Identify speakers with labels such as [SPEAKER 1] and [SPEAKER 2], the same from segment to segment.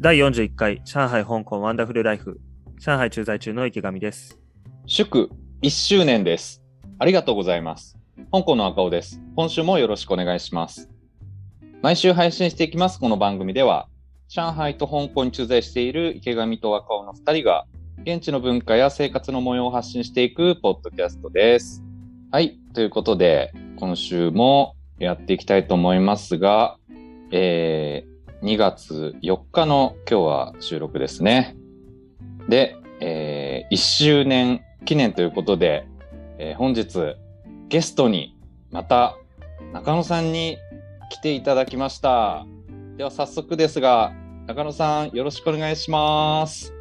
[SPEAKER 1] 第41回上海香港ワンダフルライフ上海駐在中の池上です。
[SPEAKER 2] 祝1周年です。ありがとうございます。香港の赤尾です。今週もよろしくお願いします。毎週配信していきます、この番組では、上海と香港に駐在している池上と赤尾の2人が、現地の文化や生活の模様を発信していくポッドキャストです。はい、ということで、今週もやっていきたいと思いますが、えー、2月4日の今日は収録ですね。で、えー1周年記念ということで、えー本日ゲストにまた中野さんに来ていただきました。では早速ですが、中野さんよろしくお願いします。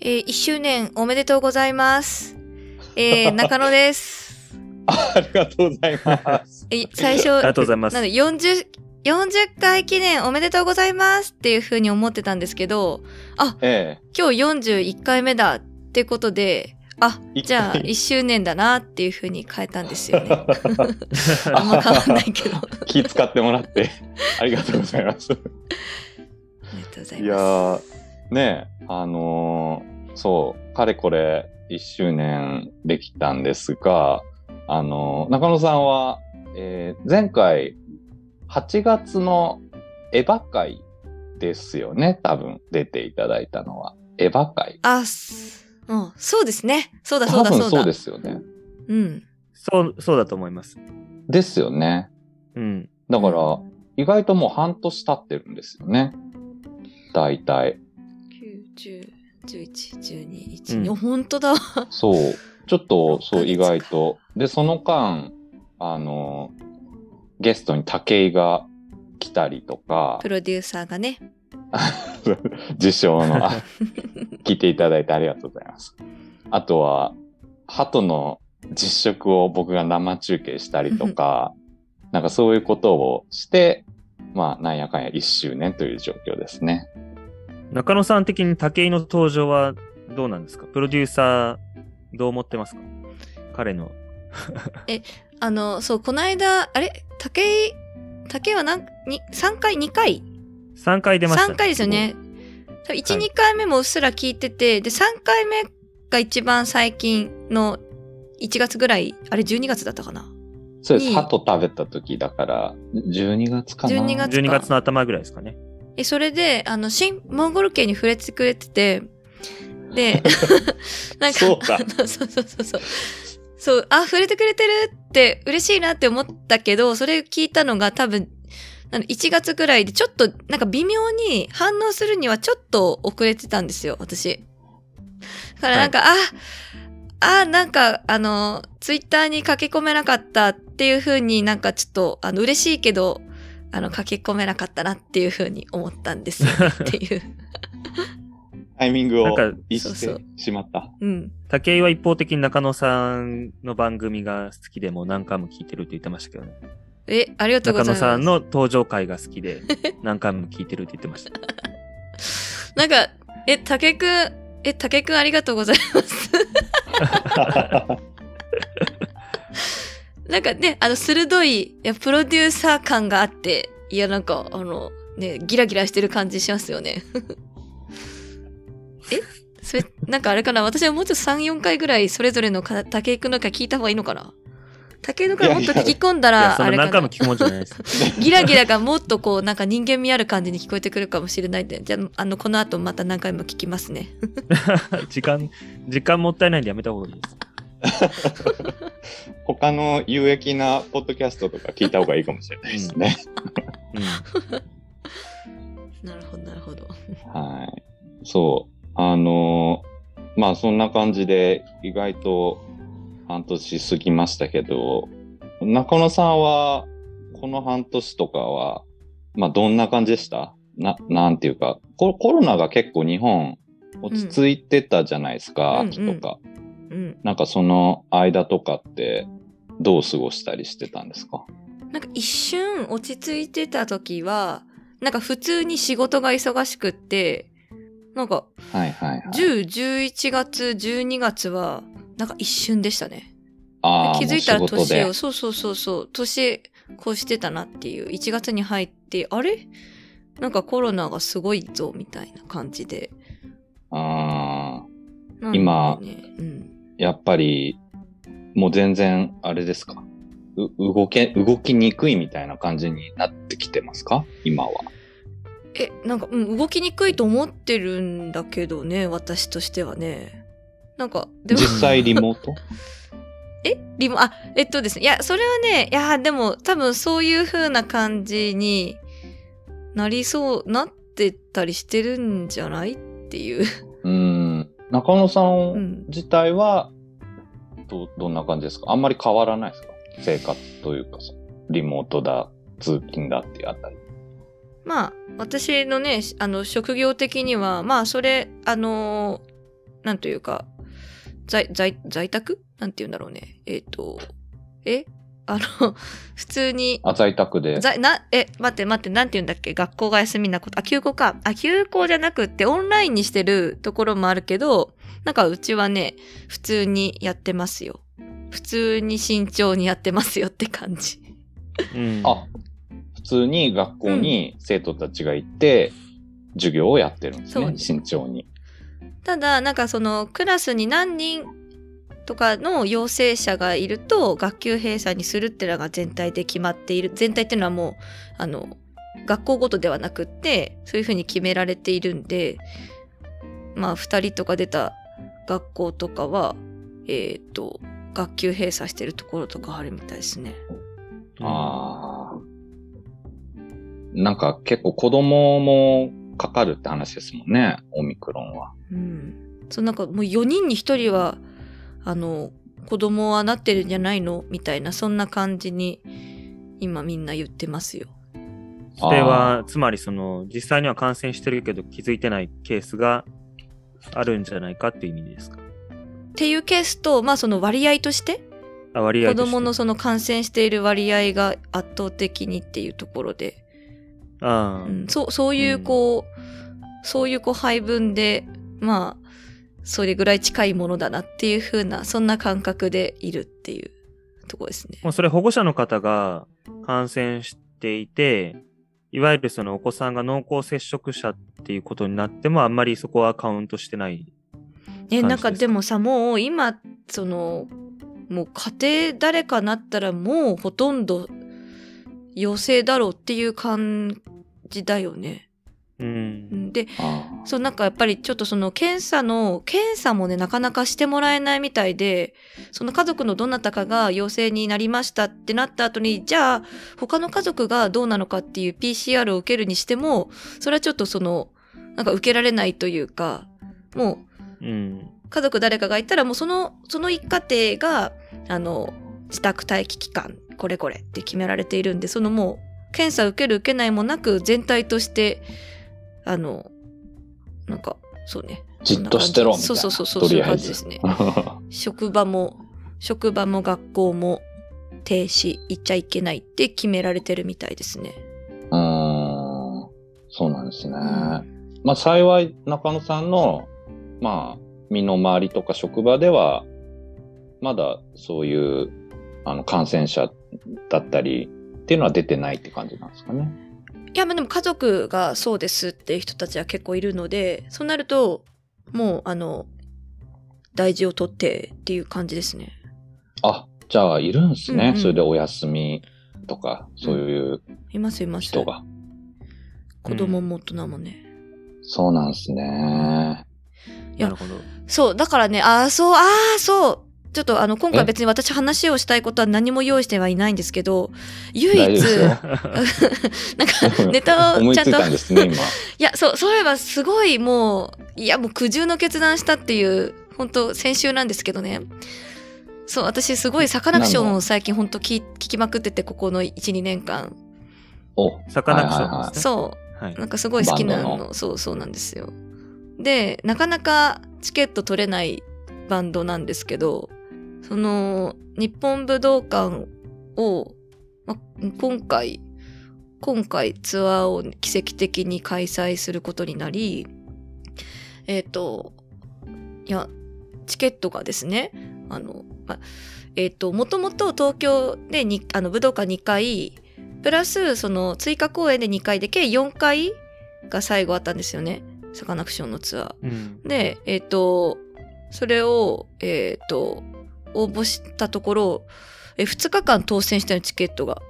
[SPEAKER 3] えー、1周年おめでとうございます。 えー、中野です。
[SPEAKER 2] ありがとうございます。
[SPEAKER 3] え最初、
[SPEAKER 1] ありがとうございます
[SPEAKER 3] な。ので40、40回記念おめでとうございますっていうふうに思ってたんですけど、
[SPEAKER 2] え
[SPEAKER 3] 今日41回目だってことで、あ、
[SPEAKER 2] 一回
[SPEAKER 3] じゃあ1周年だなっていうふうに変えたんで す よね。
[SPEAKER 2] え
[SPEAKER 3] あんま変わんないけど。あ
[SPEAKER 2] 気使ってもらってありがとうございます。
[SPEAKER 3] りがとうござい
[SPEAKER 2] いやー
[SPEAKER 3] ま、
[SPEAKER 2] ねえ、あのーそう、かれこれ1周年できたんですが、あのー中野さんは、えー前回8月のエヴァ会ですよね、多分出ていただいたのは。エヴァ会。
[SPEAKER 3] す。あ、もうんそうですね。そうだそ
[SPEAKER 2] 多
[SPEAKER 3] うだ
[SPEAKER 2] 分
[SPEAKER 3] そうだ。
[SPEAKER 2] そうですよね。
[SPEAKER 3] うん。
[SPEAKER 1] そう、そうだと思います。
[SPEAKER 2] ですよね。
[SPEAKER 1] うん。
[SPEAKER 2] だから、意外ともう半年経ってるんですよね。大体。
[SPEAKER 3] 9、10、11、12、
[SPEAKER 1] うん
[SPEAKER 3] 1、2。ほんとだ。
[SPEAKER 2] そう。ちょっと、
[SPEAKER 3] 6
[SPEAKER 2] そう、
[SPEAKER 3] ヶ月
[SPEAKER 2] 意外と。で、その間、あの、ゲストに武井が来たりと か
[SPEAKER 3] プ、ロデューサーがね。
[SPEAKER 2] 受賞の、 あ聞いていただいてありがとうございます。あとは、鳩の実食を僕が生中継したりとか、なんかそういうことをして、まあ、なんやかんや1周年という状況ですね。
[SPEAKER 1] 中野さん的に武井の登場はどうなんですかプロデューサー、どう思ってますか彼の。
[SPEAKER 3] あの、そう、この間、あれ竹井、竹井は何、に3回、2回
[SPEAKER 1] 3回出ました、
[SPEAKER 3] ?3 回ですよね。多分1、
[SPEAKER 1] はい
[SPEAKER 3] 2回目もうっすら聞いてて、で、3回目が一番最近の1月ぐらい、あれ12月だったかな
[SPEAKER 2] そうです。
[SPEAKER 3] いい
[SPEAKER 2] 鳩食べた時だから、12月かな
[SPEAKER 3] ?12 月か。
[SPEAKER 1] 12月の頭ぐらいですかね。
[SPEAKER 3] え、それで、あの、新、モンゴル系に触れてくれてて、 で、なんか、
[SPEAKER 2] そうだ
[SPEAKER 3] あのそうそうそうそう。そう、あ、触れてくれてるって嬉しいなって思ったけど、それ聞いたのが多分、あの1月ぐらいで、ちょっと、なんか微妙に反応するにはちょっと遅れてたんですよ、私。だからなんか、あ、あ、なんか、あの、ツイッターに書き込めなかったっていう風になんかちょっと、あの、嬉しいけど、あの、書き込めなかったなっていう風に思ったんですよねって いう。
[SPEAKER 2] タイミング
[SPEAKER 1] な
[SPEAKER 2] を
[SPEAKER 1] んか
[SPEAKER 2] 逸
[SPEAKER 3] そう
[SPEAKER 2] し
[SPEAKER 3] そう
[SPEAKER 2] てしま った。
[SPEAKER 3] うん。
[SPEAKER 1] 武井は一方的に中野さんの番組が好きでもう何回も聞いてるって言ってましたけどね。
[SPEAKER 3] え、ありがとうご
[SPEAKER 1] 中野
[SPEAKER 3] ざいます。
[SPEAKER 1] さんの登場回が好きで何回も聞いてるって言ってました。
[SPEAKER 3] なんか、え、竹くん、え、竹くんありがとうございます。 なんかね、あの、鋭い、いや、プロデューサー感があって、いや、なんか、あの、ね、ギラギラしてる感じしますよね。 えそれ、なんかあれかな私はもうちょっと3、4回ぐらいそれぞれのか竹井くんの回聞いた方がいいのかな竹井の回もっと聞き込んだ
[SPEAKER 1] いや、
[SPEAKER 3] ら、
[SPEAKER 1] そ
[SPEAKER 3] あ
[SPEAKER 1] の
[SPEAKER 3] れ
[SPEAKER 1] 何回
[SPEAKER 3] か
[SPEAKER 1] も
[SPEAKER 3] な
[SPEAKER 1] 聞くもんじゃないです。
[SPEAKER 3] ギラギラがもっとこう、なんか人間味ある感じに聞こえてくるかもしれないんで、じゃあ、あの、この後また何回も聞きますね。
[SPEAKER 1] 時間、時間もったいないんでやめた方がいいです。
[SPEAKER 2] 他の有益なポッドキャストとか聞いた方がいいかもしれないですね。
[SPEAKER 1] うん
[SPEAKER 3] なるほど、なるほど。
[SPEAKER 2] はい。そう。あのーまあそんな感じで意外と半年過ぎましたけど、中野さんはこの半年とかは、まあどんな感じでしたな、なんていうか、ココロナが結構日本落ち着いてたじゃないですか、
[SPEAKER 3] うん
[SPEAKER 2] 秋とか。
[SPEAKER 3] うん。
[SPEAKER 2] なんかその間とかってどう過ごしたりしてたんですか
[SPEAKER 3] なんか一瞬落ち着いてた時は、なんか普通に仕事が忙しくって、なんか
[SPEAKER 2] はいはいはい。
[SPEAKER 3] 10、11月、12月は、なんか一瞬でしたね。
[SPEAKER 2] あー
[SPEAKER 3] 気づいたら
[SPEAKER 2] もう仕事で
[SPEAKER 3] 年を、そうそうそうそう、年越してたなっていう、1月に入って、あれなんかコロナがすごいぞみたいな感じで。
[SPEAKER 2] あー
[SPEAKER 3] なんか
[SPEAKER 2] 今
[SPEAKER 3] ねうん、
[SPEAKER 2] やっぱり、もう全然、あれですか。う動け、動きにくいみたいな感じになってきてますか今は。
[SPEAKER 3] え、なんか、うん、動きにくいと思ってるんだけどね、私としてはね。なんか、で
[SPEAKER 2] 実
[SPEAKER 3] も、
[SPEAKER 2] 際リモー ト
[SPEAKER 3] えリモ、あ、えっとですね、いや、それはね、いや、でも多分そういう風な感じになりそう、なってたりしてるんじゃないって いう。
[SPEAKER 2] うん。中野さ
[SPEAKER 3] うんん
[SPEAKER 2] 自体は、ど、どんな感じですかあんまり変わらないですか生活というかさ、リモートだ、通勤だっていうあたり。
[SPEAKER 3] まあ、私のね、しあの、職業的には、まあ、それ、あのーなんというか、在、在、在宅なんて言うんだろうね。えっ、と、えあの、普通に、
[SPEAKER 2] あ、在宅で。
[SPEAKER 3] 在、な、え、待って待って、なんて言うんだっけ学校が休みなこと。あ、休校か。あ、休校じゃなくって、オンラインにしてるところもあるけど、なんかうちはね、普通にやってますよ。普通に慎重にやってますよって感じ。
[SPEAKER 1] うん
[SPEAKER 2] あ、普通に学校に生徒たちが行って、授業をやってるんです
[SPEAKER 3] そう
[SPEAKER 2] ね。
[SPEAKER 3] です
[SPEAKER 2] 慎重に。
[SPEAKER 3] ただなんかそのクラスに何人とかの陽性者がいると学級閉鎖にするってのが全体で決まっている全体っていうのはもうあの学校ごとではなくってそういうふうに決められているんでまあ2人とか出た学校とかはえっ、と学級閉鎖してるところとかあるみたいですね。
[SPEAKER 2] ああ。なんか結構子供もかかるって話ですもんね、オミクロンは。
[SPEAKER 3] うん、そうなんかもう4人に1人はあの子供はなってるんじゃないのみたいなそんな感じに今みんな言ってますよ。
[SPEAKER 1] それは、つまりその、実際には感染してるけど気づいてないケースがあるんじゃないかっていう意味ですか。
[SPEAKER 3] っていうケースと、まあ、その割合として
[SPEAKER 1] あ割合
[SPEAKER 3] 子
[SPEAKER 1] として
[SPEAKER 3] 供のその感染している割合が圧倒的にっていうところで、
[SPEAKER 1] あ
[SPEAKER 3] う
[SPEAKER 1] ー
[SPEAKER 3] ん、そうそういうこう、そういうこう配分でまあそれぐらい近いものだなっていう風なそんな感覚でいるっていうところですね。
[SPEAKER 1] もうそれ保護者の方が感染していて、いわゆるそのお子さんが濃厚接触者っていうことになっても、あんまりそこはカウントしてない。感じ
[SPEAKER 3] えなんか
[SPEAKER 1] です
[SPEAKER 3] でもさもう今そのもう家庭誰かなったらもうほとんど陽性だろうっていう感じだよね。
[SPEAKER 1] う。
[SPEAKER 3] うんんで
[SPEAKER 2] あ
[SPEAKER 3] そうなんかやっぱりちょっとその検査の検査もねなかなかしてもらえないみたいでその家族のどなたかが陽性になりましたってなった後にじゃあ他の家族がどうなのかっていう PCR を受けるにしてもそれはちょっとそのなんか受けられないというかもう
[SPEAKER 1] うん。
[SPEAKER 3] 家族誰かがいたらもうそのその一家庭があの自宅待機期間これこれって決められているんでそのもう検査受ける受けないもなく全体としてあのなんかそうね
[SPEAKER 2] あじっとしてろみたいな。
[SPEAKER 3] そうそうそうそう
[SPEAKER 2] と
[SPEAKER 3] そう
[SPEAKER 2] り
[SPEAKER 3] いう
[SPEAKER 2] あえ
[SPEAKER 3] 感じ
[SPEAKER 2] ず。
[SPEAKER 3] ですね職場も職場も学校も停止行っちゃいけないって決められてるみたいですね、
[SPEAKER 2] うーん。そうなんですね。
[SPEAKER 3] うん
[SPEAKER 2] まあ幸い中野さんの、まあ、身の回りとか職場では、まだそういう、あの、感染者だったりっていうのは出てないって感じなんですかね。
[SPEAKER 3] いやまあでも家族がそうですっていう人たちは結構いるのでそうなるともうあの大事を取ってっていう感じですね。
[SPEAKER 2] あ、じゃあいるんですね。
[SPEAKER 3] うんうん
[SPEAKER 2] それでお休みとか、そういう
[SPEAKER 3] いますいます。
[SPEAKER 2] 人が。
[SPEAKER 3] 子供も大人もね。
[SPEAKER 2] そうなんですね。
[SPEAKER 3] や
[SPEAKER 1] なるほど。
[SPEAKER 3] そうだからねああそうああそうちょっとあの今
[SPEAKER 2] え
[SPEAKER 3] 回別に私話をしたいことは何も用意してはいないんですけど唯
[SPEAKER 2] 大
[SPEAKER 3] 一
[SPEAKER 2] 丈夫です
[SPEAKER 3] な
[SPEAKER 2] よ
[SPEAKER 3] ん かネタ
[SPEAKER 2] 思
[SPEAKER 3] を
[SPEAKER 2] いつ
[SPEAKER 3] ちゃん
[SPEAKER 2] い
[SPEAKER 3] と
[SPEAKER 2] たんですね、今。
[SPEAKER 3] いや、そう、そういえばすごいもう、いや、もう苦渋の決断したっていう、本当先週なんですけどね。そう、私すごいサカナクションを最近本当聞聞きまくってて、ここの1、2年間。
[SPEAKER 2] お、
[SPEAKER 1] サカナクション
[SPEAKER 2] はい
[SPEAKER 1] ですね。
[SPEAKER 3] そう。
[SPEAKER 1] はい
[SPEAKER 3] なんかすごい好きな
[SPEAKER 2] バン
[SPEAKER 3] の
[SPEAKER 2] ド
[SPEAKER 3] そうそうなんですよ。でなかなかチケット取れないバンドなんですけどその日本武道館を、ま、今回今回ツアーを奇跡的に開催することになりえっ、といやチケットがですねあの、ま、えっ、ともともと東京でにあの武道館2回プラスその追加公演で2回で計4回が最後あったんですよね。サカナクションのツア
[SPEAKER 1] うん。
[SPEAKER 3] ー。で、えっ、と、それを、えっ、と、応募したところ、え、2日間当選したよチケットが。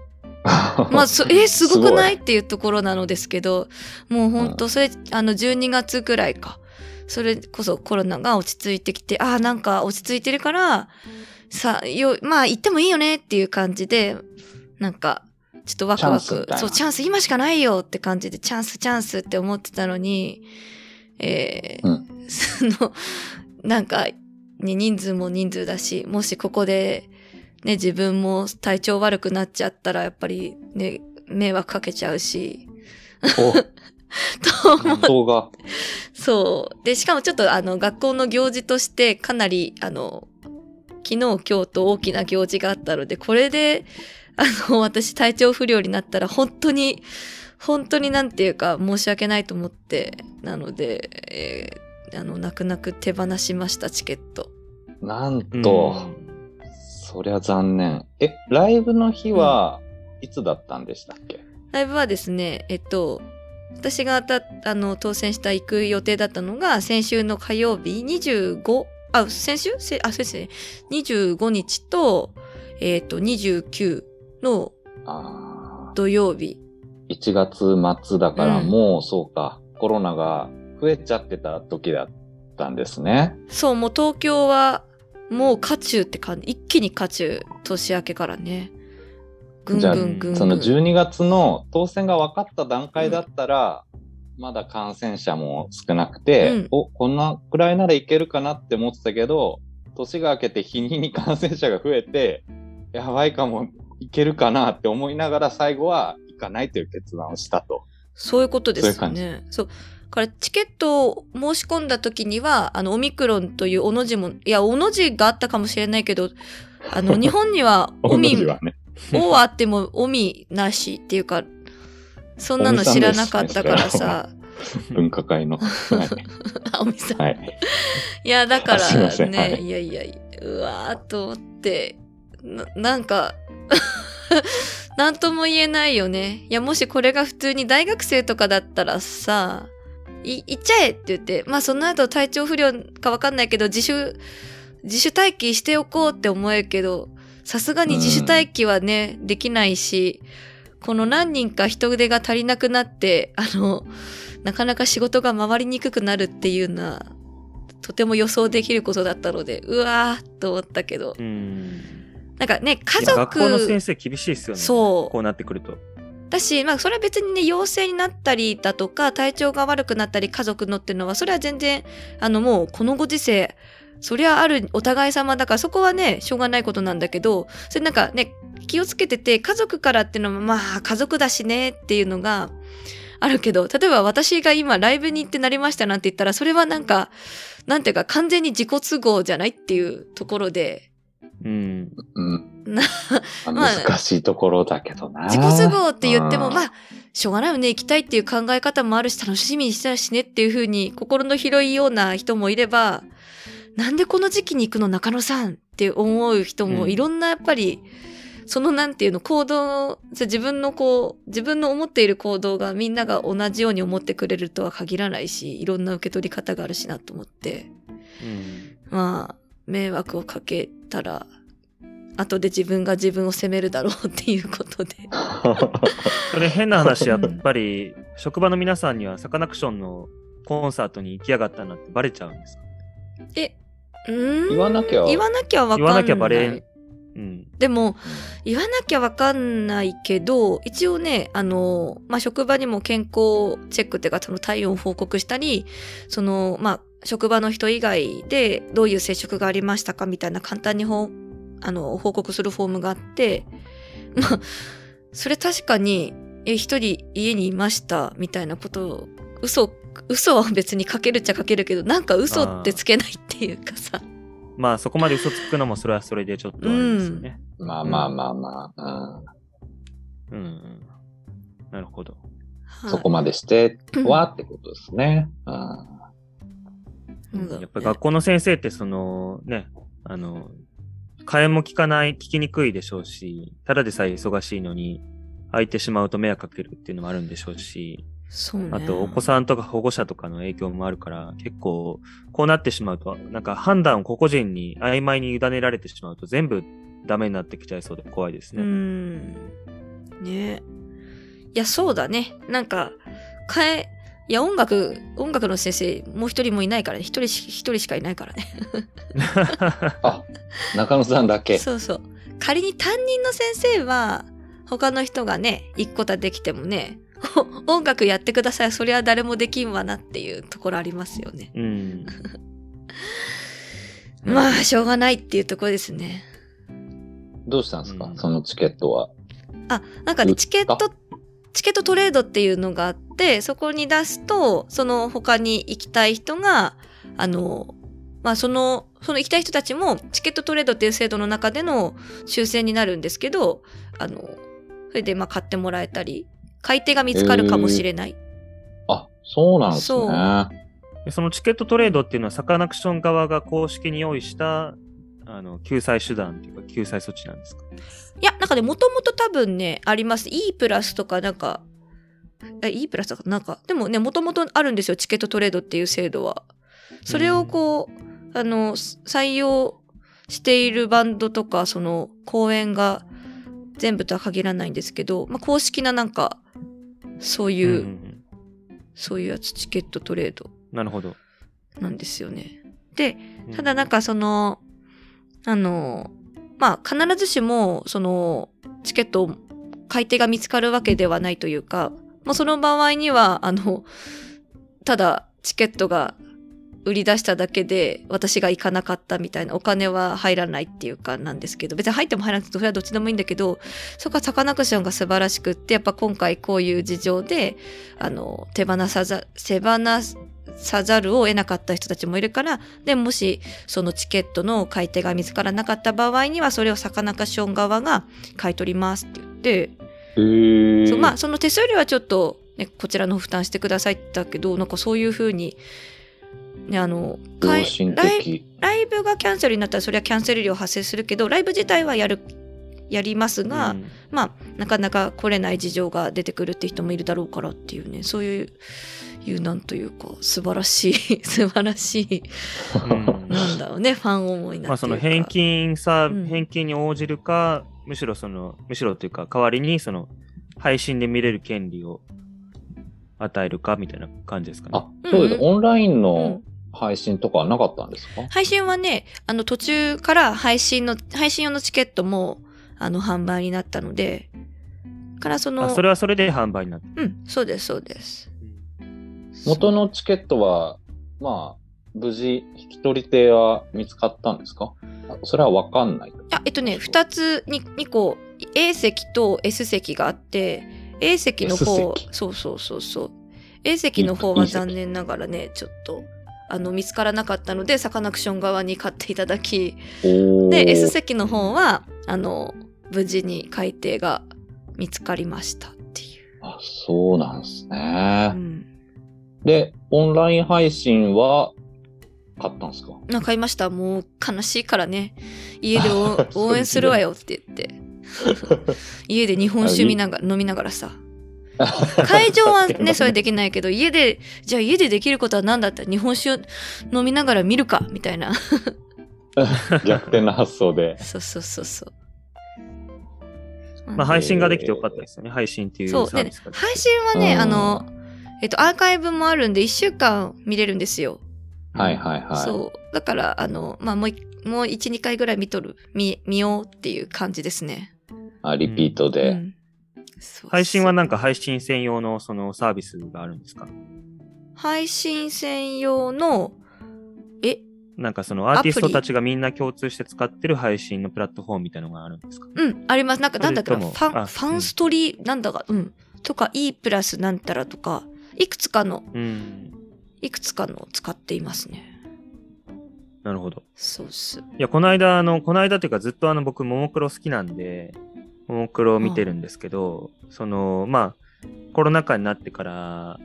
[SPEAKER 3] まあ、そえーすごくないっていうところなのですけどもう本当それ、あの12月ぐらいかそれこそコロナが落ち着いてきてああなんか落ち着いてるからさよまあ行ってもいいよねっていう感じでなんかちょっとワクワ
[SPEAKER 2] チャンスみ
[SPEAKER 3] ク
[SPEAKER 2] たいな
[SPEAKER 3] そうチャンス今しかないよって感じでチャンスチャンスって思ってたのにえー
[SPEAKER 2] う
[SPEAKER 3] その なんか、ね、人数も人数だしもしここでね、自分も体調悪くなっちゃったら、やっぱりね、迷惑かけちゃうし、と思う。
[SPEAKER 2] 動画。
[SPEAKER 3] そう。で、しかもちょっとあの、学校の行事として、かなり、あの、昨日、今日と大きな行事があったので、これで、あの、 私体調不良になったら、本当に、本当になんていうか、申し訳ないと思って、なので、えーあの、泣く泣く手放しました、チケット。
[SPEAKER 2] なんと、そりゃ残念。え、ライブの日はいつだったんでしたっけ
[SPEAKER 3] ライブはですね、えっと、私がたあの当選した行く予定だったのが、先週の火曜日25、あ、先週せあ、そうですね。25日と、えっと、29の
[SPEAKER 2] あ
[SPEAKER 3] 土曜日。
[SPEAKER 2] ー1月末だから
[SPEAKER 3] うん
[SPEAKER 2] もうそうか、コロナが増えちゃってた時だったんですね。
[SPEAKER 3] そう、もう東京は、もう渦中って感じ。一気に渦中、年明けからね。ぐんぐんぐんぐん。
[SPEAKER 2] その12月の当選が分かった段階だったら、まだ感染者も少なくて、
[SPEAKER 3] うん
[SPEAKER 2] お、こんなくらいならいけるかなって思ってたけど、年が明けて日に日に感染者が増えて、やばいかも、いけるかなって思いながら最後は行かないという決断をしたと。
[SPEAKER 3] そういうことです
[SPEAKER 2] そ
[SPEAKER 3] よ
[SPEAKER 2] う
[SPEAKER 3] ね。そうだからチケットを申し込んだ時には、あの、オミクロンというおの字も、いや、おの字があったかもしれないけど、あの、日本には、オミ
[SPEAKER 2] 同じ、はね。
[SPEAKER 3] おはあっても、オミなしっていうか、そんなの知らなかったからさ、
[SPEAKER 2] 分科会 の。はい。
[SPEAKER 3] あ、おみさん。、
[SPEAKER 2] はいい、
[SPEAKER 3] や、だか
[SPEAKER 2] あすいませ
[SPEAKER 3] ら
[SPEAKER 2] ん
[SPEAKER 3] ね、
[SPEAKER 2] はい
[SPEAKER 3] い、やいや、うわーっと思って、ななんか、 なんとも言えないよね。いや、もしこれが普通に大学生とかだったらさ、い行っちゃえって言って、まあその後体調不良かわかんないけど、自主、自主待機しておこうって思えるけど、さすがに自主待機はね、できないし、この何人か人手が足りなくなって、あの、なかなか仕事が回りにくくなるっていうのは、とても予想できることだったので、うわーっと思ったけど
[SPEAKER 1] う、ん。
[SPEAKER 3] なんかね、家
[SPEAKER 1] いや学校の先、
[SPEAKER 3] 族
[SPEAKER 1] 生厳しいですよね。
[SPEAKER 3] そう
[SPEAKER 1] こうなってくると。
[SPEAKER 3] だし、まあ、それは別にね、陽性になったりだとか、体調が悪くなったり、家族のっていうのは、それは全然、あの、もう、このご時世、そりゃある、お互い様だから、そこはね、しょうがないことなんだけど、それなんかね、気をつけてて、家族からっていうのも、まあ、家族だしね、っていうのが、あるけど、例えば私が今ライブに行ってなりましたなんて言ったら、それはなんか、なんていうか完全に自己都合じゃないっていうところで、
[SPEAKER 1] うん。
[SPEAKER 2] うん。
[SPEAKER 3] なまあ
[SPEAKER 2] 難しいところだけどな。
[SPEAKER 3] 自己都合って言っても、
[SPEAKER 2] うん
[SPEAKER 3] まあ、しょうがないよね、行きたいっていう考え方もあるし、楽しみにしたらしねっていうふうに、心の広いような人もいれば、なんでこの時期に行くの、中野さんって思う人も、
[SPEAKER 1] うん
[SPEAKER 3] いろんなやっぱり、そのなんていうの、行動を、自分のこう、自分の思っている行動がみんなが同じように思ってくれるとは限らないし、いろんな受け取り方があるしなと思って。
[SPEAKER 1] うん。
[SPEAKER 3] まあ、迷惑をかけたら、後で自分が自分を責めるだろうっていうことで。
[SPEAKER 1] それ変な話、やっぱり、職場の皆さんにはサカナクションのコンサートに行きやがったなってバレちゃうんですか
[SPEAKER 3] え、うーん
[SPEAKER 2] 言わなきゃ
[SPEAKER 3] 言わなきゃわかん
[SPEAKER 1] 言
[SPEAKER 3] ない。
[SPEAKER 1] わなきゃバレん。うん。
[SPEAKER 3] でも、言わなきゃわかんないけど、一応ね、あの、まあ、職場にも健康チェックっていうか、その体温報告したり、その、まあ、職場の人以外でどういう接触がありましたかみたいな簡単にほあの報告するフォームがあって、まあ、それ確かに、え、一人家にいましたみたいなことを、嘘、嘘は別にかけるっちゃかけるけど、なんか嘘ってつけないっていうかさ。
[SPEAKER 1] まあそこまで嘘つくのもそれはそれでちょっとあれですよね。
[SPEAKER 2] まあまあまあまあ、
[SPEAKER 1] うん、うん。なるほど。
[SPEAKER 2] うん、そこ
[SPEAKER 3] ま
[SPEAKER 2] までして
[SPEAKER 3] うん
[SPEAKER 2] はってことですね。うん、
[SPEAKER 1] やっぱり学校の先生ってそのね、あの、替えも聞かない、聞きにくいでしょうし、ただでさえ忙しいのに、空いてしまうと迷惑かけるっていうのもあるんでしょうし、
[SPEAKER 3] そうね。
[SPEAKER 1] あと、お子さんとか保護者とかの影響もあるから、結構、こうなってしまうと、なんか判断を個々人に曖昧に委ねられてしまうと、全部ダメになってきちゃいそうで怖いです
[SPEAKER 3] う
[SPEAKER 1] ね。
[SPEAKER 3] ん。ねいや、そうだね。なんか、変え、いや、音楽、音楽の先生、もう一人もいないからね。一人し、一人しかいないからね。
[SPEAKER 2] あ、中野さんだけ。
[SPEAKER 3] そうそう。仮に担任の先生は、他の人がね、一個たできてもね、 お音楽やってください。そりゃ誰もできんわなっていうところありますよね。
[SPEAKER 1] うん。
[SPEAKER 3] まあ、しょうがないっていうところですね。
[SPEAKER 2] どうしたんですか、
[SPEAKER 1] うん
[SPEAKER 2] そのチケットは。
[SPEAKER 3] あ、なんか
[SPEAKER 2] 売
[SPEAKER 3] ね、
[SPEAKER 2] った
[SPEAKER 3] チケット、チケットトレードっていうのがあって、そこに出すと、その他に行きたい人が、あの、まあその、その行きたい人たちも、チケットトレードっていう制度の中での抽選になるんですけど、あの、それでまあ買ってもらえたり、買い手が見つかるかもしれない。
[SPEAKER 2] あ、そうなんですね。
[SPEAKER 3] そう
[SPEAKER 1] でそのチケットトレードっていうのは、サカナクション側が公式に用意した、あの、救済手段っていうか、救済措置なんですか
[SPEAKER 3] いや、なんかね、もともと多分ね、あります。E プラスとか、なんか、え E プラスとか、なんか、でもね、もともとあるんですよ、チケットトレードっていう制度は。それをこう、あの、す採用しているバンドとか、その、公演が全部とは限らないんですけど、まあ、公式ななんか、そういうう、
[SPEAKER 1] んうんうん
[SPEAKER 3] そういうやつ、チケットトレード
[SPEAKER 1] なるほど。
[SPEAKER 3] なんですよね。で、
[SPEAKER 1] うん
[SPEAKER 3] ただなんかその、あの、まあ必ずしも、その、チケットを買い手が見つかるわけではないというか、まあその場合には、あの、ただチケットが売り出しただけで私が行かなかったみたいなお金は入らないっていうかなんですけど別に入っても入らなくてもそれはどっちでもいいんだけどそこはサカナクションが素晴らしくってやっぱ今回こういう事情であの手放さざ手放さざるを得なかった人たちもいるからでもしそのチケットの買い手が見つからなかった場合にはそれをサカナクション側が買い取りますって言って
[SPEAKER 2] へえ。
[SPEAKER 3] そうまあその手数料はちょっと、ね、こちらの負担してくださいってだけどなんかそういうふうに、ね、あのか
[SPEAKER 2] 良
[SPEAKER 3] い
[SPEAKER 2] 心
[SPEAKER 3] ライ
[SPEAKER 2] 的。
[SPEAKER 3] ライブがキャンセルになったらそれはキャンセル料発生するけどライブ自体はやるやりますが、
[SPEAKER 1] うん
[SPEAKER 3] まあなかなか来れない事情が出てくるって人もいるだろうからっていうねそういういうなんというか素晴らしい素晴らしい
[SPEAKER 1] うん
[SPEAKER 3] なんだろうねファン思いな
[SPEAKER 1] まあ、
[SPEAKER 3] っ
[SPEAKER 1] そ
[SPEAKER 3] ていうか
[SPEAKER 1] の返金さ、
[SPEAKER 3] うん
[SPEAKER 1] 返金に応じるか、むしろその、むしろというか、代わりにその、配信で見れる権利を与えるかみたいな感じですかね。
[SPEAKER 2] あ、そうです。
[SPEAKER 3] うん
[SPEAKER 2] オンライン
[SPEAKER 3] う
[SPEAKER 2] の
[SPEAKER 3] ん
[SPEAKER 2] 配信とかはなかったんですか、
[SPEAKER 3] 配信はね、あの途中から配信の、配信用のチケットも、あの、販売になったので、からその、
[SPEAKER 1] あそれはそれで販売になった。
[SPEAKER 3] うん、そうです、そうです。
[SPEAKER 2] 元のチケットは、まあ、無事、引き取り手は見つかったんですかあそれはわかんない。
[SPEAKER 3] いや、えっとね、二つに、二個、A 席と S 席があって、A 席の方
[SPEAKER 2] S 席、
[SPEAKER 3] そうそうそうそう。A 席の方
[SPEAKER 2] いい
[SPEAKER 3] は
[SPEAKER 2] 席
[SPEAKER 3] 残念ながらね、ちょっと、あの、見つからなかったので、サカナクション側に買っていただき、
[SPEAKER 2] おー
[SPEAKER 3] で、S 席の方は、あの、無事に改定が見つかりましたっていう。
[SPEAKER 2] あ、そうなんです
[SPEAKER 3] う
[SPEAKER 2] ね。
[SPEAKER 3] ん
[SPEAKER 2] で、オンライン配信は、買ったんですか
[SPEAKER 3] なんか買いました。もう悲しいからね。家でお応援するわよって言って。家で日本酒見ながら、飲みながらさ。会場はね、それできないけど、家で、じゃあ家でできることは何だったら日本酒飲みながら見るかみたいな。
[SPEAKER 2] 逆転の発想で。
[SPEAKER 3] そうそうそうそう。
[SPEAKER 1] まあ、配信ができてよかったですよね。配信っていうサ
[SPEAKER 3] そう。
[SPEAKER 1] ー
[SPEAKER 3] で
[SPEAKER 1] ビスが、
[SPEAKER 3] 配信はね、
[SPEAKER 2] うん
[SPEAKER 3] あの、えっと、アーカイブもあるんで、1週間見れるんですよ。
[SPEAKER 2] はいはいはい。
[SPEAKER 3] そう。だから、あの、まあ、もうい、もう1、2回ぐらい見とる、見、見ようっていう感じですね。
[SPEAKER 2] あリピートで。
[SPEAKER 3] うんそう
[SPEAKER 1] 配信はなん
[SPEAKER 3] か
[SPEAKER 1] か配信専用のそのサービスがあるんですか
[SPEAKER 3] 配信専用のえ
[SPEAKER 1] なんかそのアーティストたちがみんな共通して使ってる配信のプラットフォームみたいなのがあるんですか
[SPEAKER 3] うんありますなんかなんだった
[SPEAKER 1] そ
[SPEAKER 3] フ
[SPEAKER 1] れとも
[SPEAKER 3] ァ
[SPEAKER 1] あ
[SPEAKER 3] ンファンストリー、なんだかうんとか E プラスなんたらとかいくつかの
[SPEAKER 1] うん。
[SPEAKER 3] いくつかの使っていますね
[SPEAKER 1] なるほど。
[SPEAKER 3] そうっす
[SPEAKER 1] いや、この間、あの、この間というかずっとあの、僕、ももクロ好きなんで、ももクロを見てるんですけど、その、まあ、コロナ禍になってから、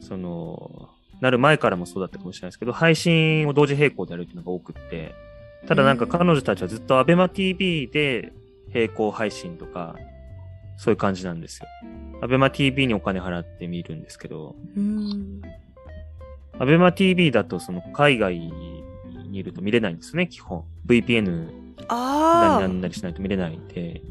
[SPEAKER 1] その、なる前からもそうだったかもしれないですけど、配信を同時並行でやるっていうのが多くって、ただなんか
[SPEAKER 3] うん
[SPEAKER 1] 彼女たちはずっと ABEMATV で並行配信とか、そういう感じなんですよ。アベマ TV にお金払って見るんですけど、
[SPEAKER 3] うん。
[SPEAKER 1] アベマ TV だとその海外にいると見れないんですね、基本。VPN な
[SPEAKER 3] あ
[SPEAKER 1] りな
[SPEAKER 3] あ
[SPEAKER 1] ん。なりしないと見れないんで、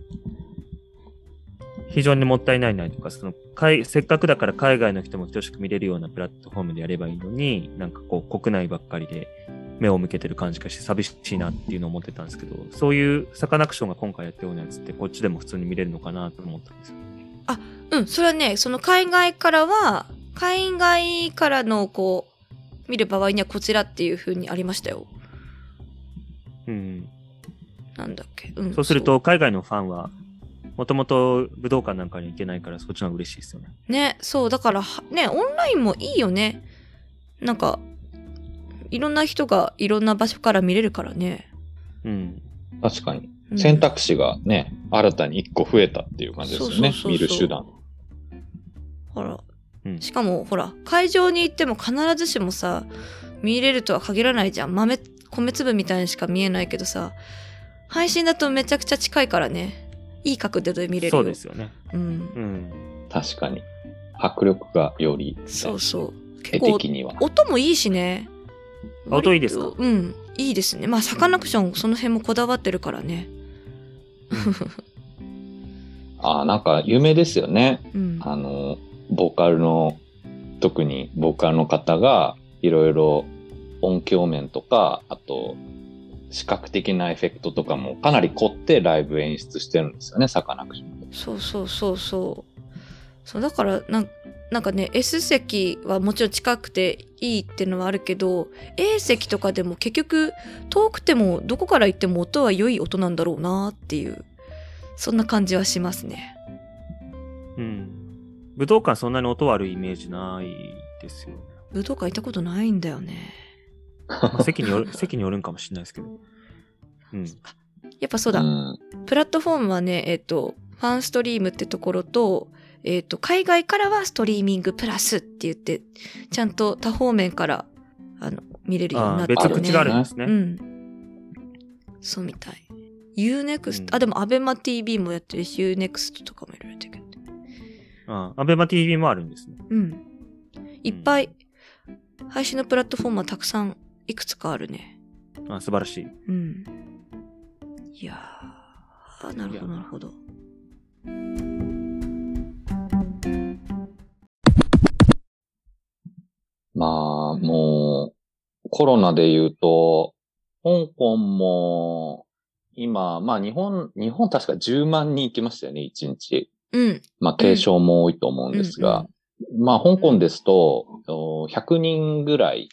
[SPEAKER 1] 非常にもったいないなとか、その海せっかくだから海外の人も等しく見れるようなプラットフォームでやればいいのに、なんかこう国内ばっかりで目を向けてる感じがして寂しいなっていうのを思ってたんですけど、そういうサカナクションが今回やったようなやつってこっちでも普通に見れるのかなと思ったんですよ。
[SPEAKER 3] うん、それはね、その海外からは、海外からのこう、見る場合にはこちらっていう風にありましたよ。
[SPEAKER 1] うん。
[SPEAKER 3] なんだっけ。うん。
[SPEAKER 1] そうすると海外のファンは、もともと武道館なんかに行けないからそっちの方が嬉しいですよね。
[SPEAKER 3] ね、そう、だからは、ね、オンラインもいいよね。なんか、いろんな人がいろんな場所から見れるからね。
[SPEAKER 1] うん。
[SPEAKER 2] 確かに。
[SPEAKER 3] うん
[SPEAKER 2] 選択肢がね、新たに1個増えたっていう感じですよね。
[SPEAKER 3] そうそうそうそう
[SPEAKER 2] 見る手段。
[SPEAKER 3] ほら。
[SPEAKER 1] うん
[SPEAKER 3] しかも、ほら、会場に行っても必ずしもさ、見れるとは限らないじゃん。豆、米粒みたいにしか見えないけどさ、配信だとめちゃくちゃ近いからね。いい角度で見れる
[SPEAKER 1] そ
[SPEAKER 3] よ。
[SPEAKER 1] うで。すよね。
[SPEAKER 3] うん。
[SPEAKER 1] うん。
[SPEAKER 2] 確かに。迫力がより、
[SPEAKER 3] そうそう。
[SPEAKER 2] 絵
[SPEAKER 3] 結構、
[SPEAKER 2] 的には。
[SPEAKER 3] 音もいいしね。
[SPEAKER 1] あ音いいですか
[SPEAKER 3] 割とうん。いいですね。まあ、サカナクション、その辺もこだわってるからね。
[SPEAKER 2] ああ、なんか有名ですよね。
[SPEAKER 3] うん。
[SPEAKER 2] あの、ボーカルの、特にボーカルの方が、いろいろ音響面とか、あと、視覚的なエフェクトとかもかなり凝ってライブ演出してるんですよね、サカナクションって。
[SPEAKER 3] そうそうそうそう。そうだからなんなんかね S 席はもちろん近くていいっていうのはあるけど A 席とかでも結局遠くてもどこから行っても音は良い音なんだろうなっていうそんな感じはしますね。
[SPEAKER 1] うん。武道館そんなに音悪いイメージないですよね。
[SPEAKER 3] 武道館行ったことないんだよね。
[SPEAKER 1] まあ席による、席によるんかもしれないですけど。うん。
[SPEAKER 3] やっぱそうだ、
[SPEAKER 2] うん
[SPEAKER 3] プラットフォームはねえっ、とファンストリームってところとえっ、と海外からはストリーミングプラスって言ってちゃんと多方面からあの見れるように
[SPEAKER 1] あ
[SPEAKER 3] な
[SPEAKER 1] あ
[SPEAKER 3] ってる
[SPEAKER 1] 別
[SPEAKER 3] ね。
[SPEAKER 1] 口があるんですね。
[SPEAKER 3] うん。そうみたい。UNEXT、
[SPEAKER 1] うん
[SPEAKER 3] あ、でも ABEMATV もやってるし、UNEXT とかもいろいろやってるけど。
[SPEAKER 1] ああ、アベマ TV もあるんですね。
[SPEAKER 3] うん。いっぱい、配信のプラットフォームはたくさん、いくつかあるね。
[SPEAKER 1] ああ素晴らしい。
[SPEAKER 3] うん。いやー、なるほど、なるほど。
[SPEAKER 2] まあ、もう、コロナで言うと、香港も、今、まあ日本、日本確か10万人行きましたよね、1日。
[SPEAKER 3] うん。
[SPEAKER 2] まあ軽症も多いと思うんですが、まあ、香港ですと、お100人ぐらい、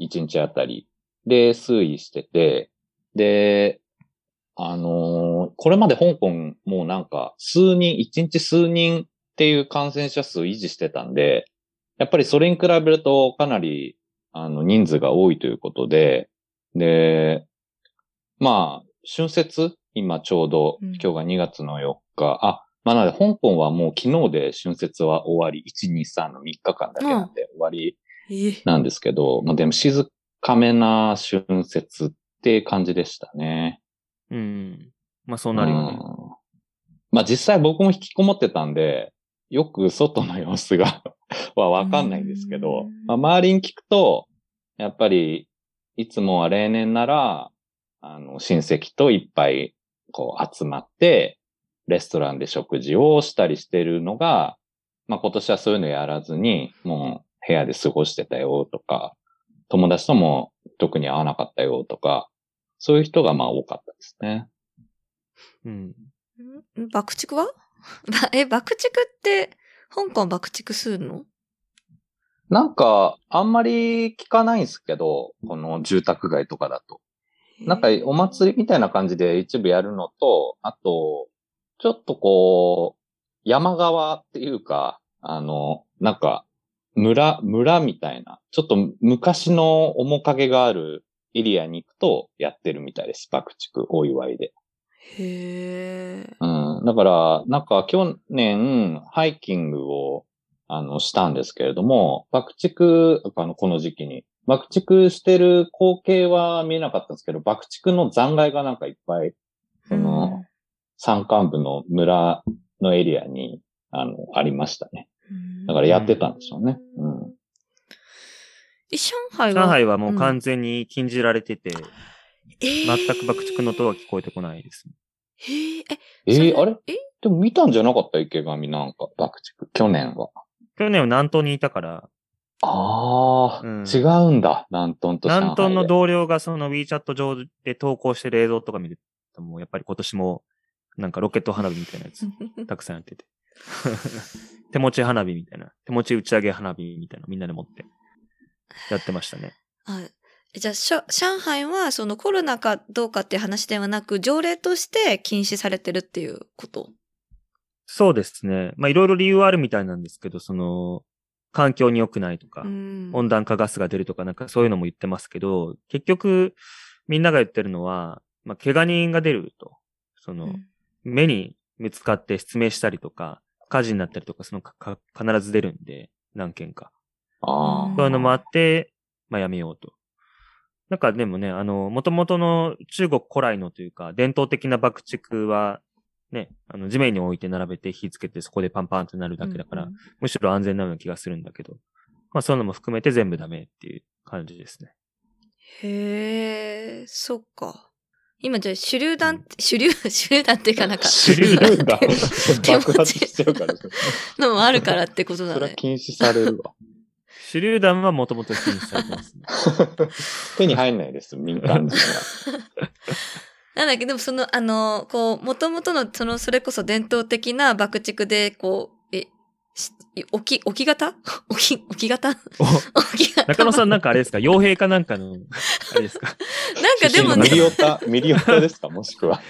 [SPEAKER 2] 1日あたりで推移してて、で、あのーこれまで香港もうなんか、数人、1日数人っていう感染者数を維持してたんで、やっぱりそれに比べるとかなり、あの、人数が多いということで、で、まあ、春節、今ちょうど、
[SPEAKER 3] うん
[SPEAKER 2] 今日が2月の4日、あ、まあなので、香港はもう昨日で春節は終わり、1、2、3の3日間だけなんで終わり
[SPEAKER 3] え
[SPEAKER 2] なんですけど、まあでも静かめな春節って感じでしたね。
[SPEAKER 1] うん。まあそうなるよね。
[SPEAKER 2] うんまあ実際僕も引きこもってたんで、よく外の様子が はわかんないんですけ
[SPEAKER 3] う
[SPEAKER 2] ど
[SPEAKER 3] ん、
[SPEAKER 2] まあ、周りに聞くと、やっぱりいつもは例年なら、あの、親戚といっぱいこう集まって、レストランで食事をしたりしてるのが、まあ今年はそういうのやらずに、もう部屋で過ごしてたよとか、友達とも特に会わなかったよとか、そういう人がまあ多かったですね。
[SPEAKER 1] うん。
[SPEAKER 3] ん爆竹は ばえ、爆竹って、香港爆竹するの
[SPEAKER 2] なんか、あんまり聞かないんですけど、この住宅街とかだと。なんかお祭りみたいな感じで一部やるのと、あと、ちょっとこう、山側っていうか、あの、なんか、村、村みたいな、ちょっと昔の面影があるエリアに行くとやってるみたいです。爆竹、お祝いで。
[SPEAKER 3] へー。
[SPEAKER 2] うん。だから、なんか去年、ハイキングを、あの、したんですけれども、爆竹、あの、この時期に、爆竹してる光景は見えなかったんですけど、爆竹の残骸がなんかいっぱい、その、山間部の村のエリアに、あの、ありましたね。だからやってたんでしょうね。うん。
[SPEAKER 3] え上海は
[SPEAKER 1] 上海はもう完全に禁じられてて、
[SPEAKER 3] え
[SPEAKER 1] 全く爆竹の音は聞こえてこないです、ね。
[SPEAKER 3] えー、え、
[SPEAKER 2] え
[SPEAKER 3] そん
[SPEAKER 2] ー、
[SPEAKER 3] な
[SPEAKER 2] あれ
[SPEAKER 3] え
[SPEAKER 2] でも見たんじゃなかった池上なんか、爆竹。去年は。
[SPEAKER 1] 去年は南東にいたから、
[SPEAKER 2] ああ、
[SPEAKER 1] うん
[SPEAKER 2] 違うんだ。南東と上海で。
[SPEAKER 1] 南東の同僚がその WeChat 上で投稿してる映像とか見ると、もうやっぱり今年も、なんかロケット花火みたいなやつ、たくさんやって て。手持ち花火みたいな。手持ち打ち上げ花火みたいな、みんなで持って。やってましたね。
[SPEAKER 3] あえじゃあ、しょ上海はそのコロナかどうかっていう話ではなく、条例として禁止されてるっていうこと。
[SPEAKER 1] そうですね。まあいろいろ理由はあるみたいなんですけど、その、環境に良くないとか、
[SPEAKER 3] うん
[SPEAKER 1] 温暖化ガスが出るとか、なんかそういうのも言ってますけど、結局、みんなが言ってるのは、まあ、怪我人が出ると、その、
[SPEAKER 3] うん
[SPEAKER 1] 目に見つかって失明したりとか、火事になったりとか、そのか、か必ず出るんで、何件か。
[SPEAKER 2] あ
[SPEAKER 3] うん
[SPEAKER 2] ー
[SPEAKER 1] そういうのもあって、まあ、やめようと。なんかでもね、あの、元々の中国古来のというか、伝統的な爆竹は、ね、あの、地面に置いて並べて火つけて、そこでパンパンってなるだけだから、
[SPEAKER 3] うん
[SPEAKER 1] むしろ安全なような気がするんだけど、まあそういうのも含めて全部ダメっていう感じですね。
[SPEAKER 3] へえ、そっか。今じゃあ手榴弾って、手榴、 手榴弾っていうかなんか、
[SPEAKER 2] 手榴弾
[SPEAKER 3] 手持ち
[SPEAKER 2] 爆発しちゃうから。そ
[SPEAKER 3] のもあるからってことだ
[SPEAKER 2] れは
[SPEAKER 3] ね。
[SPEAKER 2] 禁止されるわ。
[SPEAKER 1] 手榴弾はもともと禁止されてますね。
[SPEAKER 2] 手に入んないです、民間人は。
[SPEAKER 3] なんだっけ、でもその、あの、こう、もともとの、その、それこそ伝統的な爆竹で、こう、え、し置き、置き型 置き、置き型
[SPEAKER 1] お
[SPEAKER 3] 置き型
[SPEAKER 1] 中野さん
[SPEAKER 3] な
[SPEAKER 1] なんかあれですか傭兵かなんかの、あれですか
[SPEAKER 3] んかでも
[SPEAKER 2] ミ
[SPEAKER 3] ね、
[SPEAKER 2] リオタ、ミリオタですかもしくは。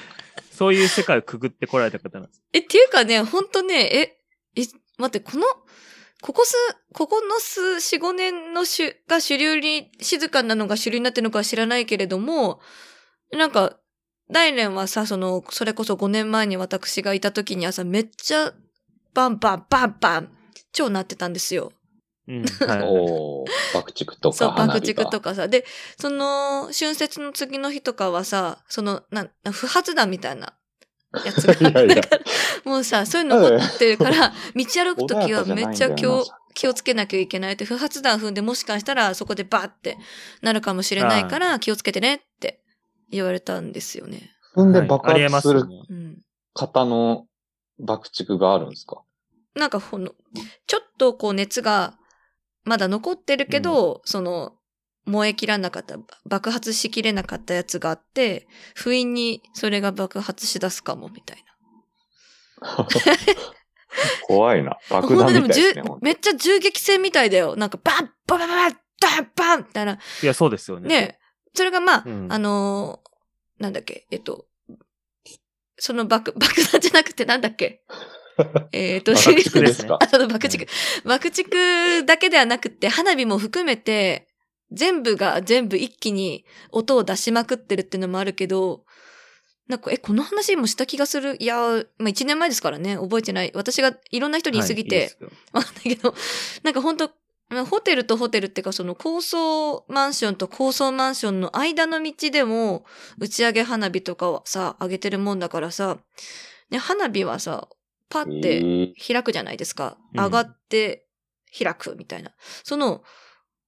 [SPEAKER 1] そういう世界をくぐってこられた方なんです。
[SPEAKER 3] え、っていうかね、ほんとね、え、え、待って、この、ここ数、ここの数、四五年の主が主流に、静かなのが主流になってるのかは知らないけれども、なんか、大連はさ、その、それこそ5年前に私がいた時にはさ、めっちゃ、バンバンバンバン、超なってたんですよ。
[SPEAKER 1] うん。はい。
[SPEAKER 2] おお爆竹と
[SPEAKER 3] そ
[SPEAKER 2] か
[SPEAKER 3] う、
[SPEAKER 2] 花
[SPEAKER 3] 爆
[SPEAKER 2] 火
[SPEAKER 3] 竹
[SPEAKER 2] が。
[SPEAKER 3] とかさ。で、その、春節の次の日とかはさ、その、なん、不発弾みたいなやつが。
[SPEAKER 2] いやいや。
[SPEAKER 3] もうさ、そういうの残ってるから、 道歩くとき
[SPEAKER 2] 穏やか
[SPEAKER 3] は
[SPEAKER 2] じゃ
[SPEAKER 3] め
[SPEAKER 2] ないん
[SPEAKER 3] っち
[SPEAKER 2] だ
[SPEAKER 3] ゃ
[SPEAKER 2] よな
[SPEAKER 3] 気を気をつけなきゃいけないって、不発弾踏んでもしかしたらそこでバーってなるかもしれないから気をつけてねって言われたんですよね。
[SPEAKER 2] 踏んで
[SPEAKER 1] はい
[SPEAKER 2] 爆
[SPEAKER 1] ありえ
[SPEAKER 2] 発
[SPEAKER 1] ますすね
[SPEAKER 2] る。
[SPEAKER 3] うん。
[SPEAKER 2] 方の爆竹があるんですか
[SPEAKER 3] なんかほの、ちょっとこう熱がまだ残ってるけど、その、燃え切らなかった、ば爆発しきれなかったやつがあって、不意にそれが爆発しだすかもみたいな。
[SPEAKER 2] 怖いな。爆
[SPEAKER 3] ほんと
[SPEAKER 2] 弾
[SPEAKER 3] で
[SPEAKER 2] みたい
[SPEAKER 3] も
[SPEAKER 2] です
[SPEAKER 3] 銃
[SPEAKER 2] ね。ほんと
[SPEAKER 3] めっちゃ銃撃戦みたいだよ。なんかバンバンバンバンダンバンみたいな。
[SPEAKER 1] いや、そうですよね。
[SPEAKER 3] ね、それがまあ、
[SPEAKER 1] うん
[SPEAKER 3] あのーなんだっけ、えっと、その爆、 爆弾じゃなくてなんだ っけえっと、
[SPEAKER 1] 爆
[SPEAKER 2] 爆
[SPEAKER 1] 竹
[SPEAKER 2] 竹
[SPEAKER 1] で
[SPEAKER 2] ですす
[SPEAKER 1] ね
[SPEAKER 2] か
[SPEAKER 3] あその爆竹、爆竹だけではなくて、花火も含めて、全部が全部一気に音を出しまくってるってのもあるけど、なんか、え、この話もした気がする。いやー、まあ、一年前ですからね、覚えてない。私がいろんな人に言いすぎて、
[SPEAKER 1] はいいですよ
[SPEAKER 3] わかんないけど、なんかほんと、まあホテルとホテルっていうか、その高層マンションと高層マンションの間の道でも、打ち上げ花火とかはさ、上げてるもんだからさ、ね、花火はさ、パっ
[SPEAKER 2] え
[SPEAKER 3] て
[SPEAKER 2] ー
[SPEAKER 3] 開くじゃないですか。
[SPEAKER 1] うん
[SPEAKER 3] 上がって開くみたいな。その、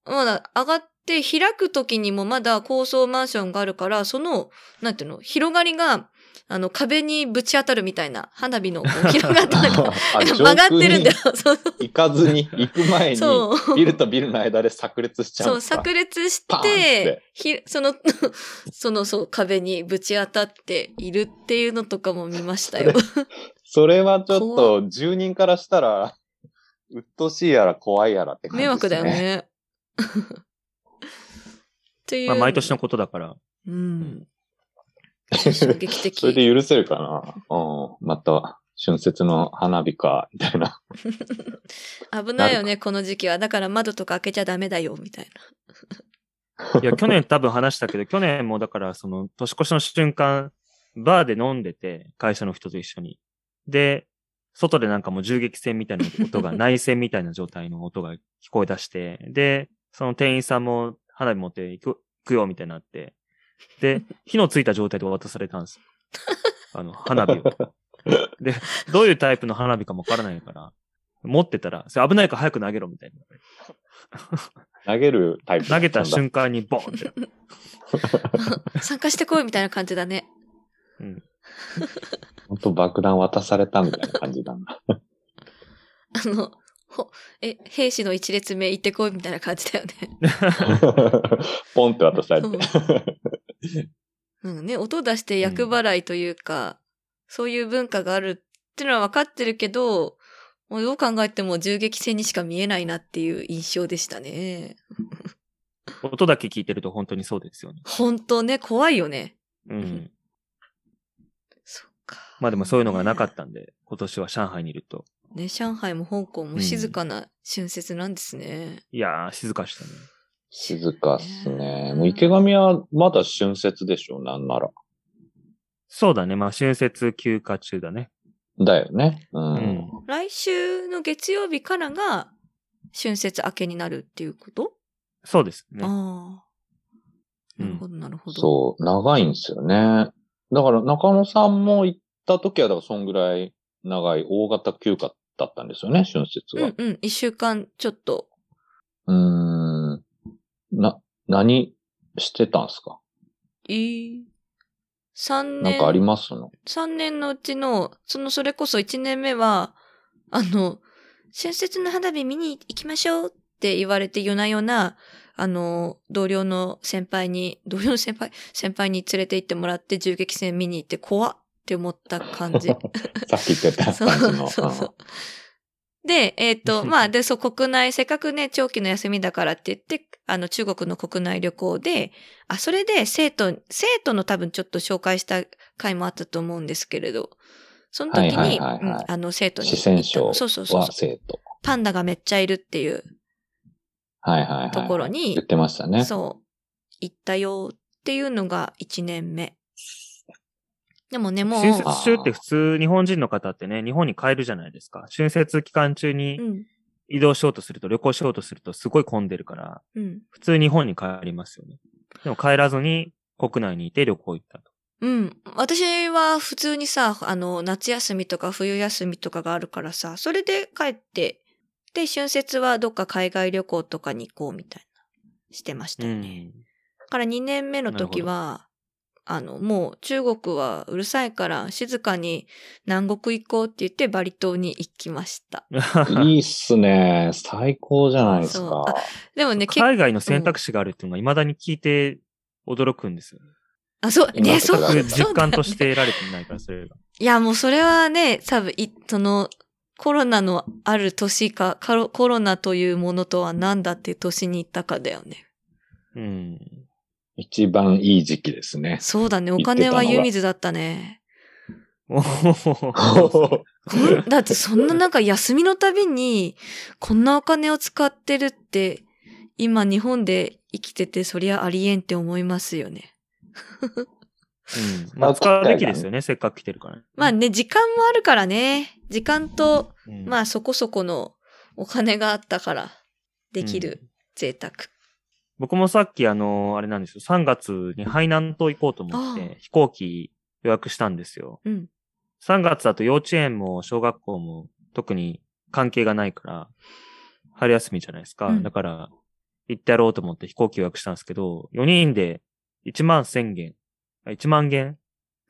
[SPEAKER 3] まだ上がって開く時にもまだ高層マンションがあるから、その、なんていうの、広がりが、あの、壁にぶち当たるみたいな、花火のこ う広がった なんか
[SPEAKER 2] あ
[SPEAKER 3] 曲がってるんだ
[SPEAKER 2] 上空に
[SPEAKER 3] よ。そうそう
[SPEAKER 2] 行かずに、行く前に、
[SPEAKER 3] そう。
[SPEAKER 2] ビルとビルの間で炸裂しちゃ
[SPEAKER 3] そうう、
[SPEAKER 2] んですか
[SPEAKER 3] 炸裂し
[SPEAKER 2] パーンってて、
[SPEAKER 3] ひその、 その、そう、壁にぶち当たっているっていうのとかも見ましたよ。
[SPEAKER 2] それはちょっ
[SPEAKER 3] 怖
[SPEAKER 2] と、住人からしたら、鬱陶しいやら怖いやらって感じ
[SPEAKER 3] 迷
[SPEAKER 2] です
[SPEAKER 3] 惑
[SPEAKER 2] ね。
[SPEAKER 3] だよ。 ね。 っていう。
[SPEAKER 1] まあ、毎年のことだから。
[SPEAKER 3] うん。衝撃 的。
[SPEAKER 2] それで許せるかなうん。また、春節の花火か、みたいな。
[SPEAKER 3] 危ないよね、この時期は。だから窓とか開けちゃダメだよ、みたい
[SPEAKER 1] いや、去年多分話したけど、去年もだから、その、年越しの瞬間、バーで飲んでて、会社の人と一緒に。で、外でなんかもう銃撃戦みたいな音が、内戦みたいな状態の音が聞こえ出して、で、その店員さんも花火持って行く行くよ、みたいになって。で、火のついた状態で渡されたんですよ。あの、花火を。で、どういうタイプの花火かもわからないから、持ってたら、それ危ないから早く投げろみたいな。
[SPEAKER 2] 投げるタイプ
[SPEAKER 1] 投げた
[SPEAKER 2] 間。
[SPEAKER 1] 瞬間にボーンって。
[SPEAKER 3] 参加してこいみたいな感じだね。
[SPEAKER 2] 本当爆弾渡されたみたいな感じだ な。
[SPEAKER 3] あの、ほ、え、兵士の一列目行ってこいみたいな感じだよね。
[SPEAKER 2] ポンって渡されて。
[SPEAKER 3] うんなんかね、音出して厄払いというか、そういう文化があるってのは分かってるけど、もうどう考えても銃撃戦にしか見えないなっていう印象でしたね。
[SPEAKER 1] 音だけ聞いてると本当にそうですよね。
[SPEAKER 3] 本当ね、怖いよね。
[SPEAKER 1] うん。
[SPEAKER 3] そっか。
[SPEAKER 1] まあでもそういうのがなかったんで、今年は上海にいると。
[SPEAKER 3] ね、上海も香港も静かな春節なんですね。
[SPEAKER 1] いやー、静かでしたね。
[SPEAKER 2] 静かっすね。もう池上はまだ春節でしょ、なんなら。
[SPEAKER 1] そうだね。まあ春節休暇中だね。
[SPEAKER 2] だよね。うん。
[SPEAKER 1] うん
[SPEAKER 3] 来週の月曜日からが春節明けになるっていうこと、
[SPEAKER 1] そうですね。
[SPEAKER 3] ああ。
[SPEAKER 1] う
[SPEAKER 3] なんるほど、なるほど。
[SPEAKER 2] そう、長いんですよね。だから中野さんも行った時は、だからそんぐらい長い大型休暇だったんですよね、春節
[SPEAKER 3] う
[SPEAKER 2] が
[SPEAKER 3] ん。うん、一週間ちょっと。
[SPEAKER 2] うーん。な、何してたんですか
[SPEAKER 3] えー、
[SPEAKER 2] な
[SPEAKER 3] 3
[SPEAKER 2] ん
[SPEAKER 3] 年
[SPEAKER 2] かあります の、
[SPEAKER 3] 三年のうちの、そのそれこそ一年目は、あの、春節の花火見に行きましょうって言われて夜な夜な、あの、同僚の先輩に、同僚の先輩、先輩に連れて行ってもらって銃撃戦見に行って怖っって思った感じ。
[SPEAKER 2] さっき言ってた
[SPEAKER 3] そう
[SPEAKER 2] 感じの。
[SPEAKER 3] そうそう。で、えっ、と、まあ、で、そう、国内、せっかくね、長期の休みだからって言って、あの、中国の国内旅行で、あ、それで、生徒、生徒の多分ちょっと紹介した回もあったと思うんですけれど、その時に、
[SPEAKER 2] はいはいはいはい
[SPEAKER 3] うんあの、生徒に行
[SPEAKER 2] 四
[SPEAKER 3] ったの。
[SPEAKER 2] 川省
[SPEAKER 3] そうそうそう
[SPEAKER 2] は。生徒。
[SPEAKER 3] パンダがめっちゃいるっていう
[SPEAKER 2] はいはいはい。
[SPEAKER 3] ところに、
[SPEAKER 2] 言ってましたね。
[SPEAKER 3] そう、行ったよっていうのが1年目。でもね、もう、
[SPEAKER 1] 春節中って普通日本人の方ってね、日本に帰るじゃないですか。春節期間中
[SPEAKER 3] う
[SPEAKER 1] に
[SPEAKER 3] ん、
[SPEAKER 1] 移動しようとすると、旅行しようとするとすごい混んでるから、
[SPEAKER 3] うん。
[SPEAKER 1] 普通日本に帰りますよね。でも帰らずに国内にいて旅行行ったと。
[SPEAKER 3] うん。私は普通にさ、あの、夏休みとか冬休みとかがあるからさ、それで帰って、で、春節はどっか海外旅行とかに行こうみたいな、してました
[SPEAKER 1] う
[SPEAKER 3] よね。
[SPEAKER 1] ん。
[SPEAKER 3] だから2年目の時は、あの、もう中国はうるさいから静かに南国行こうって言ってバリ島に行きました。
[SPEAKER 2] いいっすね。最高じゃないです
[SPEAKER 3] そう
[SPEAKER 2] か。
[SPEAKER 3] でもね、結 構、
[SPEAKER 1] 海外の選択肢があるっていうのが未だに聞いて驚くんですよね。
[SPEAKER 3] あ、そう、
[SPEAKER 2] 今
[SPEAKER 3] ね、そう、
[SPEAKER 2] だから
[SPEAKER 3] そう
[SPEAKER 1] 実感と
[SPEAKER 3] て
[SPEAKER 1] して得られていないから、それが。
[SPEAKER 3] いや、もうそれはね、多分、い、その、コロナのある年か、カロコロナというものとは何だっていう年に行ったかだよね。
[SPEAKER 1] うん。
[SPEAKER 2] 一番いい時期ですね。
[SPEAKER 3] そうだね、お金
[SPEAKER 2] 行っ
[SPEAKER 3] は
[SPEAKER 2] てたのが
[SPEAKER 3] 湯水だったね。
[SPEAKER 1] お ー
[SPEAKER 2] そ
[SPEAKER 3] こんだってそんななんか休みのたびに、こんなお金を使ってるって、今日本で生きててそりゃありえんって思いますよね。
[SPEAKER 1] うん。まあ、使うべきですよね、せっかく来てるからね。
[SPEAKER 3] まあね、時間もあるからね。時間と、
[SPEAKER 1] うん
[SPEAKER 3] まあそこそこのお金があったから、できる
[SPEAKER 1] うん
[SPEAKER 3] 贅沢。
[SPEAKER 1] 僕もさっきあの、あれなんですよ。3月に海南島行こうと思っ
[SPEAKER 3] ああ
[SPEAKER 1] て、飛行機予約したんですよ。
[SPEAKER 3] うん。
[SPEAKER 1] 3月だと幼稚園も小学校も特に関係がないから、春休みじゃないですか。
[SPEAKER 3] うん
[SPEAKER 1] だから、行ってやろうと思って飛行機予約したんですけど、4人で1万1000元、あ1万元、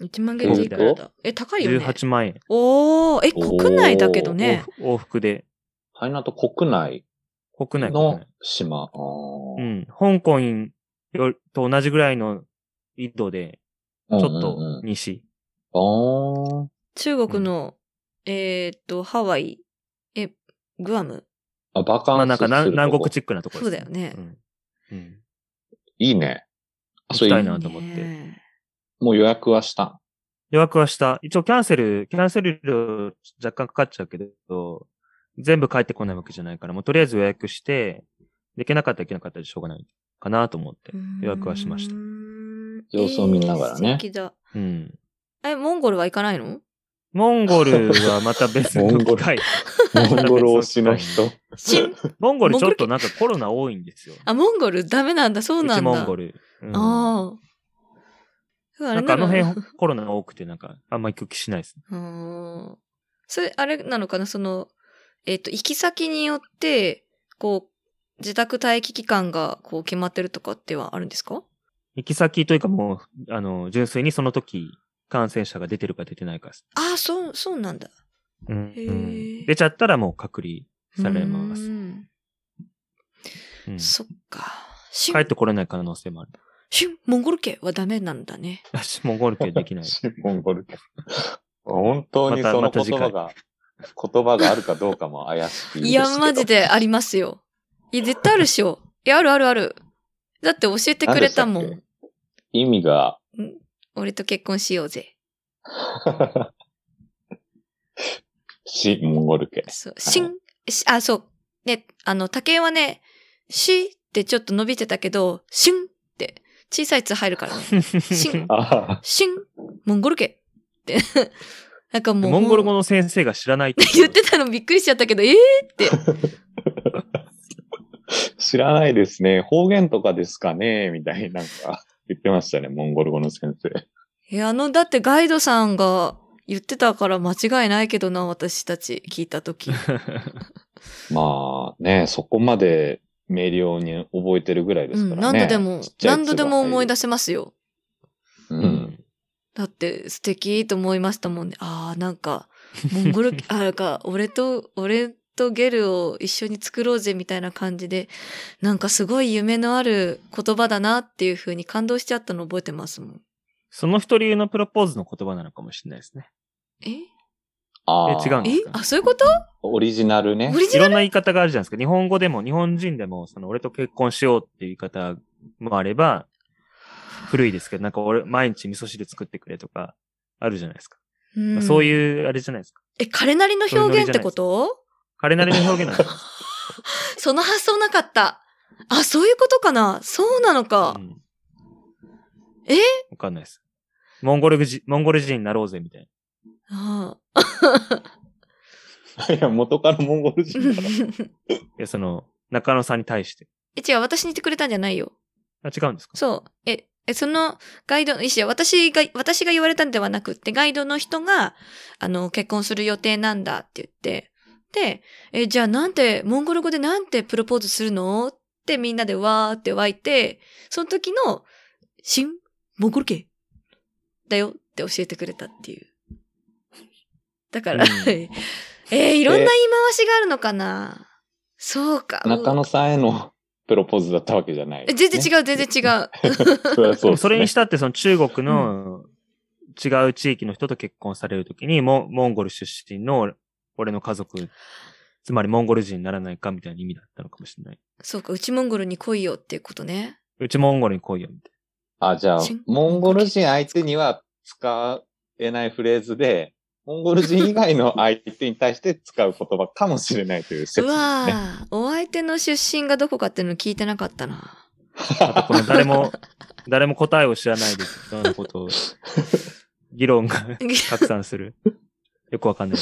[SPEAKER 3] 1万元っていくらだえ、高いよね。
[SPEAKER 1] 18万円、
[SPEAKER 3] おー、え、
[SPEAKER 2] おー
[SPEAKER 3] 国内だけどね。
[SPEAKER 1] 往復で、
[SPEAKER 2] ハイナと国内
[SPEAKER 1] 国内国
[SPEAKER 2] の
[SPEAKER 1] 内
[SPEAKER 2] 島。あ
[SPEAKER 1] う
[SPEAKER 2] ー
[SPEAKER 1] ん。香港よと同じぐらいの緯度で、ちょっと
[SPEAKER 2] うんうんうん
[SPEAKER 1] 西。
[SPEAKER 2] あー
[SPEAKER 3] 中国の、えーっと、ハワイ、え、グアム。
[SPEAKER 2] あ、バカンス
[SPEAKER 1] まあなんか南
[SPEAKER 2] するとこ
[SPEAKER 1] 南国チックなところ
[SPEAKER 3] そうだよね
[SPEAKER 1] うん。うん
[SPEAKER 2] いいね。あ、そ
[SPEAKER 1] 行きた
[SPEAKER 2] れ
[SPEAKER 1] いなと思って
[SPEAKER 3] ね
[SPEAKER 2] もう予約 はした。
[SPEAKER 1] 予約はした。一応キャンセル、キャンセル料若干かかっちゃうけど、全部返ってこないわけじゃないから、もうとりあえず予約して、できなかったらいけなかったでしょうがないかなと思って
[SPEAKER 3] えう。ーん
[SPEAKER 1] 予約はしました
[SPEAKER 2] 様子を見ながらね
[SPEAKER 3] えー素敵だ。
[SPEAKER 1] うん。
[SPEAKER 3] え、モンゴルは行かないの
[SPEAKER 1] モンゴルはまた別
[SPEAKER 2] モ
[SPEAKER 1] の
[SPEAKER 2] ンゴ
[SPEAKER 1] 機
[SPEAKER 2] ル
[SPEAKER 1] 会。
[SPEAKER 2] モンゴル推しの人。
[SPEAKER 3] しん、
[SPEAKER 1] モンゴルちょっとなんかコロナ多いんですよ。
[SPEAKER 3] あ、モンゴルダメなんだ、そうなんだ。
[SPEAKER 1] うちモンゴル。うん
[SPEAKER 3] ああ。うんあ
[SPEAKER 1] な
[SPEAKER 3] れ
[SPEAKER 1] んかあ
[SPEAKER 3] な
[SPEAKER 1] の
[SPEAKER 3] の
[SPEAKER 1] 辺コロナが多くて、なんかあんま行く気しないです。
[SPEAKER 3] うーんそれ、あれなのかなその、えっ、と、行き先によって、こう、自宅待機期間がこう決まってるとかってはあるんですか
[SPEAKER 1] 行き先というかもう、あの、純粋にその時、感染者が出てるか出てないかです。
[SPEAKER 3] ああ、そう、そうなんだ。
[SPEAKER 1] うん
[SPEAKER 3] へー
[SPEAKER 1] うん出ちゃったらもう隔離されます。
[SPEAKER 3] うーん
[SPEAKER 1] うん
[SPEAKER 3] そっか。シ
[SPEAKER 1] 帰
[SPEAKER 3] ュ
[SPEAKER 1] っ
[SPEAKER 3] ン、
[SPEAKER 1] てこれない可能性もある。
[SPEAKER 3] シュン、モンゴル系はダメなんだね。
[SPEAKER 1] 私もゴルテできない。
[SPEAKER 2] モンゴル系本当にそ
[SPEAKER 1] ま
[SPEAKER 2] の
[SPEAKER 1] たまた
[SPEAKER 2] 言
[SPEAKER 1] 次
[SPEAKER 2] 葉
[SPEAKER 1] 回
[SPEAKER 2] が、言葉があるかどうかも怪しいですけど。
[SPEAKER 3] いや、マジでありますよ。いや、絶対あるっしょ。いや、あるあるある。だって教えてくれたも
[SPEAKER 2] 何で
[SPEAKER 3] ん。
[SPEAKER 2] 意味が、
[SPEAKER 3] 俺と結婚しようぜ。
[SPEAKER 2] し、モンゴル系。
[SPEAKER 3] そう、しん、しあ、そう。ね、あの、竹はね、しってちょっと伸びてたけど、しんって小さいつ入るからね。しん、
[SPEAKER 2] あ
[SPEAKER 3] しん、モンゴル家って。 なんかもう。
[SPEAKER 1] モンゴル語の先生が知らないって
[SPEAKER 3] 言ってたのびっくりしちゃったけど、えー、
[SPEAKER 2] あ、知らないですね。方言とかですかねみたいな、なんか、言ってましたね、モンゴル語の先生。
[SPEAKER 3] いや、あの、だってガイドさんが言ってたから間違いないけどな、私たち聞いたとき。
[SPEAKER 2] まあね、そこまで明瞭に覚えてるぐらいで
[SPEAKER 3] う
[SPEAKER 2] すか
[SPEAKER 3] ん、
[SPEAKER 2] らね。
[SPEAKER 3] 何度でも
[SPEAKER 2] ちっ、ちゃい
[SPEAKER 3] 何度でも思い出せますよ。
[SPEAKER 2] う。
[SPEAKER 1] うんん
[SPEAKER 3] だって素敵と思いましたもんね。ああ、なんか、モ ンゴル、あなんか、俺と、俺とゲルを一緒に作ろうぜみたいな感じで、なんかすごい夢のある言葉だなっていう風に感動しちゃったの覚えてますもん。
[SPEAKER 1] その人流のプロポーズの言葉なのかもしれないですね。
[SPEAKER 3] え
[SPEAKER 2] ああ、
[SPEAKER 1] え違うん
[SPEAKER 3] え
[SPEAKER 1] ですか
[SPEAKER 3] あ、そういうこと
[SPEAKER 2] オリジナルね
[SPEAKER 3] オ。リ
[SPEAKER 1] い
[SPEAKER 3] ジナ
[SPEAKER 1] ろん
[SPEAKER 3] ル
[SPEAKER 1] な言い方があるじゃないですか。日本語でも、日本人でも、その、俺と結婚しようっていう言い方もあれば、古いですけど、なんか俺、毎日味噌汁作ってくれとか、あるじゃないですか。
[SPEAKER 3] うん
[SPEAKER 1] そういう、あれじゃないですか。
[SPEAKER 3] え、彼なりの表現ってこと
[SPEAKER 1] 彼なりの表現なんですよ。
[SPEAKER 3] その発想なかった。あ、そういうことかなそうなのか
[SPEAKER 1] う。ん
[SPEAKER 3] え
[SPEAKER 1] わかんないです。モンゴル人、モンゴル人になろうぜ、みたい
[SPEAKER 3] あ
[SPEAKER 2] いや、元からモンゴル
[SPEAKER 3] ー
[SPEAKER 2] 人だから。
[SPEAKER 1] な。いや、その、中野さんに対して。
[SPEAKER 3] え、違う、私に言ってくれたんじゃないよ。
[SPEAKER 1] あ、違うんですか
[SPEAKER 3] そう。え、えそのガイドの意思は私が、私が言われたんではなくって、ガイドの人が、あの、結婚する予定なんだって言って、で、え、じゃあなんて、モンゴル語でなんてプロポーズするのってみんなでわーって湧いて、その時の、新モンゴル系だよって教えてくれたっていう。だから、
[SPEAKER 1] うん
[SPEAKER 3] えーいろんな言い回しがあるのかなそうか。
[SPEAKER 2] 中野さんへのプロポーズだったわけじゃない。
[SPEAKER 3] え全然違う、全然違う。
[SPEAKER 2] う。そりゃそう
[SPEAKER 1] で
[SPEAKER 2] で
[SPEAKER 1] も
[SPEAKER 2] す
[SPEAKER 1] そ
[SPEAKER 2] ね
[SPEAKER 1] れにしたって、その中国の違う地域の人と結婚されるときにモン、モンゴル出身の俺の家族、つまりモンゴル人にならないかみたいな意味だったのかもしれない。
[SPEAKER 3] そうか、内モンゴルに来いよっていうことね。
[SPEAKER 1] うちモンゴルに来いよ、みたい
[SPEAKER 2] あ、じゃあ
[SPEAKER 3] しん、
[SPEAKER 2] モンゴル人相手には使えないフレーズで、モンゴル人以外の相手に対して使う言葉かもしれないという説
[SPEAKER 3] う
[SPEAKER 2] です
[SPEAKER 3] わ
[SPEAKER 2] ね。
[SPEAKER 3] ぁ、お相手の出身がどこかっていうの聞いてなかっ たな。
[SPEAKER 1] な。あとこの誰も、誰も答えを知らないで、そんな ことを、議論が拡散する。よくわかんない。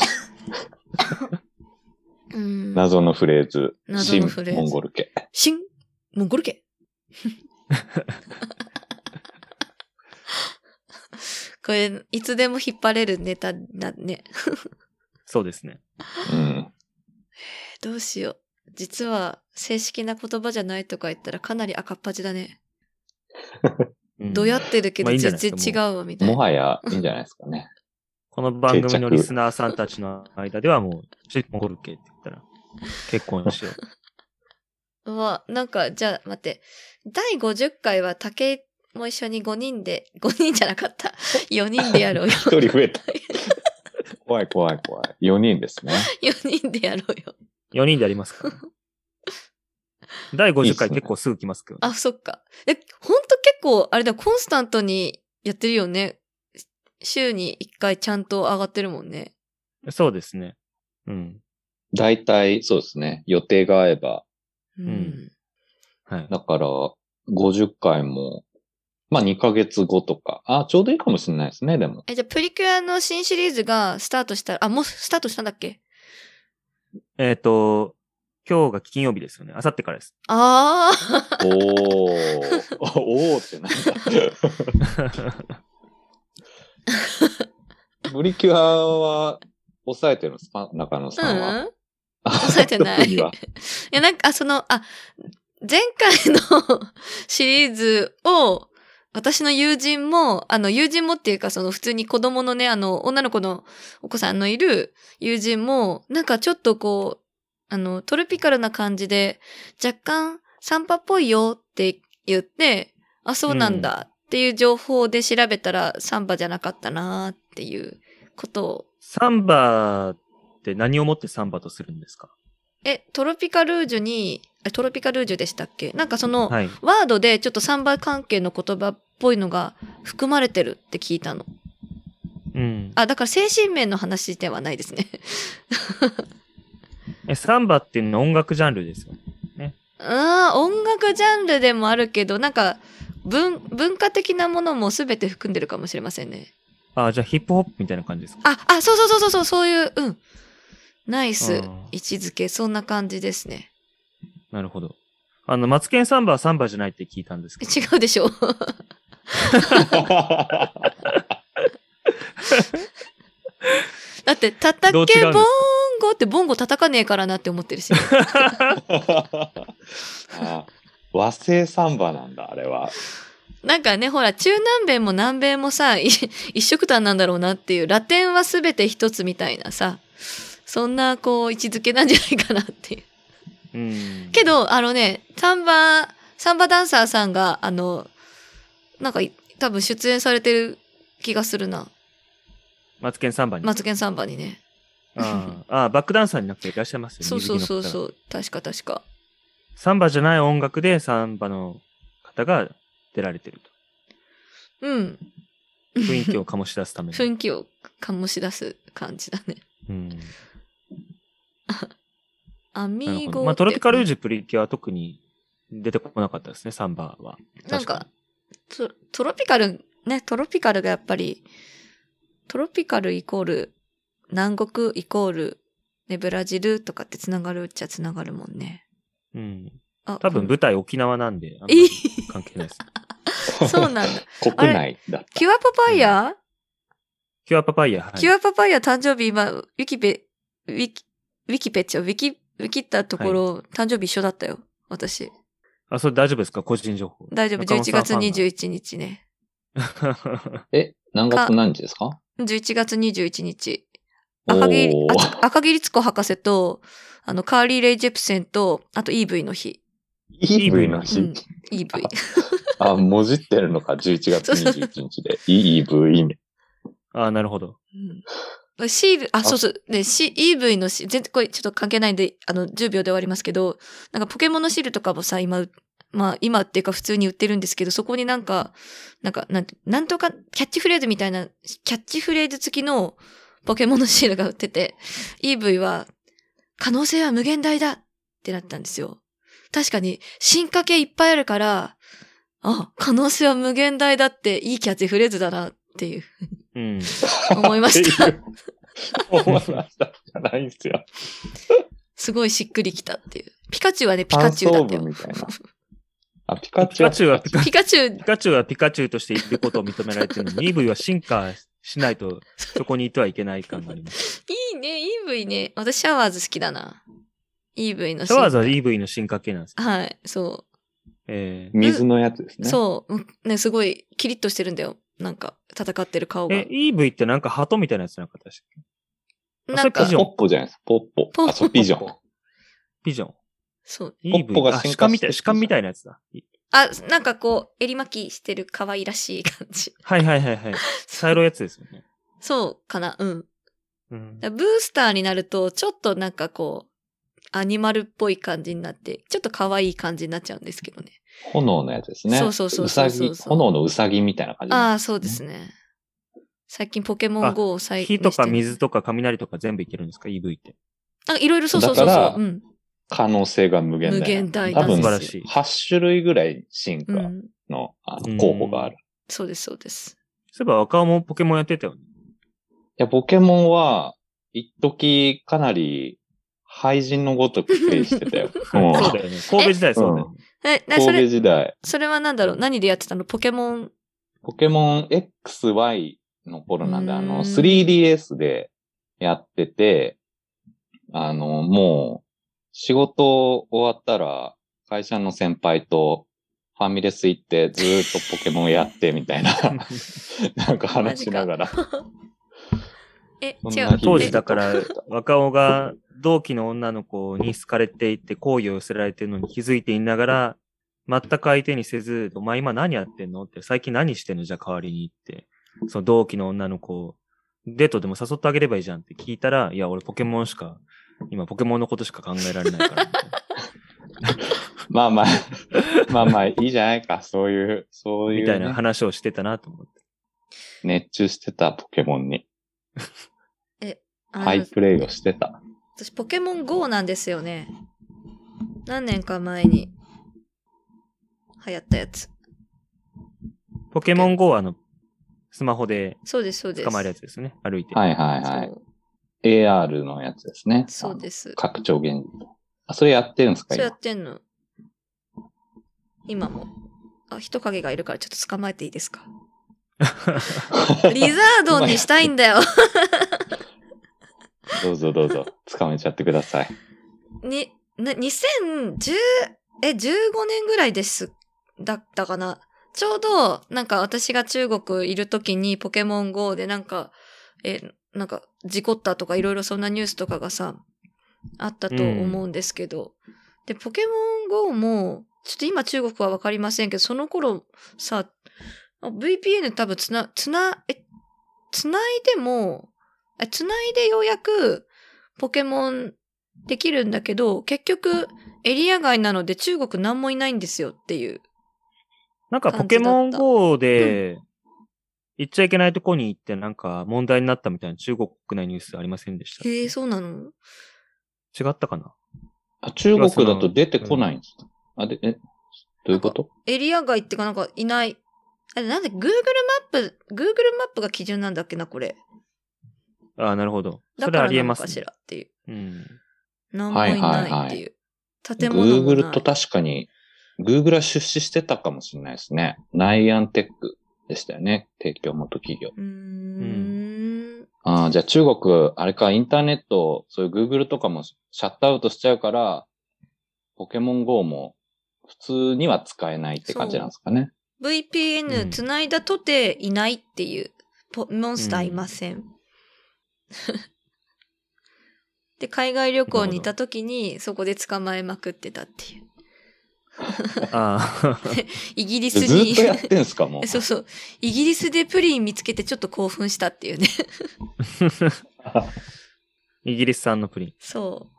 [SPEAKER 3] うん。
[SPEAKER 2] 謎のフレーズ。
[SPEAKER 3] 謎のフレーズ
[SPEAKER 2] 新モンゴル系。
[SPEAKER 3] 新モンゴ ル家。これ、いつでも引っ張れるネタだね。
[SPEAKER 1] そうですね。
[SPEAKER 2] うん。
[SPEAKER 3] どうしよう。実は、正式な言葉じゃないとか言ったらかなり赤っ端だね。
[SPEAKER 1] うん
[SPEAKER 3] どやってるけ
[SPEAKER 1] ま
[SPEAKER 3] ど
[SPEAKER 1] あいいんじゃ
[SPEAKER 3] 全
[SPEAKER 1] ないです
[SPEAKER 3] 然
[SPEAKER 1] か
[SPEAKER 3] 違うわ、みたいな。
[SPEAKER 2] もはや、いいんじゃないですかね。
[SPEAKER 1] この番組のリスナーさんたちの間ではもう、ちょっとモンゴル系って言ったら、結婚しよう。
[SPEAKER 3] うわ、なんか、じゃあ、待って。第50回は竹井も一緒に5人で、5人じゃなか った。4人でやろうよ。
[SPEAKER 2] 一人増え た。怖い怖い怖い。4人ですね。
[SPEAKER 3] 4人でやろうよ。
[SPEAKER 1] 4人でやりますから。第50
[SPEAKER 2] いいっす
[SPEAKER 1] 回
[SPEAKER 2] ね
[SPEAKER 1] 結構すぐ来ますけどね、
[SPEAKER 3] あ、そっか。え、ほんと結構、あれだ、コンスタントにやってるよね。週に1回ちゃんと上がってるもんね。
[SPEAKER 1] そうですね。うん。
[SPEAKER 2] 大体、そうですね。予定が合えば。
[SPEAKER 3] うん。
[SPEAKER 1] んはい。
[SPEAKER 2] だから、50回も、まあ2ヶ月後とか。あ、ちょうどいいかもしれないですね、で も。
[SPEAKER 3] え、じゃあ、プリキュアの新シリーズがスタートしたら、あ、もうスタートしたんだっけ
[SPEAKER 1] えっ、と、今日が金曜日ですよね。あさってから です。
[SPEAKER 3] ああ。
[SPEAKER 2] おー。おーってなんだ。ブリキュアは抑えてるんですか中野
[SPEAKER 3] う
[SPEAKER 2] さんは。
[SPEAKER 3] ん抑えて ない
[SPEAKER 2] 特にはい
[SPEAKER 3] や、なんか、あその、あ、前回のシリーズを、私の友人も、あの、友人もっていうか、その、普通に子供のね、あの、女の子のお子さんのいる友人も、なんかちょっとこう、あの、トロピカルな感じで、若干、サンパっぽいよって言って、あ、そうなんだっていう情報で調べたら、サンバじゃなかったなーっていうことを
[SPEAKER 1] サンバって何をもってサンバとするんですか
[SPEAKER 3] え、トロピカルージュに、えトロピカルージュでしたっけなんかその、
[SPEAKER 1] はい。
[SPEAKER 3] ワードでちょっとサンバ関係の言葉っぽいのが含まれてるって聞いたの。
[SPEAKER 1] うん。
[SPEAKER 3] あ、だから精神面の話ではないですね。
[SPEAKER 1] え、サンバっていうのは音楽ジャンルですよ。
[SPEAKER 3] うーん、音楽ジャンルでもあるけど、なんか、文、文化的なものも全て含んでるかもしれませんね。
[SPEAKER 1] あ、じゃあヒップホップみたいな感じですか
[SPEAKER 3] あ、あ、そうそうそうそうそう、そういう、うん。ナイス
[SPEAKER 1] うん
[SPEAKER 3] 位置づけ、そんな感じですね。
[SPEAKER 1] なるほど。あの、マツケンサンバはサンバじゃないって聞いたんですけど。
[SPEAKER 3] 違うでしょ だって、叩
[SPEAKER 1] どう違うんです
[SPEAKER 3] け
[SPEAKER 1] か
[SPEAKER 3] ボンゴってボンゴ叩かねえからなって思ってるし。
[SPEAKER 2] あ和製サンバなんだ、あれは。
[SPEAKER 3] なんかね、ほら、中南米も南米もさ、い 一色単なんだろうなっていう、ラテンは全て一つみたいなさ、そんな、こう、位置づけなんじゃないかなっていう。
[SPEAKER 1] うん。
[SPEAKER 3] けど、あのね、サンバ、サンバダンサーさんが、あの、なんかい、多分出演されてる気がするな。
[SPEAKER 1] マツケンサンバに。
[SPEAKER 3] マツケンサンバにね。
[SPEAKER 1] あーあー、バックダンサーになっていらっしゃいますよね。
[SPEAKER 3] そうそうそう
[SPEAKER 1] う。
[SPEAKER 3] そう。確か確か。
[SPEAKER 1] サンバじゃない音楽でサンバの方が出られてる と。
[SPEAKER 3] うん。
[SPEAKER 1] 雰囲気を醸し出すために。
[SPEAKER 3] 雰囲気を醸し出す感じだね。
[SPEAKER 1] うん。
[SPEAKER 3] ア
[SPEAKER 1] なる
[SPEAKER 3] ミー
[SPEAKER 1] ほ
[SPEAKER 3] ゴ
[SPEAKER 1] ど。まあ、トロピカルー
[SPEAKER 3] ジ
[SPEAKER 1] ジュプリキュアは特に出てこなかったですね、サンバは。
[SPEAKER 3] なん
[SPEAKER 1] 確か
[SPEAKER 3] か、トトロピカル、ね、トロピカルがやっぱり、トロピカルイコール、南国イコール、ね、ブラジルとかってつながるっちゃつながるもんね。
[SPEAKER 1] に。うん。
[SPEAKER 3] あ
[SPEAKER 1] 多分舞台沖縄なんで、あんま
[SPEAKER 3] え
[SPEAKER 1] り関係ない です。
[SPEAKER 3] そうなんだ。
[SPEAKER 2] 国内だった。
[SPEAKER 3] キュアパパイヤ、
[SPEAKER 1] キュアパパイヤ、はい
[SPEAKER 3] キュアパパイヤ誕生日今、ウィキペ、ウィキ、ウィキペッチョ、ウィキ、ウィキったところ、誕生日一緒だったよ。私。
[SPEAKER 1] あ、それ大丈夫ですか個人情報。
[SPEAKER 3] 大丈夫。
[SPEAKER 1] 中野
[SPEAKER 3] 11
[SPEAKER 1] さん
[SPEAKER 3] 月21日ね。
[SPEAKER 2] え、何月何日ですか
[SPEAKER 3] 11月21日。
[SPEAKER 2] お
[SPEAKER 3] 赤木
[SPEAKER 2] ー、
[SPEAKER 3] あ赤木律子博士と、あの、カーリー・レイ・ジェプセンと、あと EV の日。
[SPEAKER 2] EV の
[SPEAKER 3] う
[SPEAKER 2] 日。
[SPEAKER 3] ん、EV。
[SPEAKER 2] あ、もじってるのか、11月21日 で。EV ね。
[SPEAKER 1] ああ、なるほど。
[SPEAKER 3] うん、シーブ、あ、そうそう。で、C、EV のシ、全然これちょっと関係ないんで、あの、10秒で終わりますけど、なんかポケモンのシールとかもさ、今、まあ、今っていうか普通に売ってるんですけど、そこになんか、なんか、なんてなんとか、キャッチフレーズみたいな、キャッチフレーズ付きのポケモンのシールが売ってて、EV は、可能性は無限大だってなったんですよ。確かに、進化系いっぱいあるから、あ、可能性は無限大だっていいキャッチフレーズだなっていう、
[SPEAKER 1] うん。
[SPEAKER 3] 思いました
[SPEAKER 2] っ。ていう。思いました。じゃないんですよ。
[SPEAKER 3] すごいしっくりきたっていう。ピカチュウはね、ピカ
[SPEAKER 2] 感
[SPEAKER 3] チュウだ
[SPEAKER 2] 想
[SPEAKER 3] ったよ
[SPEAKER 2] 文。みたいな。あ、ピカ
[SPEAKER 1] ピ
[SPEAKER 2] チュウ
[SPEAKER 1] カ。チュウはピカ
[SPEAKER 3] ピカチュウ
[SPEAKER 1] ピカチュウはピカチュウとしていることを認められてるのに、イーブイは進化しない とそこにいてはいけない感があります。
[SPEAKER 3] いいね、EV ね。私シャワーズ好きだな。EV の
[SPEAKER 1] シャワーズは EV の進化系なんですね。
[SPEAKER 3] はい、そ
[SPEAKER 1] え
[SPEAKER 2] 水のやつです
[SPEAKER 3] う。
[SPEAKER 2] ね。
[SPEAKER 3] そううん。ね、すごい、キリッとしてるんだよ。なんか、戦ってる顔
[SPEAKER 1] ー、
[SPEAKER 3] が
[SPEAKER 1] え、。EV ってなんか鳩みたいなやつなかったでしたっけ
[SPEAKER 3] な
[SPEAKER 1] それ
[SPEAKER 3] ん
[SPEAKER 1] ピ
[SPEAKER 3] か
[SPEAKER 1] ジョ、ン
[SPEAKER 2] ポッポじゃないですか。ポッ
[SPEAKER 3] ポッ
[SPEAKER 2] ポ。
[SPEAKER 3] ポ
[SPEAKER 2] あ、そう、ピジョン。
[SPEAKER 1] ピジョン。
[SPEAKER 3] そう。
[SPEAKER 2] ポッポが
[SPEAKER 1] EV。あ、
[SPEAKER 2] 進
[SPEAKER 1] 鹿
[SPEAKER 2] 化
[SPEAKER 1] み
[SPEAKER 2] して
[SPEAKER 1] た
[SPEAKER 2] る
[SPEAKER 1] い、鹿みたいなやつだ。い
[SPEAKER 3] あ、なんかこう、襟巻きしてる可愛らしい感じ。
[SPEAKER 1] はいはいはい はい。茶色いやつですよね。
[SPEAKER 3] そうかな、うん。
[SPEAKER 1] うん
[SPEAKER 3] だ。ブースターになると、ちょっとなんかこう、アニマルっぽい感じになって、ちょっと可愛い感じになっちゃうんですけどね。
[SPEAKER 2] 炎のやつですね。
[SPEAKER 3] そうそうそうそうそう
[SPEAKER 2] うさぎ、炎のうさぎみたいな感じ。
[SPEAKER 3] ああ、そうですね。最近ポケモン GO を再
[SPEAKER 1] 火とか水とか雷とか全部いけるんですか ?EV って。
[SPEAKER 3] あ、いろいろそうそうそう
[SPEAKER 2] だ
[SPEAKER 3] そ
[SPEAKER 2] から
[SPEAKER 3] う。うん。
[SPEAKER 2] 可能性が無限大。
[SPEAKER 3] 無限大
[SPEAKER 2] 多
[SPEAKER 3] なんで
[SPEAKER 2] 分、
[SPEAKER 3] す
[SPEAKER 1] 素晴らしい
[SPEAKER 2] 8種類ぐらい進
[SPEAKER 3] う
[SPEAKER 2] 化
[SPEAKER 3] ん。
[SPEAKER 2] の,、あ
[SPEAKER 1] うん
[SPEAKER 2] の候補がある。い
[SPEAKER 3] そうです、そうです。
[SPEAKER 1] そういえば若尾もポケモンやってたよね。
[SPEAKER 2] や、ポケモンは、一時かなり、廃人のごとくプレイしてたよ。うん
[SPEAKER 1] そうだよね。神戸時代そうだよね。
[SPEAKER 3] え、な、
[SPEAKER 2] 神
[SPEAKER 3] そ
[SPEAKER 2] 戸
[SPEAKER 3] れ、
[SPEAKER 2] 時代。
[SPEAKER 3] それはなんだろう何でやってたのポケモン。
[SPEAKER 2] ポケモン XY の頃なんで、あ
[SPEAKER 3] うーん
[SPEAKER 2] の、3DS でやってて、あの、もう、仕事終わったら、会社の先輩とファミレス行って、ずーっとポケモンやって、みたいな、なんか話しながら。
[SPEAKER 3] え、
[SPEAKER 2] そん
[SPEAKER 3] 違
[SPEAKER 2] な日
[SPEAKER 3] う。
[SPEAKER 2] 々
[SPEAKER 1] 当時だから若尾が同期の女の子に好かれていて好意を寄せられてるのに気づいていながら、全く相手にせず、お前今何やってんのって、最近何してんのじゃあ代わりにって。その同期の女の子をデートでも誘ってあげればいいじゃんって聞いたら、いや俺ポケモンしか、今ポケモンのことしか考えられないからみたいな。
[SPEAKER 2] まあまあ、まあまあ、いいじゃないか。そういう、そうい
[SPEAKER 1] み
[SPEAKER 2] う
[SPEAKER 1] た
[SPEAKER 2] ね、
[SPEAKER 1] いな話をしてたなと思って。
[SPEAKER 2] 熱中してたポケモンに。
[SPEAKER 3] あの
[SPEAKER 2] ハイプレイをしてた。
[SPEAKER 3] 私、ポケモン GO なんですよね。何年か前に流行ったやつ。
[SPEAKER 1] ポケモン GO はあの、スマホで
[SPEAKER 3] そうです、そうです。
[SPEAKER 1] 捕まえるやつですね。歩いて。
[SPEAKER 2] はいはいはい。AR のやつですね。
[SPEAKER 3] そうそうです。
[SPEAKER 2] 拡張現実。あ、それやってるんですか
[SPEAKER 3] そうや
[SPEAKER 2] 今
[SPEAKER 3] ってんの。今も。あ、人影がいるからちょっと捕まえていいですかリザードンにしたいんだよ。
[SPEAKER 2] どうぞどうぞ、掴めちゃってください。
[SPEAKER 3] に、な、2010、え、15年ぐらいです、だったかな。ちょうど、なんか私が中国いる時にポケモン GO でなんか、え、なんか事故ったとかいろいろそんなニュースとかがさ、あったと思うんですけど。で、ポケモン GO も、ちょっと今中国はわかりませんけど、その頃さ、あ VPN 多分つな、つな、え、つないでも、あつないでようやくポケモンできるんだけど、結局エリア外なので中国なんもいないんですよっていう。
[SPEAKER 1] なんかポケモン GO で、行っちゃいけないとこに行ってなんか問題になったみたいな中国国内ニュースありませんでした。
[SPEAKER 3] へえ、そうなの
[SPEAKER 1] 違ったかな
[SPEAKER 2] あ中国だと出てこないんですかあ、で、え、どういうこと
[SPEAKER 3] エリア外ってかなんかいない。あれなんで Google マップ、Google マップが基準なんだっけな、これ。
[SPEAKER 1] ああ、なるほど。そ
[SPEAKER 3] だか
[SPEAKER 1] れあ
[SPEAKER 3] ら
[SPEAKER 1] りえ
[SPEAKER 3] なの
[SPEAKER 1] ます、
[SPEAKER 3] かし
[SPEAKER 1] ね。
[SPEAKER 3] らっていう。
[SPEAKER 1] うん。
[SPEAKER 3] なんもいないっていう。
[SPEAKER 2] はいはいは
[SPEAKER 3] 建物もない
[SPEAKER 2] ?Google と確かに、Google は出資してたかもしれないですね。ナイアンテックでしたよね。提供元企業。
[SPEAKER 3] うーん。
[SPEAKER 2] ああ、じゃあ中国、あれか、インターネット、そういう Google とかもシャットアウトしちゃうから、ポケモン GO も普通には使えないって感じなんですかね。
[SPEAKER 1] う
[SPEAKER 3] VPN
[SPEAKER 1] ん
[SPEAKER 3] つないだとていないっていう、ポモンスターいません。で、海外旅行に行った時にそこで捕まえまくってたっていう。
[SPEAKER 1] ああ、
[SPEAKER 3] イギリス
[SPEAKER 2] ずー
[SPEAKER 3] に
[SPEAKER 2] っと。やってんすか、もう。
[SPEAKER 3] そうそう。イギリスでプリン見つけてちょっと興奮したっていうね。
[SPEAKER 1] イギリス産のプリン。
[SPEAKER 3] そ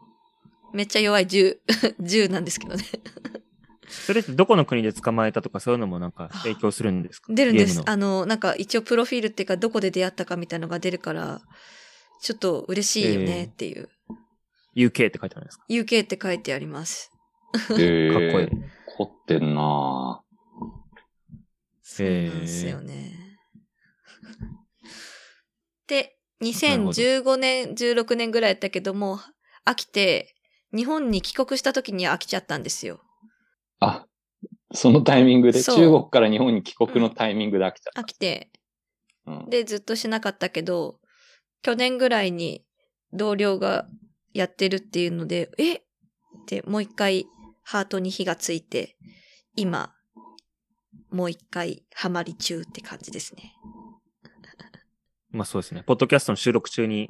[SPEAKER 3] う。めっちゃ弱い銃。 銃なんですけどね。
[SPEAKER 1] それってどこの国で捕まえたとかそういうのもなんか影響するんですか
[SPEAKER 3] 出るん
[SPEAKER 1] ゲ
[SPEAKER 3] で
[SPEAKER 1] ー
[SPEAKER 3] す
[SPEAKER 1] ム。の
[SPEAKER 3] あの、なんか一応プロフィールっていうかどこで出会ったかみたいなのが出るから、ちょっと嬉しいよねっていう。
[SPEAKER 1] UK って書いてあるんですか
[SPEAKER 3] UK って書いてあります。
[SPEAKER 2] かっ
[SPEAKER 1] かっこいい。
[SPEAKER 2] 凝ってんなぁ
[SPEAKER 3] そうなんですよね。で、2015年、16年ぐらいやったけども、飽きて、日本に帰国した時に飽きちゃったんですよ。
[SPEAKER 2] あ、そのタイミングで、
[SPEAKER 3] そう
[SPEAKER 2] 中国から日本に帰国のタイミングで飽きちゃっ
[SPEAKER 3] 飽きて、
[SPEAKER 2] た。うん
[SPEAKER 3] で、ずっとしなかったけど、去年ぐらいに同僚がやってるっていうので、えってもう一回ハートに火がついて、今、もう一回ハマり中って感じですね。
[SPEAKER 1] まあそうですね。ポッドキャストの収録中 に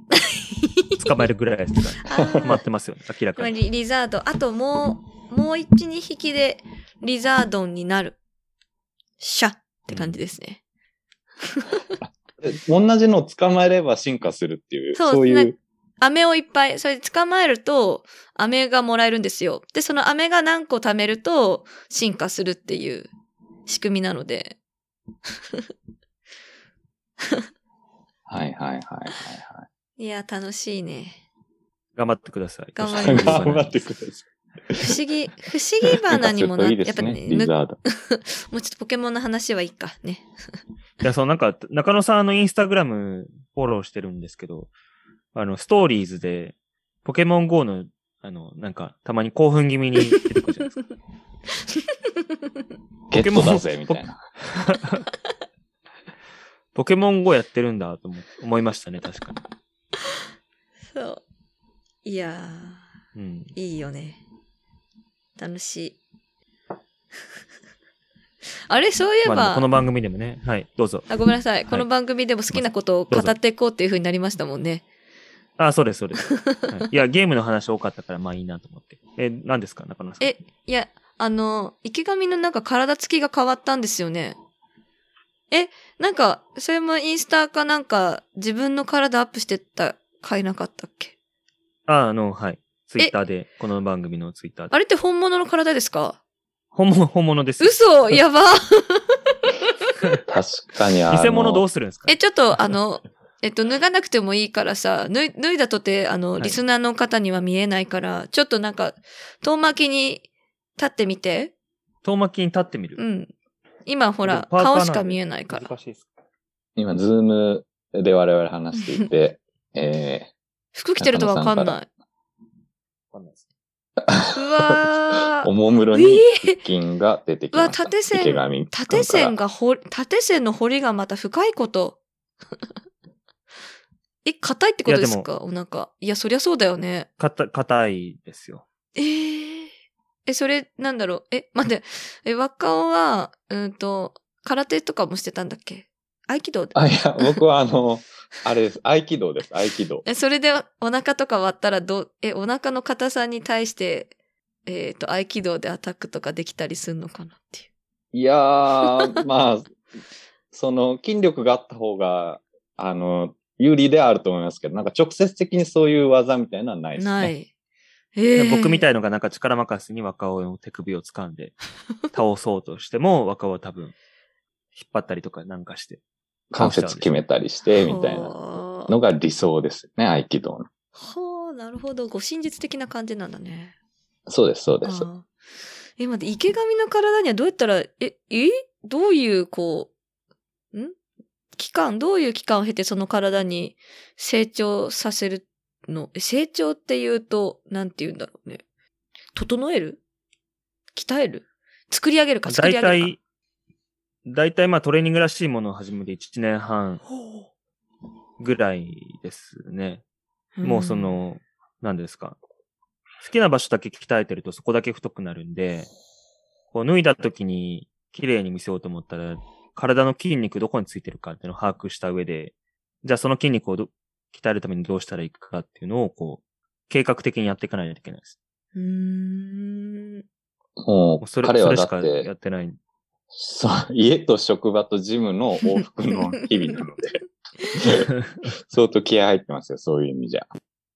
[SPEAKER 1] 捕まえるぐらいですから、
[SPEAKER 3] あ ー
[SPEAKER 1] 待ってますよね、明らか
[SPEAKER 3] 今
[SPEAKER 1] に。
[SPEAKER 3] リリザード、あともう、もう一、二匹でリザードンになる。シャッって感じですね。
[SPEAKER 2] で同じのを捕まえれば進化するっていう、
[SPEAKER 3] そう
[SPEAKER 2] そうい
[SPEAKER 3] な
[SPEAKER 2] う。
[SPEAKER 3] 飴をいっぱい、それで捕まえると、飴がもらえるんですよ。で、その飴が何個貯めると、進化するっていう仕組みなので。
[SPEAKER 2] はいはいはいはい
[SPEAKER 3] や、楽しい ね。
[SPEAKER 1] 頑張ってください。
[SPEAKER 3] 頑張
[SPEAKER 2] い
[SPEAKER 3] り
[SPEAKER 2] はい。
[SPEAKER 3] ます
[SPEAKER 2] 頑張って ください。
[SPEAKER 3] 不思議、不思議花にもな
[SPEAKER 2] な
[SPEAKER 3] っ
[SPEAKER 2] んかちょっとい
[SPEAKER 3] て、
[SPEAKER 2] いですね、リ
[SPEAKER 3] やっぱね、ぬ
[SPEAKER 2] ザード。
[SPEAKER 3] もうちょっとポケモンの話はいいかね。
[SPEAKER 1] いや、そう、なんか、中野さんあのインスタグラムフォローしてるんですけど、あの、ストーリーズで、ポケモン GO の、あの、なんか、たまに興奮気味に出てくるじゃない ですか。
[SPEAKER 2] ゲットだぜ、みたいな。
[SPEAKER 1] ポポケモン GO やってるんだと思思いましたね、確か
[SPEAKER 3] そう。いや
[SPEAKER 1] に。うん。
[SPEAKER 3] ー、いいよね。楽しい。 あれ、そういえば、
[SPEAKER 1] まあ、この番組でもね、はい、どうぞ。
[SPEAKER 3] あごめんなさい。この番組でも好きなことを語っていこうっていう風になりましたもんね。
[SPEAKER 1] あ、そうです、そう です。はい、いや、ゲームの話多かったから、まあいいなと思って。え、何ですか、中野さん。
[SPEAKER 3] え、いや、あの、池上のなんか体つきが変わったんですよね。え、なんか、それもインスタかなんか、自分の体アップしてた回なかったっけ
[SPEAKER 1] あ、あの、はい。ツイッターで、この番組のツイッターで。
[SPEAKER 3] あれって本物の体ですか
[SPEAKER 1] 本物、本物ですよ。
[SPEAKER 3] 嘘やば
[SPEAKER 2] 確かにあの
[SPEAKER 1] 偽物どうするんですか
[SPEAKER 3] え、ちょっとあの、えっと、脱がなくてもいいからさ、脱い脱いだとて、あの、
[SPEAKER 1] い
[SPEAKER 3] リスナーの方には見えないから、ちょっとなんか、遠巻きに立ってみて。
[SPEAKER 1] 遠巻きに立ってみる。
[SPEAKER 3] うん。今ほら、
[SPEAKER 1] パーカーなん
[SPEAKER 3] 顔
[SPEAKER 1] で
[SPEAKER 3] しか見えないから。
[SPEAKER 1] しいです。
[SPEAKER 2] 今、ズームで我々話してい て、え
[SPEAKER 3] 服着てるとわかん
[SPEAKER 2] 中野
[SPEAKER 3] な
[SPEAKER 1] わ
[SPEAKER 3] い。
[SPEAKER 1] かんないです
[SPEAKER 3] うわ
[SPEAKER 2] ー、お
[SPEAKER 3] ー。
[SPEAKER 2] もむろ
[SPEAKER 3] う
[SPEAKER 2] に
[SPEAKER 3] えー
[SPEAKER 2] 金が出てき
[SPEAKER 3] うわ、
[SPEAKER 2] ました。
[SPEAKER 3] 縦
[SPEAKER 2] 池
[SPEAKER 3] 線
[SPEAKER 2] 上君から
[SPEAKER 3] 縦線が掘り、縦線の掘りがまた深いこと。 え、硬いってことですかお腹。いや、そりゃそうだよね。
[SPEAKER 1] かた、硬いですよ。
[SPEAKER 3] えー、え、それ、なんだろう。え、待って。え、若尾は、うんと、空手とかもしてたんだっけ合気道で。
[SPEAKER 2] あ、いや、僕はあの、あれです。合気道です。合気道。
[SPEAKER 3] え、それでお腹とか割ったらどう、え、お腹の硬さに対して、えっ、と、合気道でアタックとかできたりすんのかなっていう。
[SPEAKER 2] いや ー、まあ、その、筋力があった方が、あの、有利ではあると思いますけど、なんか直接的にそういう技みたいなのはないですね。
[SPEAKER 3] な。い。えー、
[SPEAKER 1] 僕み
[SPEAKER 3] い。
[SPEAKER 1] たいのがなんか力任せに若尾の手首を掴ん で、倒そうとしても、若尾は多分、引っ張ったりとかなんかして。
[SPEAKER 2] 関節決めたりして、みたいな
[SPEAKER 3] な
[SPEAKER 2] のが理想ですね、合気道の。
[SPEAKER 3] ほう、なるほど。ご真実的な感じなんだね。
[SPEAKER 2] そうです、そう
[SPEAKER 3] あ
[SPEAKER 2] です。
[SPEAKER 3] ーえ、待って、池上の体にはどうやったら、え、えどういう、こう、ん期間、どういう期間を経てその体に成長させるのえ成長って言うと、なんて言うんだろうね。整える鍛える作り上げるか作
[SPEAKER 1] 大
[SPEAKER 3] り上げるか。
[SPEAKER 1] 体、大体まあトレーニングらしいものを始めて1年半
[SPEAKER 3] ほ
[SPEAKER 1] ぐらいですね。
[SPEAKER 3] う
[SPEAKER 1] もうそ、の、何ですか。好きな場所だけ鍛えてるとそこだけ太くなるんで、こう脱いだ時に綺麗に見せようと思ったら、体の筋肉どこについてるかっていうのを把握した上で、じゃあその筋肉をど鍛えるためにどうしたらいいかっていうのをこう、計画的にやっていかないといけないです。
[SPEAKER 3] うーん。
[SPEAKER 1] も
[SPEAKER 2] も
[SPEAKER 1] う
[SPEAKER 2] う、
[SPEAKER 1] それ
[SPEAKER 2] 彼
[SPEAKER 1] そ
[SPEAKER 2] は
[SPEAKER 1] れ
[SPEAKER 2] だ
[SPEAKER 1] し
[SPEAKER 2] っ
[SPEAKER 1] か
[SPEAKER 2] て
[SPEAKER 1] や、ってない。
[SPEAKER 2] そう、家と職場とジムの往復の日々なの で、相当気合入ってますよ、そういう意味じゃ。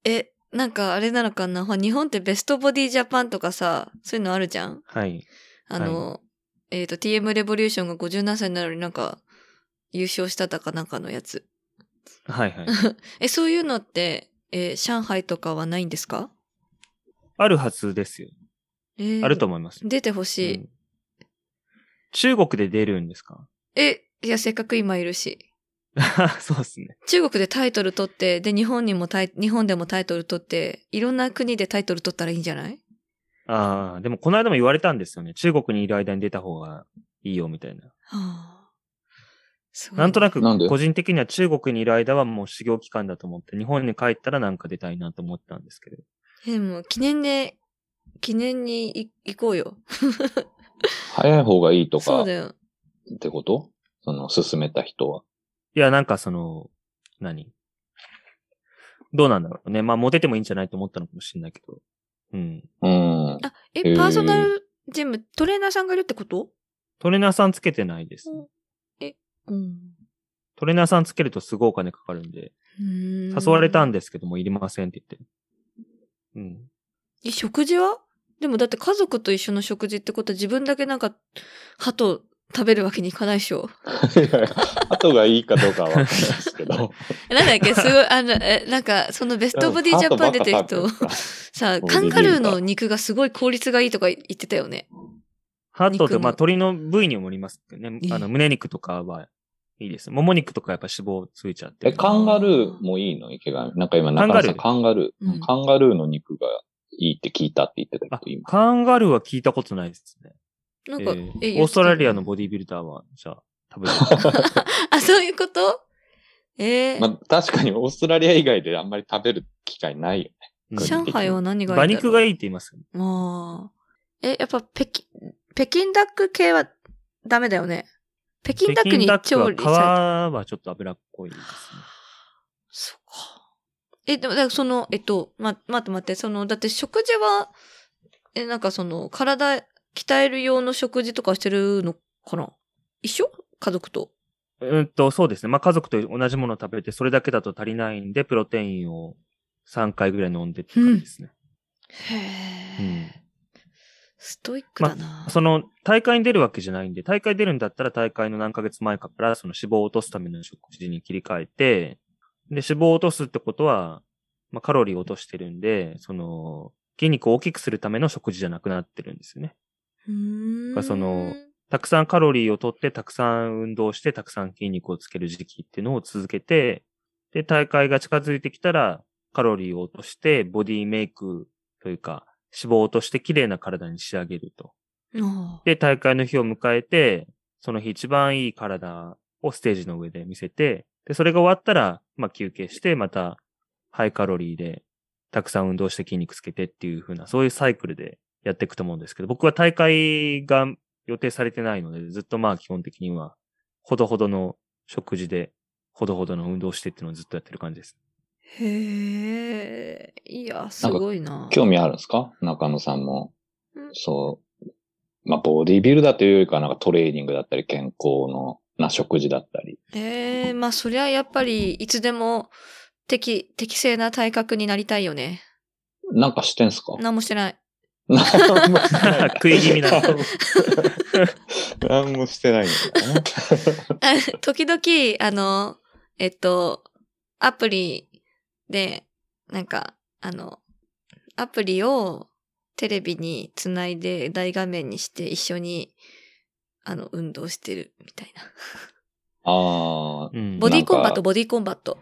[SPEAKER 3] え、なんかあれなのかなほら日本ってベストボディジャパンとかさ、そういうのあるじゃん
[SPEAKER 1] はい。
[SPEAKER 3] あの、えっ、と、TM レボリューションが57歳になるのになんか、優勝しただかなんかのやつ。
[SPEAKER 1] はいはい。
[SPEAKER 3] え、そういうのって、えー上海とかはないんですか
[SPEAKER 1] あるはずですよ。
[SPEAKER 3] えー
[SPEAKER 1] あると思いますよ。
[SPEAKER 3] 出てほしい、
[SPEAKER 1] うん中国で出るんですか
[SPEAKER 3] え、いや、せっかく今いるし。
[SPEAKER 1] そうですね。
[SPEAKER 3] 中国でタイトル取って、で、日本にもタイ、日本でもタイトル取って、いろんな国でタイトル取ったらいいんじゃない
[SPEAKER 1] ああ、でもこの間も言われたんですよね。中国にいる間に出た方がいいよみたいな。
[SPEAKER 3] はあ。すごい
[SPEAKER 1] なんとなく
[SPEAKER 2] なんで
[SPEAKER 1] 個人的には中国にいる間はもう修行期間だと思って、日本に帰ったらなんか出たいなと思ったんですけど。
[SPEAKER 3] えでも、記念で、記念にい行こうよ。
[SPEAKER 2] 早い方がいいと
[SPEAKER 3] そ
[SPEAKER 2] か
[SPEAKER 3] うだ
[SPEAKER 2] っ
[SPEAKER 3] よ。
[SPEAKER 2] てことその、勧めた人は。
[SPEAKER 1] いや、なんかその、何どうなんだろうね。まあ、モテてもいいんじゃないと思ったのかもしれないけど。うん。
[SPEAKER 2] うん。
[SPEAKER 3] あ、
[SPEAKER 2] へ
[SPEAKER 3] え、
[SPEAKER 2] ー
[SPEAKER 3] パーソナルジム、トレーナーさんがいるってこと
[SPEAKER 1] トレーナーさんつけてないですね。
[SPEAKER 3] うん。
[SPEAKER 1] トレーナーさんつけるとすごいお金かかるんで、
[SPEAKER 3] 誘
[SPEAKER 1] 誘われたんですけども、いりませんって言って。うん。
[SPEAKER 3] え、食事はでもだって家族と一緒の食事ってことは自分だけなんか、鳩食べるわけにいかないでしょ。
[SPEAKER 2] あとがいいかどうかはわかんないですけど。
[SPEAKER 3] えな んだっけすごい、あの、え、なんか、そのベストボディジャパン出てる人、さ、カンガルーの肉がすごい効率がいいとか言ってたよね。
[SPEAKER 1] ハットっ
[SPEAKER 3] 肉
[SPEAKER 1] て、
[SPEAKER 3] も
[SPEAKER 1] まあ、鳥の部位にもよりますけどね
[SPEAKER 3] いい。
[SPEAKER 1] あの、胸肉とかはいいです。もも肉とかやっぱ脂肪ついちゃって
[SPEAKER 2] え、
[SPEAKER 1] る。
[SPEAKER 2] カンガルーもいいの池上。なんか今、中野さん、カ
[SPEAKER 1] カ
[SPEAKER 2] ンガルー、
[SPEAKER 3] うん
[SPEAKER 2] カンガルーの肉がいいって聞いたって言ってた
[SPEAKER 1] あ
[SPEAKER 2] けど、今。
[SPEAKER 1] カンガルーは聞いたことないですね。
[SPEAKER 3] なんか、
[SPEAKER 1] えー
[SPEAKER 3] え
[SPEAKER 1] オーストラリアの
[SPEAKER 3] 言って
[SPEAKER 1] ボディビルダーは、じゃあ、多分。
[SPEAKER 3] あ、そういうことえー
[SPEAKER 2] まあ、確かにオーストラリア以外であんまり食べる機会ないよね。
[SPEAKER 1] うん
[SPEAKER 3] 上海は何が
[SPEAKER 1] 馬
[SPEAKER 3] いいんだろ
[SPEAKER 1] 肉
[SPEAKER 3] う
[SPEAKER 1] がいいって言いますよね。
[SPEAKER 3] あーえ、やっぱ北京、北京ダック系はダメだよね。北京ダックに
[SPEAKER 1] 北京
[SPEAKER 3] 調
[SPEAKER 1] ダッ
[SPEAKER 3] 理
[SPEAKER 1] ク
[SPEAKER 3] された。
[SPEAKER 1] は皮はちょっと脂っこいですね。
[SPEAKER 3] そうか。え、でも、だからその、えっと、ま、待って待って、その、だって食事は、え、なんかその、体、鍛える用の食事とかしてるのかな一緒家族と。
[SPEAKER 1] うんと、そうですね。まあ、家族と同じものを食べて、それだけだと足りないんで、プロテインを3回ぐらい飲んでって感じですね。
[SPEAKER 3] へえ、
[SPEAKER 1] うん
[SPEAKER 3] ストイックだな、
[SPEAKER 1] その、大会に出るわけじゃないんで、大会出るんだったら大会の何ヶ月前かから、その脂肪を落とすための食事に切り替えて、で、脂肪を落とすってことは、まあ、カロリーを落としてるんで、その、筋肉を大きくするための食事じゃなくなってるんですよね。
[SPEAKER 3] うーん。
[SPEAKER 1] そのたくさんカロリーを取って、たくさん運動して、たくさん筋肉をつける時期っていうのを続けて、で、大会が近づいてきたら、カロリーを落として、ボディメイクというか、脂肪を落として綺麗な体に仕上げると。
[SPEAKER 3] あ
[SPEAKER 1] で、大会の日を迎えて、その日一番いい体をステージの上で見せて、で、それが終わったら、まあ休憩して、またハイカロリーで、たくさん運動して筋肉つけてっていう風な、そういうサイクルでやっていくと思うんですけど、僕は大会が予定されてないので、ずっとまあ基本的には、ほどほどの食事で、ほどほどの運動してっていうのをずっとやってる感じです。
[SPEAKER 3] ーへえ。いや、すごいな。
[SPEAKER 2] 興味あるんですか中野さんも
[SPEAKER 3] うん。
[SPEAKER 2] そう。まあ、ボディビルダーというよりかはなんかトレーニングだったり、健康の、な食事だったり。
[SPEAKER 3] ええまあそりゃやっぱりいつでも適、適正な体格になりたいよね。
[SPEAKER 2] なんかしてんすか
[SPEAKER 3] 何もしてない。
[SPEAKER 2] なんも
[SPEAKER 1] 食い気味な の。
[SPEAKER 2] なんもしてないんだな。
[SPEAKER 3] あ 時々、あの、えっと、アプリで、なんか、あの、アプリをテレビにつないで大画面にして一緒に、あの、運動してるみたいな。
[SPEAKER 2] あ
[SPEAKER 1] うん
[SPEAKER 3] ボディーコンバット、ボディーコンバット。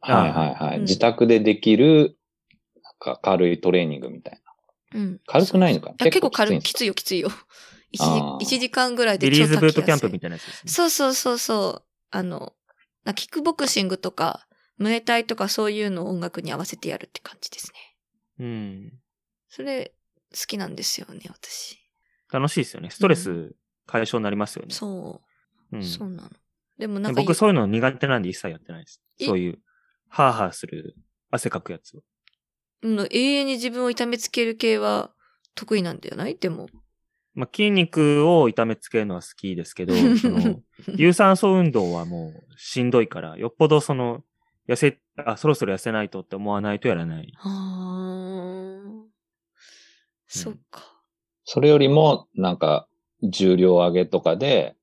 [SPEAKER 2] あ、はいはいはい。
[SPEAKER 3] うん
[SPEAKER 2] 自宅でできる、なんか軽いトレーニングみたいな。
[SPEAKER 3] うん。
[SPEAKER 2] 軽くないのか
[SPEAKER 3] いや結構
[SPEAKER 2] い
[SPEAKER 3] 軽
[SPEAKER 2] ん
[SPEAKER 3] い、
[SPEAKER 2] す
[SPEAKER 3] き
[SPEAKER 2] か
[SPEAKER 3] ついよ、きついよ。一
[SPEAKER 2] あー
[SPEAKER 3] 時一時間ぐらいで
[SPEAKER 1] リリーズブートキャン
[SPEAKER 3] みた
[SPEAKER 1] プ
[SPEAKER 3] い
[SPEAKER 1] みたいなやつですね。
[SPEAKER 3] そうそうそうそう。あの、なキックボクシングとか、ムエタイとかそういうのを音楽に合わせてやるって感じですね。
[SPEAKER 1] うん。
[SPEAKER 3] それ、好きなんですよね、私。
[SPEAKER 1] 楽しいですよね。ストレス解消になりますよね。
[SPEAKER 3] そうう、
[SPEAKER 1] ん
[SPEAKER 3] そうなの。でもなんかい、
[SPEAKER 1] 僕そういうの苦手なんで一切やってないです。
[SPEAKER 3] え
[SPEAKER 1] そういう、ハーハーする、汗かくやつを。
[SPEAKER 3] うん永遠に自分を痛めつける系は得意なんだよないでも。
[SPEAKER 1] まあ、筋肉を痛めつけるのは好きですけど、そ の、有酸素運動はもうしんどいから、よっぽどその、痩せ、あ、そろそろ痩せないとって思わないとやらない。
[SPEAKER 3] あー。そっか。
[SPEAKER 2] それよりも、なんか、重量上げとかで、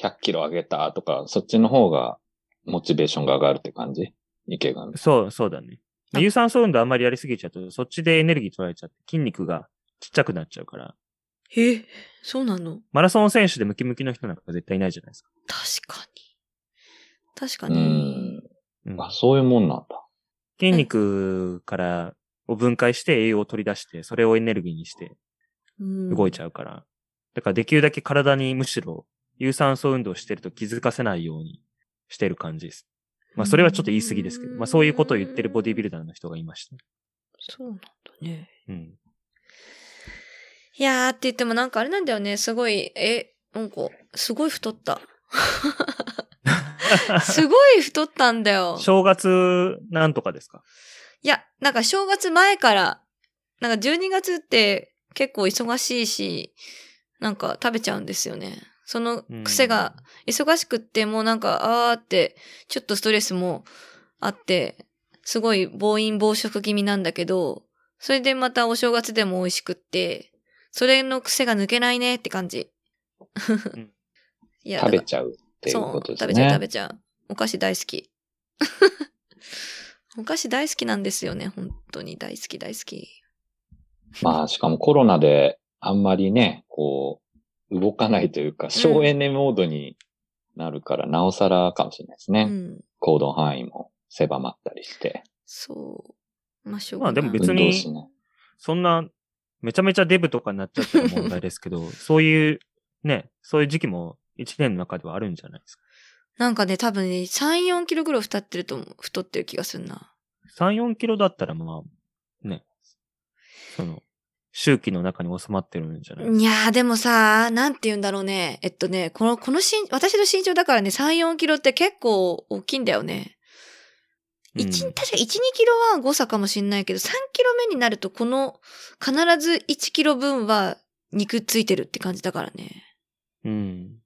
[SPEAKER 2] 100キロ上げたとか、そっちの方が、モチベーションが上がるって感じ池上。
[SPEAKER 1] そう、そうだね。
[SPEAKER 3] あ
[SPEAKER 1] 有酸素運動あんまりやりすぎちゃうと、そっちでエネルギー取られちゃって、筋肉がちっちゃくなっちゃうから、
[SPEAKER 3] え、そうなの
[SPEAKER 1] マラソン選手でムキムキの人なんか絶対いないじゃないですか。
[SPEAKER 3] 確かに。確か
[SPEAKER 2] う
[SPEAKER 3] に。
[SPEAKER 2] ん。
[SPEAKER 1] うん
[SPEAKER 2] あ、そういうもんなんだ。
[SPEAKER 1] 筋肉から、を分解して栄養を取り出して、それをエネルギーにして、動いち
[SPEAKER 3] ゃ
[SPEAKER 1] ゃうから。だからできるだけ体にむしろ有酸素運動してると気づかせないようにしてる感じです。まあそれはちょっと言い過ぎですけど、まあそういうことを言ってるボディビルダーの人がいました。
[SPEAKER 3] そうなんだね。
[SPEAKER 1] うん。
[SPEAKER 3] いやーって言ってもなんかあれなんだよね。すごい、え、なんか、すごい 太った。すごい太ったん だよ。
[SPEAKER 1] 正月なんとかですか
[SPEAKER 3] いや、なんか正月前から、なんか12月って結構忙しいし、なんか食べちゃうんですよね。その癖が、忙しくってもうなんか、あーって、ちょっとストレスもあって、すごい暴飲暴食気味なんだけど、それでまたお正月でも美味しくって、それの癖が抜けないねって感じ。
[SPEAKER 1] ん
[SPEAKER 3] いや
[SPEAKER 2] 食べ
[SPEAKER 3] だか
[SPEAKER 2] ちゃうっていう
[SPEAKER 3] ら
[SPEAKER 2] ことです
[SPEAKER 3] そう、食
[SPEAKER 2] ね。
[SPEAKER 3] べちゃう食べちゃう。お菓子大好き。 お菓子大好きなんですよね、本当に大好き大好き。
[SPEAKER 2] まあ、しかもコロナであんまりね、こう、動かないというか、省エネモードになるから、なおさらかもしれないです
[SPEAKER 3] う
[SPEAKER 2] ね。
[SPEAKER 3] ん。
[SPEAKER 2] 行動範囲も狭まったりして。
[SPEAKER 3] そう。まあ、しょう
[SPEAKER 1] まあ
[SPEAKER 3] がない。
[SPEAKER 1] でも別
[SPEAKER 2] 運
[SPEAKER 1] に
[SPEAKER 2] 動しない。
[SPEAKER 1] そんな、 めちゃめちゃデブとかになっちゃったら問題ですけど、そういう、ね、そういう時期も1年の中ではあるんじゃないですか。
[SPEAKER 3] なんかね、多分ね、3、4キロぐらい太ってると思う。太ってる気がするな。
[SPEAKER 1] 3、4キロだったらまあ、ね、その、周期の中に収まってるんじゃないですか。
[SPEAKER 3] いやー、でもさ、なんて言うんだろうね。えっとね、この、この身、私の身長だからね、3、4キロって結構大きいんだよね。
[SPEAKER 1] うん
[SPEAKER 3] 一、確か1、2キロは誤差かもしんないけど、3キロ目になると、この、必ず1キロ分は肉ついてるって感じだからね。
[SPEAKER 1] うん。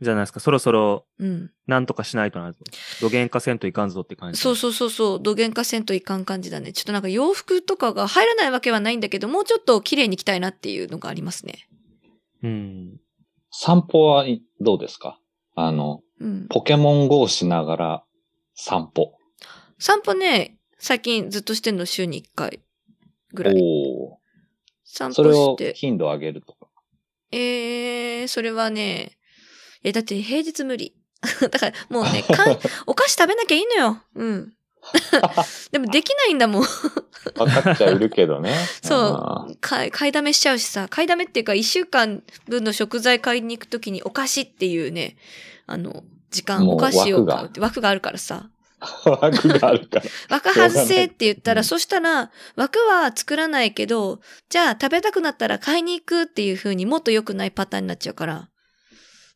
[SPEAKER 1] じゃないですか。そろそろ、
[SPEAKER 3] うん。
[SPEAKER 1] なんとかしないとなと。土幻化せんといかんぞって感じ。
[SPEAKER 3] そうそうそうそう、土幻化せんといかん感じだね。ちょっとなんか洋服とかが入らないわけはないんだけど、もうちょっと綺麗に着たいなっていうのがありますね。
[SPEAKER 1] うん。
[SPEAKER 2] 散歩はいどうですかあの、
[SPEAKER 3] うん。
[SPEAKER 2] ポケモン GO しながら散歩。
[SPEAKER 3] 散歩ね、最近ずっとしてんの週に1回ぐらい。
[SPEAKER 2] お
[SPEAKER 3] 散
[SPEAKER 2] お。それ
[SPEAKER 3] 歩し
[SPEAKER 2] を
[SPEAKER 3] て。
[SPEAKER 2] 頻度上げるとか。
[SPEAKER 3] えー、それはね、え、だって平日無理。 だからもう ね、かんお菓子食べなきゃいいのよ。うん。 でもできないんだも
[SPEAKER 2] わ
[SPEAKER 3] ん。
[SPEAKER 2] かっちゃいるけどね。
[SPEAKER 3] そう
[SPEAKER 2] あー
[SPEAKER 3] 買い、買いだめしちゃうしさ、買いだめっていうか、一週間分の食材買いに行くときにお菓子っていうね、あの、時間、
[SPEAKER 2] もう
[SPEAKER 3] お菓子
[SPEAKER 2] 枠
[SPEAKER 3] を
[SPEAKER 2] が
[SPEAKER 3] 買うって枠があるからさ。
[SPEAKER 2] 枠があるから。
[SPEAKER 3] 枠外せって言った
[SPEAKER 2] う
[SPEAKER 3] ら、
[SPEAKER 2] ん
[SPEAKER 3] そしたら、枠は作らないけど、じゃあ食べたくなったら買いに行くっていう風にもっと良くないパターンになっちゃうから。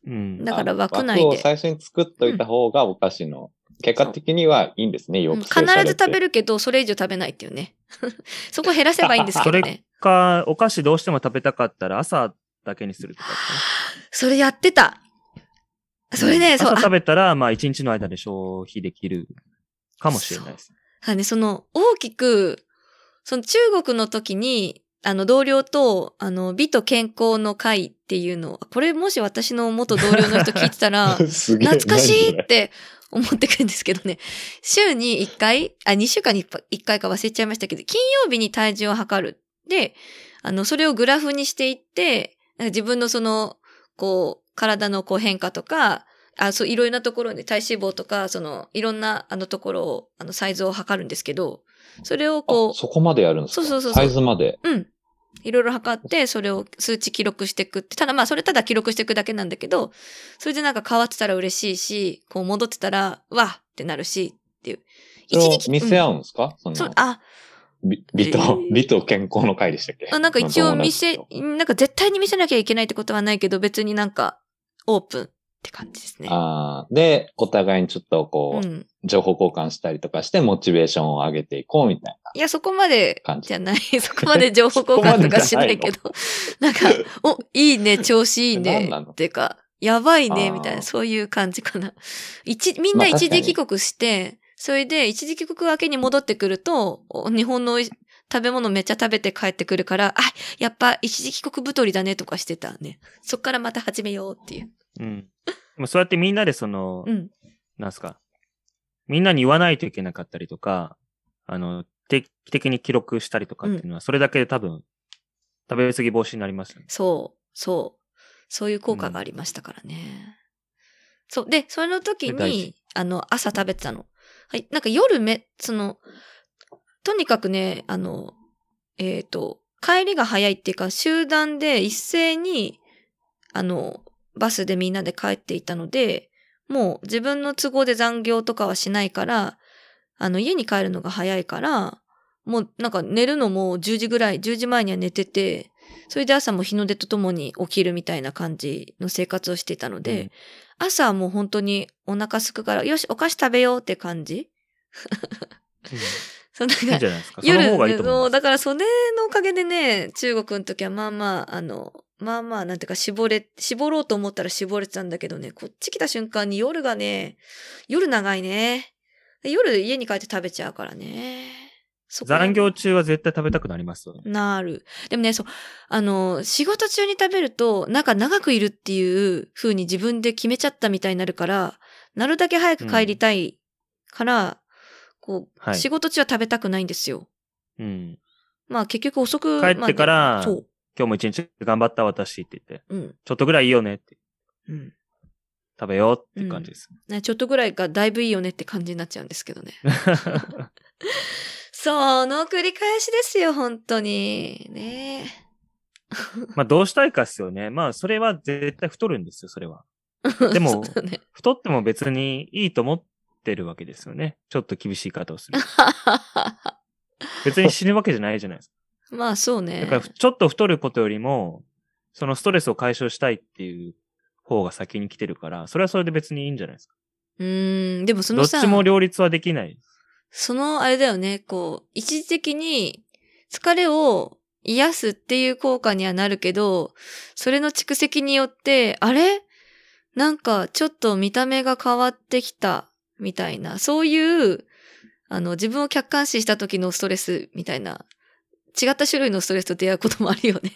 [SPEAKER 1] うん。
[SPEAKER 3] だから枠内で
[SPEAKER 2] 枠を最初に作っといた方がお菓子の、結果的にはいいんですね、
[SPEAKER 3] う
[SPEAKER 2] よ
[SPEAKER 3] ん
[SPEAKER 2] く
[SPEAKER 3] 必ず食べ
[SPEAKER 2] る。
[SPEAKER 3] るけど、それ以上食べないっていうね。 そこ減らせばいいんで すけどね。
[SPEAKER 1] か、お菓子どうしても食べたかったら朝だけにするとかですね。
[SPEAKER 3] それやってた。それね、そう、
[SPEAKER 1] 朝
[SPEAKER 3] あ
[SPEAKER 1] 食べたら、まあ一日の間で消費できるかもしれないです。
[SPEAKER 3] あね、その、大きく、その中国の時に、あの、同僚と、あの、美と健康の会っていうのを、これもし私の元同僚の人聞いてた ら、
[SPEAKER 2] すげえ
[SPEAKER 3] 懐かし
[SPEAKER 2] 何
[SPEAKER 3] いっ
[SPEAKER 2] それ
[SPEAKER 3] て思ってくるんですけどね。週に1回、あ、2週間に1回か忘れちゃいましたけど、金曜日に体重を測る。で、あの、それをグラフにしていって、なんか自分のその、こう、体のこう変化とか、あそういろいろなところで体脂肪とか、その、いろんなあのところを、あの、サイズを測るんですけど、それをこ
[SPEAKER 2] あそこまでやるんですか
[SPEAKER 3] そうそうそうそう
[SPEAKER 2] サイズまで。
[SPEAKER 3] う、うん。いろいろ測って、それを数値記録していくって。ただまあ、それただ記録していくだけなんだけど、それでなんか変わってたら嬉しいし、こう戻ってたら、わっってなるし、っていう。
[SPEAKER 2] それを見せ
[SPEAKER 3] う
[SPEAKER 2] 合
[SPEAKER 3] ん
[SPEAKER 2] うんですか、そ
[SPEAKER 3] そう
[SPEAKER 2] の、
[SPEAKER 3] あ、
[SPEAKER 2] 美美
[SPEAKER 3] え
[SPEAKER 2] と
[SPEAKER 3] ー、
[SPEAKER 2] 美と健康の会でしたっけ
[SPEAKER 3] あなんか一応見せ
[SPEAKER 2] の友、
[SPEAKER 3] なんか絶対に見せなきゃいけないってことはないけど、別になんか、オープンって感じです
[SPEAKER 2] 達
[SPEAKER 3] ね
[SPEAKER 2] と。あーで、お互いにちょっとこう、
[SPEAKER 3] うん。
[SPEAKER 2] 情報交換したりとかして、モチベーションを上げていこうみたい
[SPEAKER 3] いや、そこまで
[SPEAKER 2] 感じ
[SPEAKER 3] じゃない。 そこまで情報交換とかしないけど。なんか、お、いいね、調子いい
[SPEAKER 2] え何
[SPEAKER 3] ね
[SPEAKER 2] なの。
[SPEAKER 3] っていうか、やばいね、
[SPEAKER 2] あー
[SPEAKER 3] みたいな、そういう感じかな。一、みんな
[SPEAKER 2] まあ
[SPEAKER 3] 一
[SPEAKER 2] 確かに
[SPEAKER 3] 時帰国して、それで一時帰国明けに戻ってくると、お日本のおい食べ物めっちゃ食べて帰ってくるから、あ、やっぱ一時帰国太りだねとかしてたね。そっからまた始めようっていう。
[SPEAKER 1] うん。でもそうやってみんなでその、
[SPEAKER 3] うん。
[SPEAKER 1] なんすか、みんなに言わないといけなかったりとか、あの、定期的に記録したりとかっていうのは、それだけで多分、食べ過ぎ防止になりますよね。
[SPEAKER 3] そう、そう。そういう効果がありましたからね。そう。で、その時
[SPEAKER 1] 大事
[SPEAKER 3] に、あの、朝食べてたの。はい。なんか夜め、その、とにかくね、あの、えっ、と、帰りが早いっていうか、集団で一斉に、あの、バスでみんなで帰っていたので、もう自分の都合で残業とかはしないから、あの、家に帰るのが早いから、もうなんか寝るのも10時ぐらい、10時前には寝てて、それで朝も日の出とともに起きるみたいな感じの生活をしていたので、
[SPEAKER 1] うん
[SPEAKER 3] 朝はもう本当にお腹すくから、よし、お菓子食べようって感じ。そうなん
[SPEAKER 1] うんいい
[SPEAKER 3] か
[SPEAKER 1] んじゃないですか。その
[SPEAKER 3] 夜
[SPEAKER 1] 方がいいと
[SPEAKER 3] そ
[SPEAKER 1] 思
[SPEAKER 3] う
[SPEAKER 1] いま
[SPEAKER 3] だ
[SPEAKER 1] す。
[SPEAKER 3] からそれのおかげでね、中国の時はまあまあ、あの、まあまあ、なんていうか、絞れ、絞ろうと思ったら絞れてたんだけどね、こっち来た瞬間に夜がね、夜長いね。で夜家に帰って食べちゃうからね。そこ
[SPEAKER 1] 残業中は絶対食べたくなりますよね。
[SPEAKER 3] なる。でもね、そう、あの、仕事中に食べると、なんか長くいるっていう風に自分で決めちゃったみたいになるから、なるだけ早く帰りたいから、こう、
[SPEAKER 1] はい
[SPEAKER 3] 仕事中は食べたくないんですよ。
[SPEAKER 1] うん。
[SPEAKER 3] まあ結局遅くまで
[SPEAKER 1] 帰ってから
[SPEAKER 3] そう。
[SPEAKER 1] 今日も一日頑張った私って言って、
[SPEAKER 3] うん。
[SPEAKER 1] ちょっとぐらいいいよねって、
[SPEAKER 3] うん。
[SPEAKER 1] 食べようっていう感じです。
[SPEAKER 3] ね、ちょっとぐらいがだいぶいいよねって感じになっちゃうんですけ どね。その繰り返しですよ、本当に。ねえ
[SPEAKER 1] まあどうしたいかっすよね。まあそれは絶対太るんですよ、それは。でも
[SPEAKER 3] そうだね
[SPEAKER 1] 太っても別にいいと思ってるわけですよね。ちょっと厳しい言い方を する。別に死ぬわけじゃないじゃない ですか。
[SPEAKER 3] まあそうね。
[SPEAKER 1] だから、ちょっと太ることよりも、そのストレスを解消したいっていう方が先に来てるから、それはそれで別にいいんじゃないですか。
[SPEAKER 3] うーん、でもそ
[SPEAKER 1] ど
[SPEAKER 3] の
[SPEAKER 1] っ
[SPEAKER 3] さ、
[SPEAKER 1] ちも両立はできない。
[SPEAKER 3] そのあれだよね、こう、一時的に疲れを癒すっていう効果にはなるけど、それの蓄積によって、あれなんかちょっと見た目が変わってきた、みたいな、そういう、あの、自分を客観視した時のストレスみたいな、違った種類のストレスと出会うこともあるよね。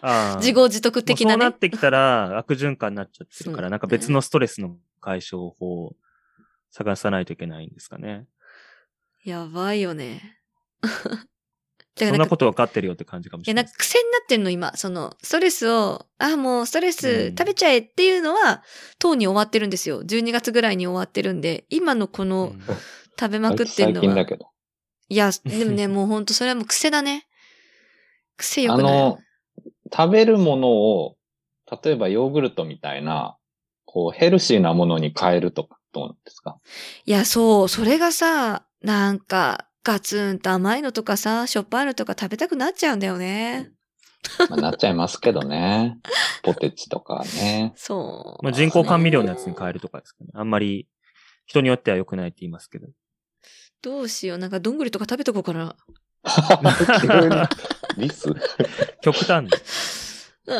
[SPEAKER 1] ああ
[SPEAKER 3] 自業自得的な
[SPEAKER 1] もうそうな
[SPEAKER 3] ね。
[SPEAKER 1] ってきたら悪循環になっちゃってるか
[SPEAKER 3] そう
[SPEAKER 1] ら、なんか別のストレスの解消法を探さないといけないんですかね。
[SPEAKER 3] やばいよね。
[SPEAKER 1] そ
[SPEAKER 3] だから
[SPEAKER 1] ん
[SPEAKER 3] な
[SPEAKER 1] なんこ
[SPEAKER 3] か、
[SPEAKER 1] とわかってるよって感じかも
[SPEAKER 3] い
[SPEAKER 1] し
[SPEAKER 3] や、
[SPEAKER 1] れ
[SPEAKER 3] な
[SPEAKER 1] なんい
[SPEAKER 3] か。癖になってんの、今。その、ストレスを、あ、もうストレ
[SPEAKER 1] う
[SPEAKER 3] ス
[SPEAKER 1] ん
[SPEAKER 3] 食べちゃえっていうのは、とうに終わってるんですよ。12月ぐらいに終わってるんで、今のこ
[SPEAKER 1] う
[SPEAKER 3] の
[SPEAKER 1] ん
[SPEAKER 3] 食べ
[SPEAKER 2] あ
[SPEAKER 3] ま
[SPEAKER 2] い
[SPEAKER 3] くっ
[SPEAKER 2] つ
[SPEAKER 3] て
[SPEAKER 2] 最
[SPEAKER 3] るの
[SPEAKER 2] 近
[SPEAKER 3] は
[SPEAKER 2] だ。けど。
[SPEAKER 3] いや、でもね、もうほんとそれはもう癖 だね。癖よ
[SPEAKER 2] あ
[SPEAKER 3] くない。
[SPEAKER 2] の、食べるものを、例えばヨーグルトみたいな、こう、ヘルシーなものに変えるとか、どうなんです か
[SPEAKER 3] いや、そう、それがさ、なんか、ガツンと甘いのとかさ、しょっぱいのとか食べたくなっちゃうんだよね。
[SPEAKER 2] まあ、なっちゃいますけどね。ポテチとか ね。
[SPEAKER 3] そう。
[SPEAKER 1] まあ、人工甘味料のやつに変えるとかですかね。あんまり人によっては良くないって言いますけど。
[SPEAKER 3] どうしよう。なんか、どんぐりとか食べとこうかな。
[SPEAKER 2] 急にリス
[SPEAKER 1] 極端です。
[SPEAKER 3] あ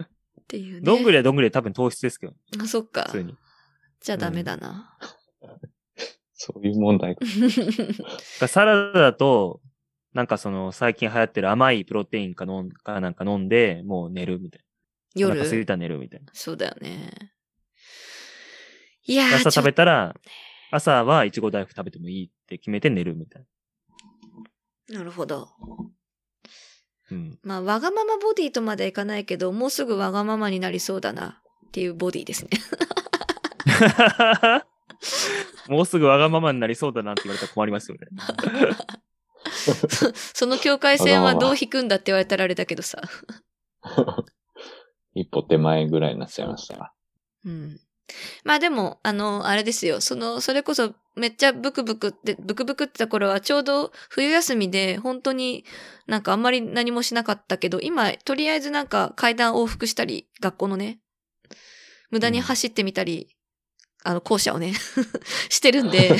[SPEAKER 3] ーっていうね。
[SPEAKER 1] どんぐりはどんぐりで多分糖質ですけど、
[SPEAKER 3] あ、そっか
[SPEAKER 1] 普。通に。だか
[SPEAKER 3] じゃあダメだな。
[SPEAKER 2] そういう問題が。
[SPEAKER 1] らサラダだと、なんかその最近流行ってる甘いプロテインか飲んかなんか飲んで、もう寝るみたいな。お腹空い
[SPEAKER 3] 夜。
[SPEAKER 1] たら寝るみたいな。
[SPEAKER 3] そうだよね。いやー、
[SPEAKER 1] 朝食べ
[SPEAKER 3] ち
[SPEAKER 1] たら、朝はいちご大福食べてもいいって決めて寝るみたい
[SPEAKER 3] ょなるほど。
[SPEAKER 1] な。うん。
[SPEAKER 3] まあ、わがままボディとまではいかないけど、もうすぐわがままになりそうだな。っていうボディですね。
[SPEAKER 1] もうすぐわがままになりそうだなって言われたら困りますよね。
[SPEAKER 3] その境界線は
[SPEAKER 2] わがま
[SPEAKER 3] どう
[SPEAKER 2] ま
[SPEAKER 3] 引くんだって言われたらあれだけどさ。
[SPEAKER 2] 一歩手前ぐらいになっちゃいましたが。
[SPEAKER 3] うん。まあでも、あの、あれですよ。その、それこそめっちゃブクブクって、ブクブクってた頃はちょうど冬休みで、本当になんかあんまり何もしなかったけど、今、とりあえずなんか階段往復したり、学校のね、無駄に走ってみたり、あの、校舎をね、 してるんで、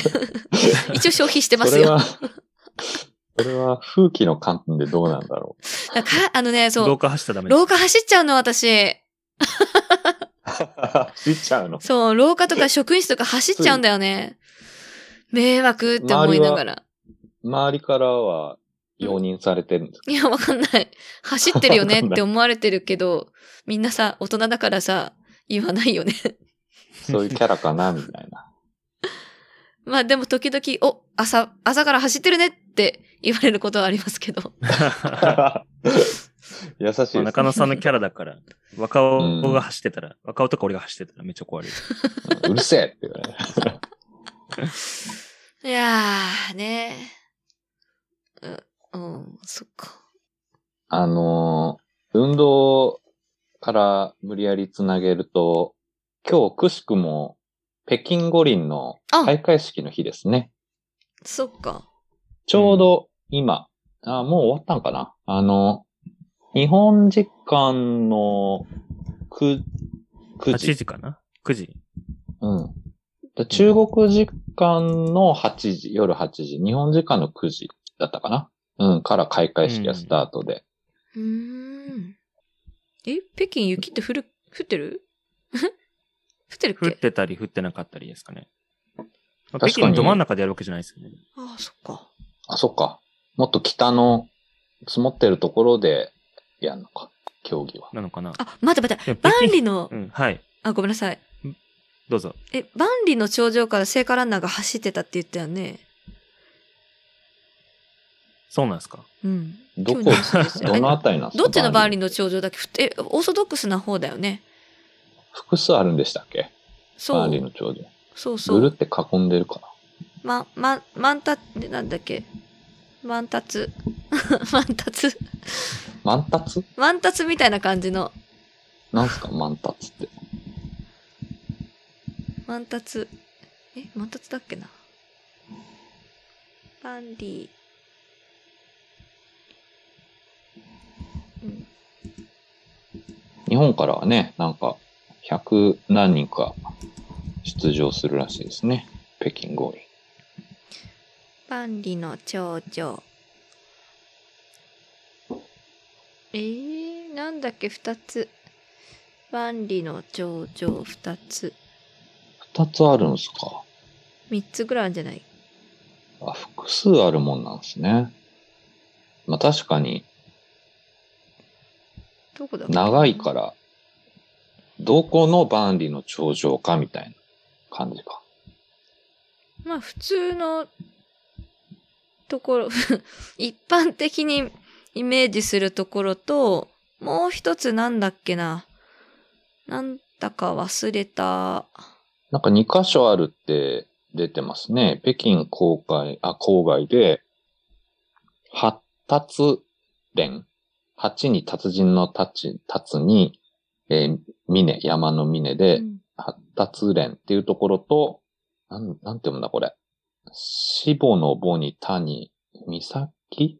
[SPEAKER 3] 一応消費してま
[SPEAKER 2] そ
[SPEAKER 3] す
[SPEAKER 2] れ
[SPEAKER 3] よ。
[SPEAKER 2] は、それは風紀の観点でどうなんだろ
[SPEAKER 3] なんかあのね、そ
[SPEAKER 1] 廊
[SPEAKER 3] う、
[SPEAKER 1] 下走ったらダメです
[SPEAKER 3] 廊下走っちゃうの、私。
[SPEAKER 2] う。知っちゃうの。
[SPEAKER 3] そう、廊下とか職員室とか走っちゃうんだよね。迷惑って思いながら。
[SPEAKER 2] 周りからは容認されてるんですか
[SPEAKER 3] いや、わか んない。走ってるよねって思われてるけど、みんなさ、大人だからさ、言わないよね。
[SPEAKER 2] そういうキャラかなみたいな。
[SPEAKER 3] まあでも時々、お、朝、朝から走ってるねって言われることはありますけ ど。
[SPEAKER 2] 優しいです、
[SPEAKER 1] まあ
[SPEAKER 2] ね。
[SPEAKER 1] 中野さんのキャラだから、若尾が走ってたら、若尾とか俺が走ってたらめっちゃ壊れる。
[SPEAKER 2] うるせえって言われる。
[SPEAKER 3] いやー、ねう、うん、そっか。
[SPEAKER 2] あのー運動から無理やりつなげると、今日くしくも北京五輪の
[SPEAKER 3] あ
[SPEAKER 2] 開会式の日ですね。
[SPEAKER 3] そっか。
[SPEAKER 2] ちょうど今、あもう終わったんかなあの、日本時間の9、9
[SPEAKER 1] 8
[SPEAKER 2] 時。
[SPEAKER 1] 時かな ?9 時。
[SPEAKER 2] うん。で中国時間の8時、夜8時、日本時間の9時だったかなうん、から開会式がスタートで。
[SPEAKER 3] うーん。え、北京雪って降る、降ってる 降ってるっ
[SPEAKER 1] 降っ
[SPEAKER 3] け
[SPEAKER 1] てたり降ってなかったりですかね。まあ、
[SPEAKER 2] 確かに
[SPEAKER 1] 北京のど真ん中でやるわけじゃないですよね。
[SPEAKER 3] ああ、そっか。
[SPEAKER 2] あ、そっか。もっと北の積もってるところでやるのか、競技は。
[SPEAKER 1] なのかな。
[SPEAKER 3] あ、待って待っ
[SPEAKER 1] い
[SPEAKER 3] て
[SPEAKER 1] や、
[SPEAKER 3] 万
[SPEAKER 1] 北京
[SPEAKER 3] 里の
[SPEAKER 1] う、ん、はい。
[SPEAKER 3] あ、ごめんなさい。
[SPEAKER 1] どうぞ。
[SPEAKER 3] え、万里の頂上から聖火ランナーが走ってたって言ったよね。
[SPEAKER 1] そうなんですか。
[SPEAKER 3] うん。
[SPEAKER 2] どこ
[SPEAKER 3] 今日ニュースですよ
[SPEAKER 2] どのあたりなんですか
[SPEAKER 3] どっちの万
[SPEAKER 2] リ
[SPEAKER 3] 里の頂上だっけふえ、オーソドックスな方だよね。
[SPEAKER 2] 複数あるんでしたっけ
[SPEAKER 3] そ
[SPEAKER 2] バーリーの
[SPEAKER 3] う。
[SPEAKER 2] 頂上。
[SPEAKER 3] そうそ
[SPEAKER 2] ぐるっ
[SPEAKER 3] う。
[SPEAKER 2] て囲んでるか
[SPEAKER 3] ま、ま、万達、なんだっけ万達。 万達。
[SPEAKER 2] な。満達
[SPEAKER 3] 万達みたいな感じの。
[SPEAKER 2] なんすか満達って。
[SPEAKER 3] 万達。え、万達だっけな。バンディ。うん。
[SPEAKER 2] 日本からはね、なんか、100何人か出場するらしいですね。北京五輪。
[SPEAKER 3] 万里の長城。えー、なんだっけ、二つ。万里の長城二つ。
[SPEAKER 2] 二つあるんですか。
[SPEAKER 3] 三つぐらいあるんじゃない
[SPEAKER 2] あ、複数あるもんなんですね。まあ確かに、
[SPEAKER 3] どこだっけ
[SPEAKER 2] 長いか。ら、どこの万里の長城かみたいな感じか。
[SPEAKER 3] まあ、普通のところ、 一般的にイメージするところと、もう一つなんだっけな。なんだか忘れた。
[SPEAKER 2] なんか2箇所あるって出てますね。北京郊外、あ、郊外で、発達連。八に達人の達ち、達に、えー峰、山の峰で、
[SPEAKER 3] うん
[SPEAKER 2] 発達連っていうところと、なん、なんて読むんだこれ。死母の母に谷、岬み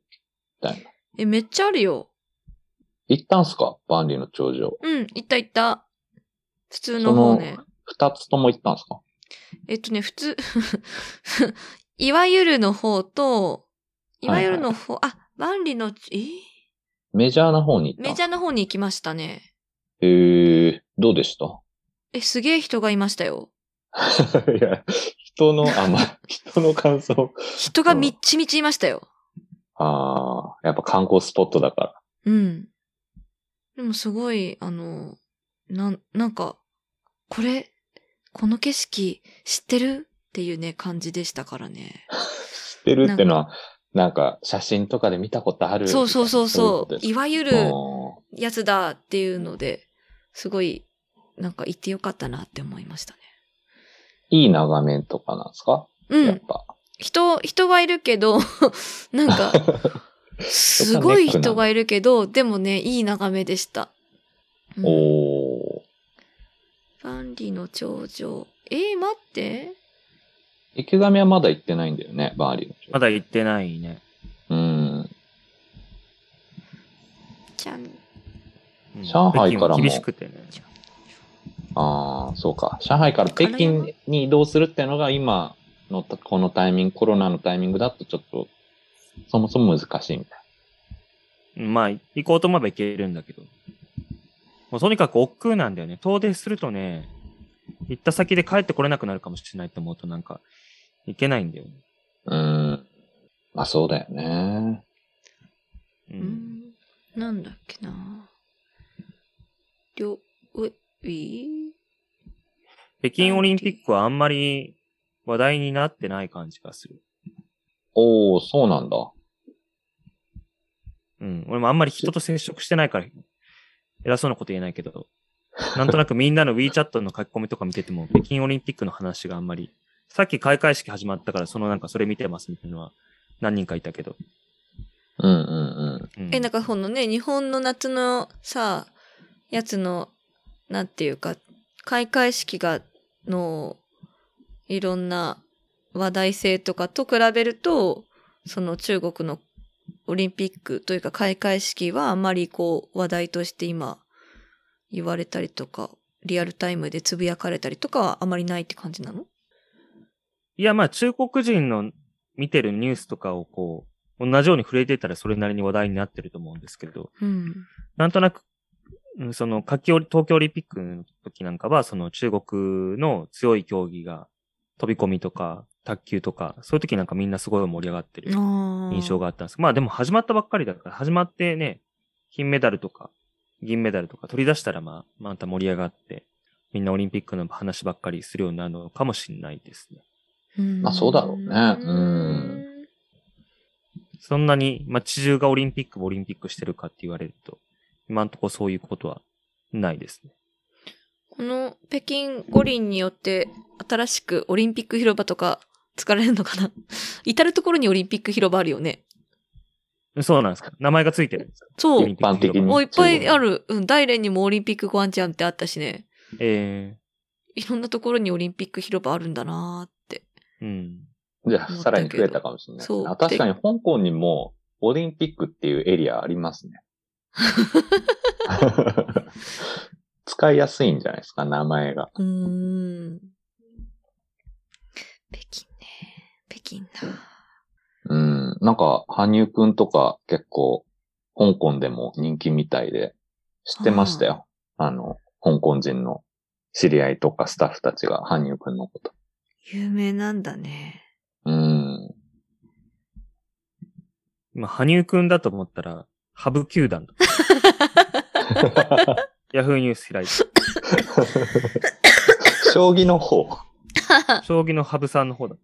[SPEAKER 2] たいな。
[SPEAKER 3] え、めっちゃあるよ。
[SPEAKER 2] 行ったんすか万里の長城。
[SPEAKER 3] うん、行った行った。普通の方ね。
[SPEAKER 2] 二つとも行ったんすか
[SPEAKER 3] えっとね、普通、 いわゆるの方と、いわゆるの方、あ、万里の、え
[SPEAKER 2] メジャーな方に行った
[SPEAKER 3] メ
[SPEAKER 2] ん
[SPEAKER 3] ジャーの方に行きましたね。
[SPEAKER 2] へえー、どうでした
[SPEAKER 3] え、すげえ人がいましたよ。
[SPEAKER 2] いや、人の、あ、まあ、 人の感想。
[SPEAKER 3] 人がみっちみちいましたよ。
[SPEAKER 2] ああ、やっぱ観光スポットだから。
[SPEAKER 3] うん。でもすごい、あの、なん、なんか、これ、この景色知ってるっていうね、感じでしたからね。
[SPEAKER 2] 知ってるってのは、なんか写真とかで見たことある。
[SPEAKER 3] そうそうそうそ。
[SPEAKER 2] いうこと
[SPEAKER 3] い
[SPEAKER 2] です
[SPEAKER 3] わゆる
[SPEAKER 2] うん
[SPEAKER 3] やつだっていうので、すごい、なんか行ってよかったなって思いましたね。
[SPEAKER 2] いい眺めとかなんですか、
[SPEAKER 3] う
[SPEAKER 2] やっ
[SPEAKER 3] ん。
[SPEAKER 2] ぱ。
[SPEAKER 3] 人、人はいるけど、 なんか、すごい人がいるけど、でもね、いい眺めでした。うん
[SPEAKER 2] おー。
[SPEAKER 3] 万里の長城。えー、待って。
[SPEAKER 2] 池上はまだ行ってないんだよね、バーリーの城。
[SPEAKER 1] まだ行ってないね。
[SPEAKER 2] うん。
[SPEAKER 3] ちゃん。
[SPEAKER 1] うん
[SPEAKER 2] 上海
[SPEAKER 1] 北京
[SPEAKER 2] からも
[SPEAKER 1] は厳しくてね。
[SPEAKER 2] ああ、そうか。上海から北京に移動するってのが今のたこのタイミング、コロナのタイミングだとちょっと、そもそも難しいみたい。
[SPEAKER 1] うんまあ、行こうと思えば行けるんだけど。もうとにかく億劫なんだよね。遠出するとね、行った先で帰ってこれなくなるかもしれないと思うとなんか、行けないんだよね。
[SPEAKER 2] うん。まあそうだよね。
[SPEAKER 1] う。
[SPEAKER 3] うんん。なんだっけな。りょ、う、い
[SPEAKER 1] 北京オリンピックはあんまり話題になってない感じがする。
[SPEAKER 2] おー、そうなんだ。
[SPEAKER 1] うん。俺もあんまり人と接触してないから、偉そうなこと言えないけど、なんとなくみんなの WeChat の書き込みとか見てても、北京オリンピックの話があんまり、さっき開会式始まったから、そのなんかそれ見てますみたいなのは何人かいたけど。
[SPEAKER 2] うんうん
[SPEAKER 1] うん、
[SPEAKER 3] え、なんかこのね、日本の夏のさ、やつの、なんていうか、開会式が、の、いろんな話題性とかと比べると、その中国のオリンピックというか開会式はあんまりこう話題として今言われたりとか、リアルタイムでつぶやかれたりとかはあまりないって感じなの
[SPEAKER 1] いや、まあ中国人の見てるニュースとかをこう、同じように触れてたらそれなりに話題になってると思うんですけど、
[SPEAKER 3] うん。
[SPEAKER 1] なんとなく、うんその、夏季オリ、東京オリンピックの時なんかは、その中国の強い競技が、飛び込みとか、卓球とか、そういう時なんかみんなすごい盛り上がってる印
[SPEAKER 3] 印
[SPEAKER 1] 象があったんです。まあでも始まったばっかりだから、始まってね、金メダルとか、銀メダルとか取り出したらまあ、また盛り上がって、みんなオリンピックの話ばっかりするようになるのかもしれないですね。
[SPEAKER 2] まあそうだろうねうん
[SPEAKER 1] そんなに、まあ地中がオリンピック、オリンピックしてるかって言われると、今んとこそういうことはないですね。
[SPEAKER 3] この北京五輪によって新しくオリンピック広場とか作られるのかな 至るところにオリンピック広場あるよね。
[SPEAKER 1] そうなんですか。名前がついてるんですか
[SPEAKER 3] そ
[SPEAKER 2] うん。
[SPEAKER 3] う。
[SPEAKER 2] 一般的に。
[SPEAKER 3] もういっぱいあ
[SPEAKER 2] る。
[SPEAKER 3] る。うん。大連にもオリンピックご案ちゃんってあったしね。
[SPEAKER 1] え
[SPEAKER 3] いろんなところにオリンピック広場あるんだなーって。
[SPEAKER 1] うん。
[SPEAKER 2] じゃあ、
[SPEAKER 3] 思ったけど
[SPEAKER 2] さらに増えたかもしれない。
[SPEAKER 3] そう
[SPEAKER 2] あ確かに香港にもオリンピックっていうエリアあります ね。使いやすいんじゃないですか、名前が。
[SPEAKER 3] うーん。北京ね。北京だ。
[SPEAKER 2] うん。なんか、羽生くんとか結構、香港でも人気みたいで、知ってましたよ。あの、香港人の知り合いとかスタッフたちが羽生くんのこと。
[SPEAKER 3] 有名なん だね。
[SPEAKER 2] うん。
[SPEAKER 1] 今、羽生くんだと思ったら、ハブ球団だ。ヤフーニュース開いて。
[SPEAKER 2] 将棋の方。
[SPEAKER 1] 将棋のハブさんの方だ。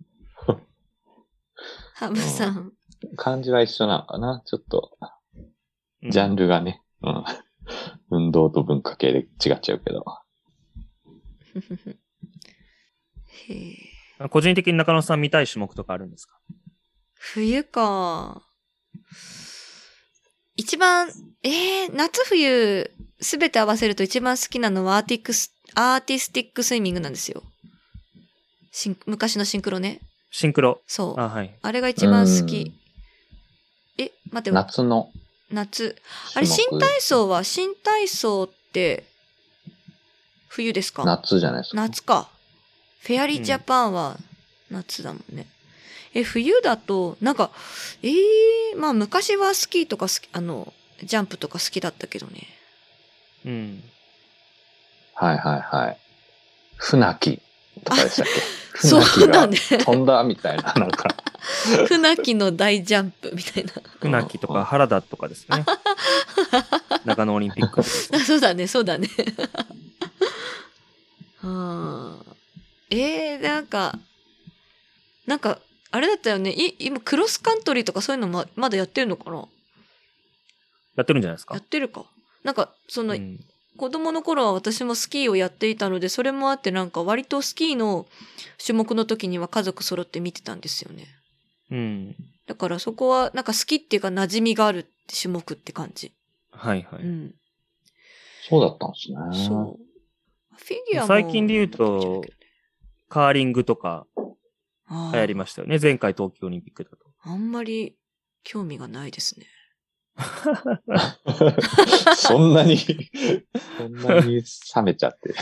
[SPEAKER 3] ハムさん。
[SPEAKER 2] 漢字は一緒なのかなちょっと、
[SPEAKER 1] うん
[SPEAKER 2] ジャンルがね。うん。運動と文化系で違っちゃうけど。
[SPEAKER 3] へえ。
[SPEAKER 1] 個人的に中野さん見たい種目とかあるんですか
[SPEAKER 3] 冬か。一番、えー、夏冬すべて合わせると一番好きなのはアーティックス、アーティスティックスイミングなんですよ。シン昔のシンクロね。
[SPEAKER 1] シンクロ。
[SPEAKER 3] そう。
[SPEAKER 1] あ、
[SPEAKER 3] あ
[SPEAKER 1] はい。
[SPEAKER 3] れが一番好き。え、待って、
[SPEAKER 2] 夏の
[SPEAKER 3] 夏。あ
[SPEAKER 2] 種
[SPEAKER 3] れ、
[SPEAKER 2] 目。
[SPEAKER 3] 新体操は、新体操って、冬ですか
[SPEAKER 2] 夏じゃないですか。
[SPEAKER 3] 夏か。フェアリージャパンは夏だもんね。え、冬だと、なんか、えー、まあ昔はスキーとか好き、あの、ジャンプとか好きだったけどね。
[SPEAKER 1] うん。
[SPEAKER 2] はいはいはい。船木とかでしたっけ
[SPEAKER 3] そ
[SPEAKER 2] 船木
[SPEAKER 3] うだ
[SPEAKER 2] が
[SPEAKER 3] ね。
[SPEAKER 2] 飛んだみたいな、なんか。
[SPEAKER 3] 船木の大ジャンプみたいな。
[SPEAKER 1] 船木とか原田とかですね。中野オリンピック。
[SPEAKER 3] あそうだね、そうだね。 はあ、えー、なんか、なんか、あれだったよね。い、今、クロスカントリーとかそういうのま、まだやってるのかな
[SPEAKER 1] やってるんじゃないですか
[SPEAKER 3] やってるか。なんか、その、
[SPEAKER 1] うん
[SPEAKER 3] 子供の頃は私もスキーをやっていたので、それもあってなんか割とスキーの種目の時には家族揃って見てたんですよね。
[SPEAKER 1] うん。
[SPEAKER 3] だからそこはなんか好きっていうか馴染みがあるって種目って感じ。
[SPEAKER 1] はいは
[SPEAKER 3] う
[SPEAKER 1] い。
[SPEAKER 3] ん。
[SPEAKER 2] そうだったんですね。
[SPEAKER 3] そう。フィギュアも。
[SPEAKER 1] 最近で言うとカーリングとか
[SPEAKER 3] あ
[SPEAKER 1] 流行りましたよね。前回東京オリンピックだと。
[SPEAKER 3] あんまり興味がないですね。
[SPEAKER 2] そんなに、そんなに冷めちゃって。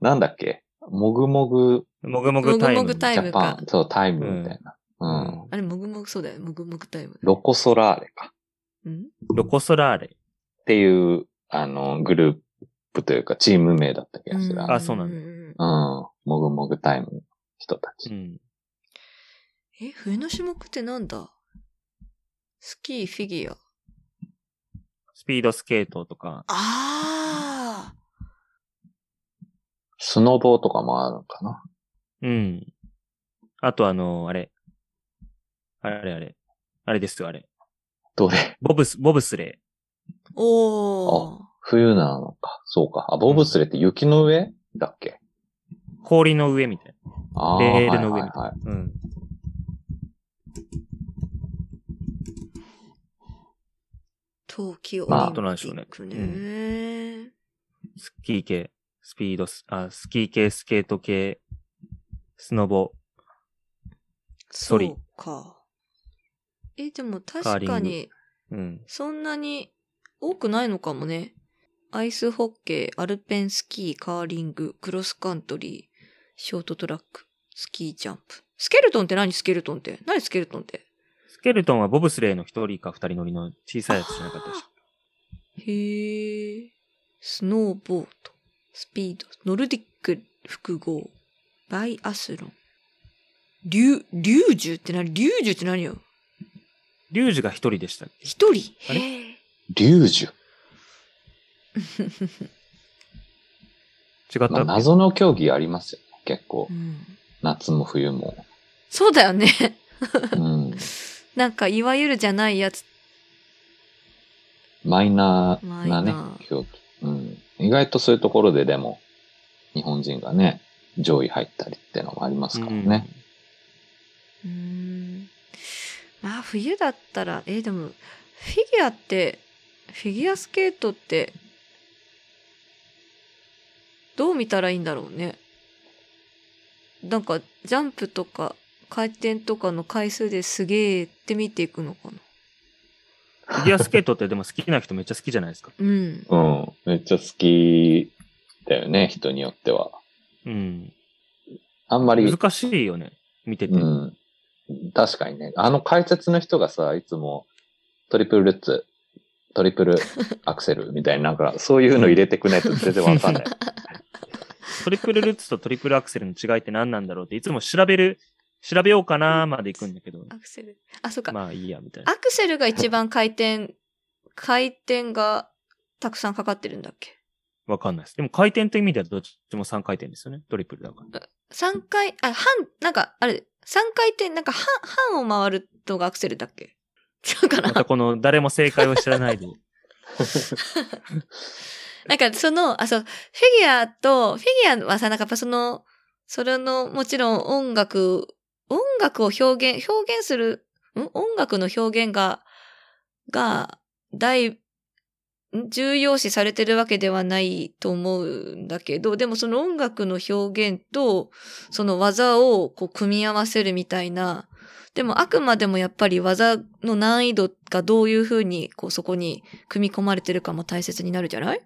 [SPEAKER 2] なんだっけもぐもぐ
[SPEAKER 1] もぐも
[SPEAKER 3] も
[SPEAKER 1] ぐ
[SPEAKER 3] ぐ
[SPEAKER 1] タイム。
[SPEAKER 3] もぐタ
[SPEAKER 2] ジ
[SPEAKER 3] イム
[SPEAKER 2] ャパ
[SPEAKER 3] か
[SPEAKER 2] ン、。そう、タイムみたいな。うん。
[SPEAKER 3] あれ、もぐもぐそうだよ。もぐもぐタイム。
[SPEAKER 2] ロコソラーレか。
[SPEAKER 3] うん
[SPEAKER 1] ロコソラーレ。
[SPEAKER 2] っていう、あの、グループというか、チーム名だった気がする。うん。
[SPEAKER 1] あそうなんだ
[SPEAKER 3] ん
[SPEAKER 2] もぐもぐタイムの人たち
[SPEAKER 1] う。ん。
[SPEAKER 3] え、冬の種目ってなんだスキー、フィギュア。
[SPEAKER 1] スピードスケートとか。
[SPEAKER 3] ああ
[SPEAKER 2] スノボーとかもあるのかな
[SPEAKER 1] うん。あとあの、あれ。あれあれ。あれですよ、あれ。
[SPEAKER 2] どれ
[SPEAKER 1] ボブス、ボブスレー。
[SPEAKER 3] おー。
[SPEAKER 2] 冬なのか。そうか。あ、ボブスレーって雪の上だっけ
[SPEAKER 1] 氷の上みたい
[SPEAKER 2] ああ。
[SPEAKER 1] レールの上
[SPEAKER 2] はいはいはい。
[SPEAKER 1] な。うん。
[SPEAKER 3] 冬季オリン
[SPEAKER 2] まあ
[SPEAKER 3] ピックね。
[SPEAKER 1] どうなんでスキー系、スピードス、あ、スキー系、スケート系、スノボ。
[SPEAKER 3] そ
[SPEAKER 1] ソリ
[SPEAKER 3] うか。え、でも
[SPEAKER 1] カー
[SPEAKER 3] 確
[SPEAKER 1] リング
[SPEAKER 3] かに、
[SPEAKER 1] うん。
[SPEAKER 3] そんなに多くないのかもね。アイスホッケー、アルペンスキー、カーリング、クロスカントリー、ショートトラック、スキージャンプ。スケルトンって何スケルトンって何スケルトンって
[SPEAKER 1] スケルトンはボブスレーの一人か二人乗りの小さいやつじゃなかったでしょ。
[SPEAKER 3] へえ。スノーボード、スピード、ノルディック複合、バイアスロン。リュ、リュージュって何リュージュって何よ
[SPEAKER 1] リュージュが一人でしたっけ
[SPEAKER 3] 一人
[SPEAKER 1] あれ
[SPEAKER 3] へえ。
[SPEAKER 2] リュージュ。
[SPEAKER 1] 違ったっけ、
[SPEAKER 2] まあ、謎の競技ありますよね。結構
[SPEAKER 3] う。ん
[SPEAKER 2] 夏も 冬も。
[SPEAKER 3] そうだよね。
[SPEAKER 2] うん。
[SPEAKER 3] なんか、いわゆるじゃないやつ。
[SPEAKER 2] マイナー
[SPEAKER 3] マ
[SPEAKER 2] な
[SPEAKER 3] イ
[SPEAKER 2] ね
[SPEAKER 3] ナー、
[SPEAKER 2] 競技。うん。意外とそういうところででも、日本人がね、上位入ったりってのもありますからね。
[SPEAKER 3] うーん。まあ、冬だったら、えーでも、フィギュアって、フィギュアスケートって、どう見たらいいんだろうね。なんかジャンプとか回転とかの回数ですげえって見ていくのかな。
[SPEAKER 1] フィギュアスケートってでも好きな人めっちゃ好きじゃないですか。
[SPEAKER 3] うん。
[SPEAKER 2] うん。めっちゃ好きだよね、人によっては。
[SPEAKER 1] うん。
[SPEAKER 2] あんまり、
[SPEAKER 1] 難しいよね。見てて。
[SPEAKER 2] うん。確かにね。あの解説の人がさ、いつもトリプルルッツ、トリプルアクセルみたいな、なんかそういうの入れてくねと全然わかんない。
[SPEAKER 1] トリプルルッツとトリプルアクセルの違いって何なんだろうっていつも調べる、調べようかなーまで行くんだけど、
[SPEAKER 3] アクセル。あ、そっか。
[SPEAKER 1] まあいいや、みたいな
[SPEAKER 3] ア。クセルが一番回転、回転がたくさんかかってるんだっけ
[SPEAKER 1] わかんないです。でも回転という意味ではどっちも3回転ですよね。トリプルだから。
[SPEAKER 3] 三回、あ、半、なんか、あれ、三回転、なんか半、半を回るのがアクセルだっけ 違うか
[SPEAKER 1] ま
[SPEAKER 3] な
[SPEAKER 1] たこの誰も正解を知ら ないで。
[SPEAKER 3] なんかその、あ、そう、フィギュアと、フィギュアはさ、なんかやっぱその、それの、もちろん音楽、音楽を表現、表現する、ん音楽の表現が、が、大、ん重要視されてるわけではないと思うんだけど、でもその音楽の表現と、その技をこう組み合わせるみたいな、でもあくまでもやっぱり技の難易度がどういうふうに、こうそこに組み込まれてるかも大切になるじゃない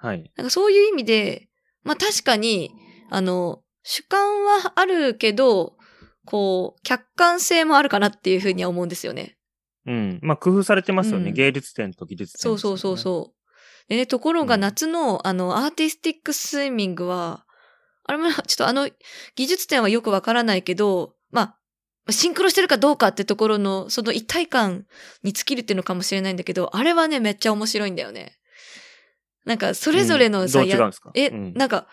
[SPEAKER 1] はい。
[SPEAKER 3] なんかそういう意味で、まあ確かに、あの、主観はあるけど、こう、客観性もあるかなっていうふうには思うんですよね。
[SPEAKER 1] うん。まあ工夫されてますよね。
[SPEAKER 3] うん
[SPEAKER 1] 芸術点と技術点、
[SPEAKER 3] そうそうそうそう。でね、ところが
[SPEAKER 1] うん
[SPEAKER 3] 夏の、あの、アーティスティックスイミングは、あれも、ち ょっとあの、技術点はよくわからないけど、まあ、シンクロしてるかどうかってところの、その一体感に尽きるっていうのかもしれないんだけど、あれはね、めっちゃ面白いんだよね。なんか、そ
[SPEAKER 1] そ
[SPEAKER 3] れぞれのさ、
[SPEAKER 1] どう違
[SPEAKER 3] や
[SPEAKER 1] うんですか
[SPEAKER 3] え、
[SPEAKER 1] うん
[SPEAKER 3] なんか、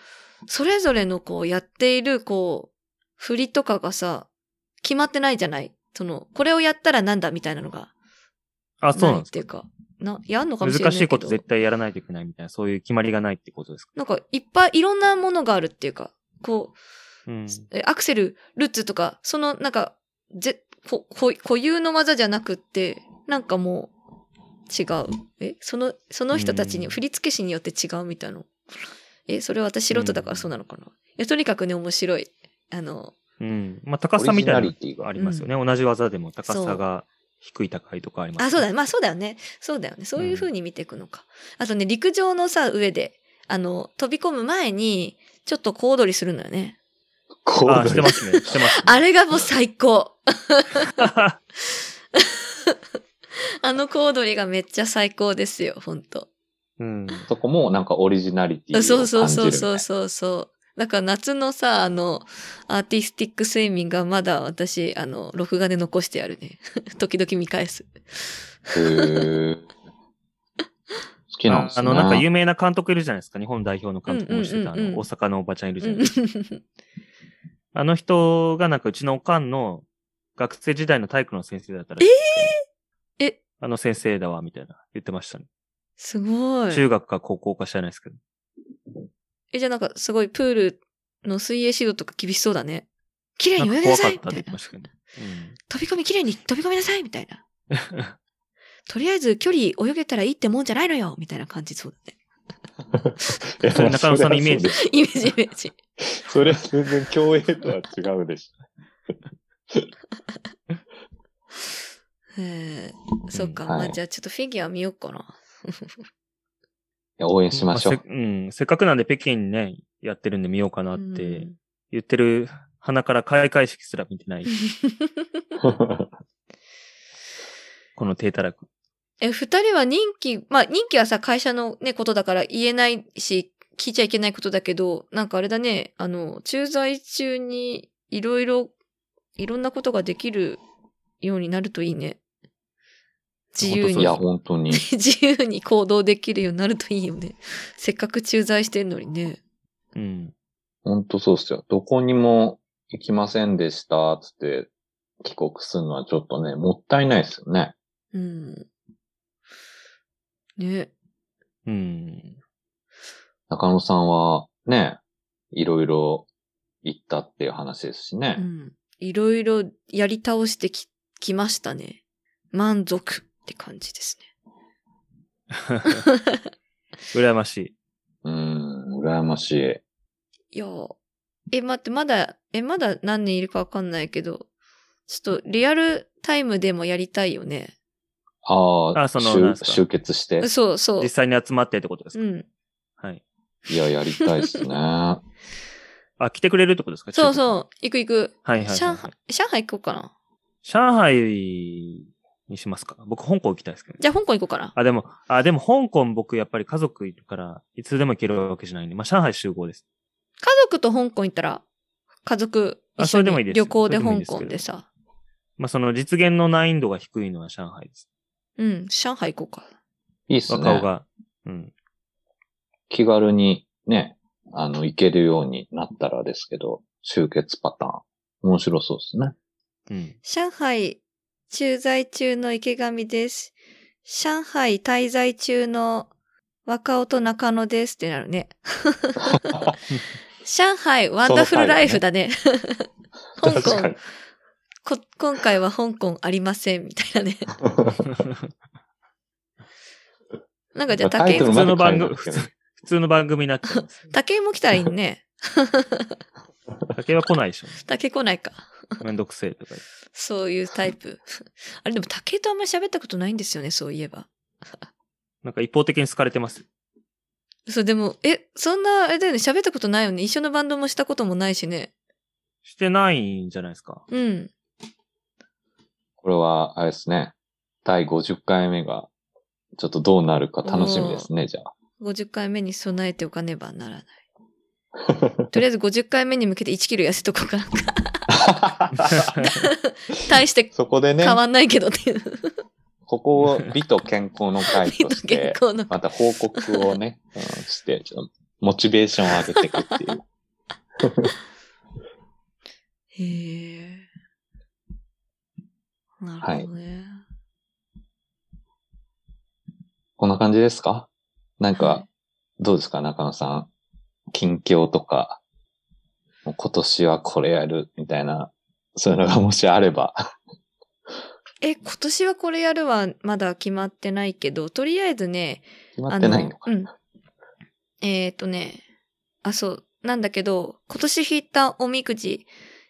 [SPEAKER 3] それぞれのこうやっているこう、振りとかがさ、決まってないじゃないその、これをやったらなんだみたいなのが。
[SPEAKER 1] あ、そうなん
[SPEAKER 3] いっ
[SPEAKER 1] です
[SPEAKER 3] ていうか。な、やんのか
[SPEAKER 1] か。
[SPEAKER 3] もしれない
[SPEAKER 1] 難
[SPEAKER 3] けど。
[SPEAKER 1] しいこと絶対やらないといけないみたいな、そういう決まりがないってことですか。
[SPEAKER 3] なんか、いっぱいいろんなものがあるっていうか、こう、
[SPEAKER 1] うん。
[SPEAKER 3] えアクセル、ルッツとか、その、なんか、ぜ、こ、こ、固有の技じゃなくって、なんかもう、違う。えその、その人たち
[SPEAKER 1] う
[SPEAKER 3] に、
[SPEAKER 1] ん
[SPEAKER 3] 振付師によって違うみたいな。え、それ私素人だからそうなのかな、いや、とにかくね、面白い。あの、
[SPEAKER 1] うん。まあ高さみたいな
[SPEAKER 2] オリ
[SPEAKER 1] の
[SPEAKER 2] ジナリティが
[SPEAKER 1] ありますよね。同じ技でも高さが低い高いとかあります、
[SPEAKER 3] あ、そうだね。まあそうだよね。そうだよね。そういう風に見ていくのか。あとね、陸上のさ、上で、あの、飛び込む前に、ちょっと小躍りするのよね。
[SPEAKER 2] こう
[SPEAKER 1] あ、してますね。してます、ね。
[SPEAKER 3] あれがもう最高 あの小躍りがめっちゃ最高ですよ、ほんと。
[SPEAKER 1] うん。
[SPEAKER 2] そこもなんかオリジナリティを感じる
[SPEAKER 3] そ
[SPEAKER 2] み
[SPEAKER 3] う
[SPEAKER 2] たい
[SPEAKER 3] そう
[SPEAKER 2] な。
[SPEAKER 3] そうそうそうそう。だから夏のさ、あの、アーティスティックスイミングがまだ私、あの、録画で残してあるね。 時々見返す。
[SPEAKER 2] へー好きなんです
[SPEAKER 1] あ
[SPEAKER 2] ね。
[SPEAKER 1] の、なんか有名な監督いるじゃないですか。日本代表の監督もしてた、
[SPEAKER 3] うんうんうんう
[SPEAKER 1] あ
[SPEAKER 3] ん
[SPEAKER 1] の、大阪のおばちゃんいるじゃ
[SPEAKER 3] う
[SPEAKER 1] ないで
[SPEAKER 3] ん
[SPEAKER 1] すか。あの人がなんかうちのおかんの学生時代の体育の先生だったらしくて
[SPEAKER 3] えーえ
[SPEAKER 1] あの先生だわ、みたいな言ってましたね。
[SPEAKER 3] すごい。
[SPEAKER 1] 中学か高校か知らないですけど。
[SPEAKER 3] え、じゃあなんかすごいプールの水泳指導とか厳しそうだね。綺麗
[SPEAKER 1] な
[SPEAKER 3] に
[SPEAKER 1] んか
[SPEAKER 3] 泳ぎな
[SPEAKER 1] 怖か
[SPEAKER 3] さ
[SPEAKER 1] っ
[SPEAKER 3] いみ
[SPEAKER 1] た
[SPEAKER 3] た
[SPEAKER 1] って言
[SPEAKER 3] い
[SPEAKER 1] って
[SPEAKER 3] な
[SPEAKER 1] ま。したけど。
[SPEAKER 3] 飛び込み綺麗に飛び込みなさいみたいな。とりあえず距離泳げたらいいってもんじゃないのよみたいな感じそうだね。
[SPEAKER 2] いや
[SPEAKER 1] それ中野さんのイメージ。
[SPEAKER 3] イメージイメージ。
[SPEAKER 2] それは全然競泳とは違うでし
[SPEAKER 3] えー、そっか、
[SPEAKER 2] はい
[SPEAKER 3] まあじゃあちょっとフィギュア見ようかな。
[SPEAKER 2] ょ。いや応援
[SPEAKER 1] うん。
[SPEAKER 2] しましょ
[SPEAKER 1] あ
[SPEAKER 2] う
[SPEAKER 1] せ。うん。せっかくなんで北京にね、やってるんで見ようかなっ
[SPEAKER 3] う
[SPEAKER 1] て
[SPEAKER 3] ん
[SPEAKER 1] 言ってる鼻から開会式すら見てない、この低たらく。
[SPEAKER 3] え、二人は任期、まあ任期はさ、会社のね、ことだから言えないし、聞いちゃいけないことだけど、なんかあれだね、あの、駐在中にいろいろ、いろんなことができるようになるといいね。自由
[SPEAKER 1] そ
[SPEAKER 3] に
[SPEAKER 1] う
[SPEAKER 2] いや、本当に。
[SPEAKER 3] 自由に行動できるようになるといいよね。 せっかく駐在してんのにね。
[SPEAKER 1] うん。
[SPEAKER 2] 本当そうっすよ。どこにも行きませんでした、つって、帰国するのはちょっとね、もったいないですよね。
[SPEAKER 3] うん。ね。
[SPEAKER 1] うん。
[SPEAKER 2] 中野さんは、ね、いろいろ行ったっていう話ですしね
[SPEAKER 3] う。ん。いろいろやり倒してき、きましたね。満足って感じですね。
[SPEAKER 1] 羨ましい。
[SPEAKER 2] うん、ん羨ましい。
[SPEAKER 3] いやーえ、待って、まだ、え、まだ何人いるかわかんないけど、ちょっとリアルタイムでもやりたいよね。
[SPEAKER 2] ああ、
[SPEAKER 1] あその
[SPEAKER 2] 集
[SPEAKER 1] なんですか
[SPEAKER 2] 集結して。
[SPEAKER 3] そうそう
[SPEAKER 1] 実。際に集まってってことです
[SPEAKER 3] う
[SPEAKER 1] か、
[SPEAKER 3] ん。
[SPEAKER 1] はい。
[SPEAKER 2] いや、やりたいですね。あ
[SPEAKER 1] あ、来てくれるってことですか
[SPEAKER 3] そう
[SPEAKER 1] う。
[SPEAKER 3] そう。行く行く。
[SPEAKER 1] はいはいはい、
[SPEAKER 3] 上海、上海行こうかな。
[SPEAKER 1] 上海にしますか僕、香港行きたいですけどね、
[SPEAKER 3] じゃあ香港行こうかな。
[SPEAKER 1] あ、でも、あ、でも香港僕やっぱり家族いるから、いつでも行けるわけじゃないんで、まあ上海集合です。
[SPEAKER 3] 家族と香港行ったら、家族一
[SPEAKER 1] あそ
[SPEAKER 3] 緒
[SPEAKER 1] れでもいいで
[SPEAKER 3] に
[SPEAKER 1] す
[SPEAKER 3] 旅行で
[SPEAKER 1] それでもいいで
[SPEAKER 3] 香
[SPEAKER 1] すけど
[SPEAKER 3] 港でさ。
[SPEAKER 1] まあその実現の難易度が低いのは上海です。
[SPEAKER 3] うん、上海行こうか。
[SPEAKER 2] いいっす
[SPEAKER 1] 若尾
[SPEAKER 2] ね。
[SPEAKER 1] が。うん。
[SPEAKER 2] 気軽にね、あの、行けるようになったらですけど、集結パターン。面白そうですね。
[SPEAKER 1] うん。
[SPEAKER 3] 上海駐在中の池上です。上海滞在中の若尾と中野ですってな るね。上海ワンダフルライフ だね。香
[SPEAKER 2] 確か
[SPEAKER 3] 港
[SPEAKER 2] に。
[SPEAKER 3] こ、今回は香港ありませんみたいなね。なんかじゃあ
[SPEAKER 2] タ
[SPEAKER 3] 竹
[SPEAKER 2] イ
[SPEAKER 3] 井
[SPEAKER 2] ト
[SPEAKER 1] 普
[SPEAKER 2] ル
[SPEAKER 3] も、
[SPEAKER 1] 通の
[SPEAKER 2] まで
[SPEAKER 1] 番
[SPEAKER 2] 変えな
[SPEAKER 1] 組、
[SPEAKER 2] い
[SPEAKER 1] 普通普通の番組になっちゃいます。
[SPEAKER 3] 竹井も来たらいいね。
[SPEAKER 1] 竹は来ないでしょ、
[SPEAKER 3] 竹井来ないか。
[SPEAKER 1] めんどくせえとか言って。
[SPEAKER 3] そういうタイプ。 あれでも竹井とあんまり喋ったことないんですよね、そういえば。
[SPEAKER 1] なんか一方的に好かれてます。
[SPEAKER 3] そう、でも、え、そんな、あれだよね、喋ったことないよね。一緒のバンドもしたこともないしね。
[SPEAKER 1] してないんじゃないですか。
[SPEAKER 3] うん。
[SPEAKER 2] これは、あれですね。第50回目が、ちょっとどうなるか楽しみですね、じゃあ。
[SPEAKER 3] 50回目に備えておかねば ならない。とりあえず50回目に向けて1キロ痩せとこうかな。大し て
[SPEAKER 2] そこでね、
[SPEAKER 3] 変わんないけどっていう。
[SPEAKER 2] ここを美と健康の会とし
[SPEAKER 3] 健
[SPEAKER 2] て、
[SPEAKER 3] 康の。
[SPEAKER 2] また報告をね、うんして、ちょっとモチベーションを上げていくっていう。
[SPEAKER 3] へえ。なるほどね。
[SPEAKER 2] こんな感じですかなん
[SPEAKER 3] は
[SPEAKER 2] か
[SPEAKER 3] い、
[SPEAKER 2] どうですか中野さん。近況とか、もう今年はこれやるみたいな、そういうのがもしあれば。
[SPEAKER 3] え、今年はこれやるはまだ決まってないけど、とりあえずね、
[SPEAKER 2] 決まってないの
[SPEAKER 3] あ
[SPEAKER 2] か。
[SPEAKER 3] のうん。えっ、とね、あ、そう、なんだけど、今年引いたおみくじ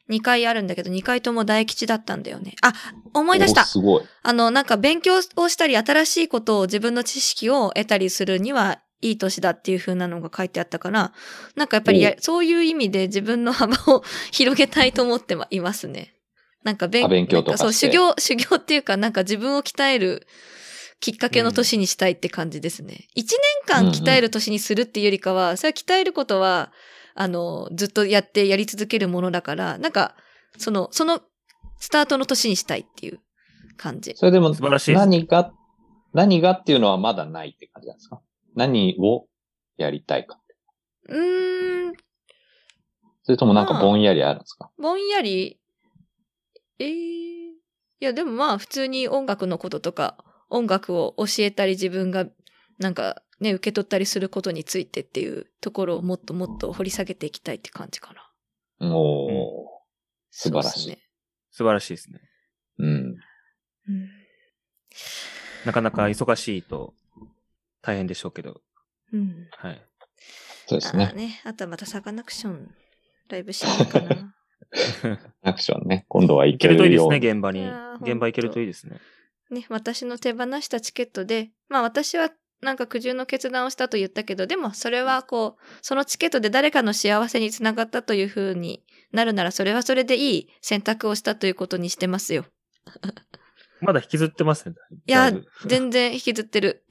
[SPEAKER 3] 2回あるんだけど、2回とも大吉だったんだよね。あ、思い出し
[SPEAKER 2] お
[SPEAKER 3] た
[SPEAKER 2] すごい。
[SPEAKER 3] あの、なんか勉強をしたり、新しいことを自分の知識を得たりするには、いい年だっていう風なのが書いてあったから、なんかやっぱりや
[SPEAKER 2] お
[SPEAKER 3] そういう意味で自分の幅を広げたいと思ってはいますね。なんか勉
[SPEAKER 2] あ勉強とか
[SPEAKER 3] なんそう、
[SPEAKER 2] して
[SPEAKER 3] 修行、修行っていうか、なんか自分を鍛えるきっかけの年にしたいって感じですね。一、
[SPEAKER 2] うんうん
[SPEAKER 3] 年間鍛える年にするっていうよりかは、それは鍛えることは、あの、ずっとやってやり続けるものだから、なんか、その、その、スタートの年にしたいっていう感じ。
[SPEAKER 2] それでも
[SPEAKER 1] 素晴らしいです
[SPEAKER 2] 何が、何がっていうのはまだないって感じなんですか何をやりたいか。
[SPEAKER 3] うーん、
[SPEAKER 2] それともなんかぼんやりあるんですか、
[SPEAKER 3] ぼんやり、ええいや、でもまあ、普通に音楽のこととか、音楽を教えたり自分が、なんかね、受け取ったりすることについてっていうところをもっともっと掘り下げていきたいって感じかな。
[SPEAKER 2] お
[SPEAKER 1] う
[SPEAKER 2] ー
[SPEAKER 1] ん
[SPEAKER 2] 素晴らしい
[SPEAKER 3] そうっ
[SPEAKER 1] 素晴らしいですね。
[SPEAKER 2] うん。
[SPEAKER 3] すね。
[SPEAKER 1] なかなか忙しいと大変でしょうけど。
[SPEAKER 3] うん。うん。
[SPEAKER 1] はい。
[SPEAKER 2] そうですね
[SPEAKER 3] あ。ね。あとはまたサカナクション、ライブしようかな。
[SPEAKER 2] アクションね。今度は行
[SPEAKER 1] 行け
[SPEAKER 2] け
[SPEAKER 1] るといいで
[SPEAKER 2] るよ
[SPEAKER 1] すね、
[SPEAKER 2] うに。
[SPEAKER 1] 現場
[SPEAKER 3] い
[SPEAKER 1] に
[SPEAKER 3] やー。
[SPEAKER 1] 現場行けるといいですね。
[SPEAKER 3] ね、私の手放したチケットで、まあ私はなんか苦渋の決断をしたと言ったけど、でもそれはこう、そのチケットで誰かの幸せにつながったというふうになるなら、それはそれでいい選択をしたということにしてますよ。
[SPEAKER 1] まだ引きずってますね。
[SPEAKER 3] いや
[SPEAKER 1] だぶ
[SPEAKER 3] 全然引きずって る。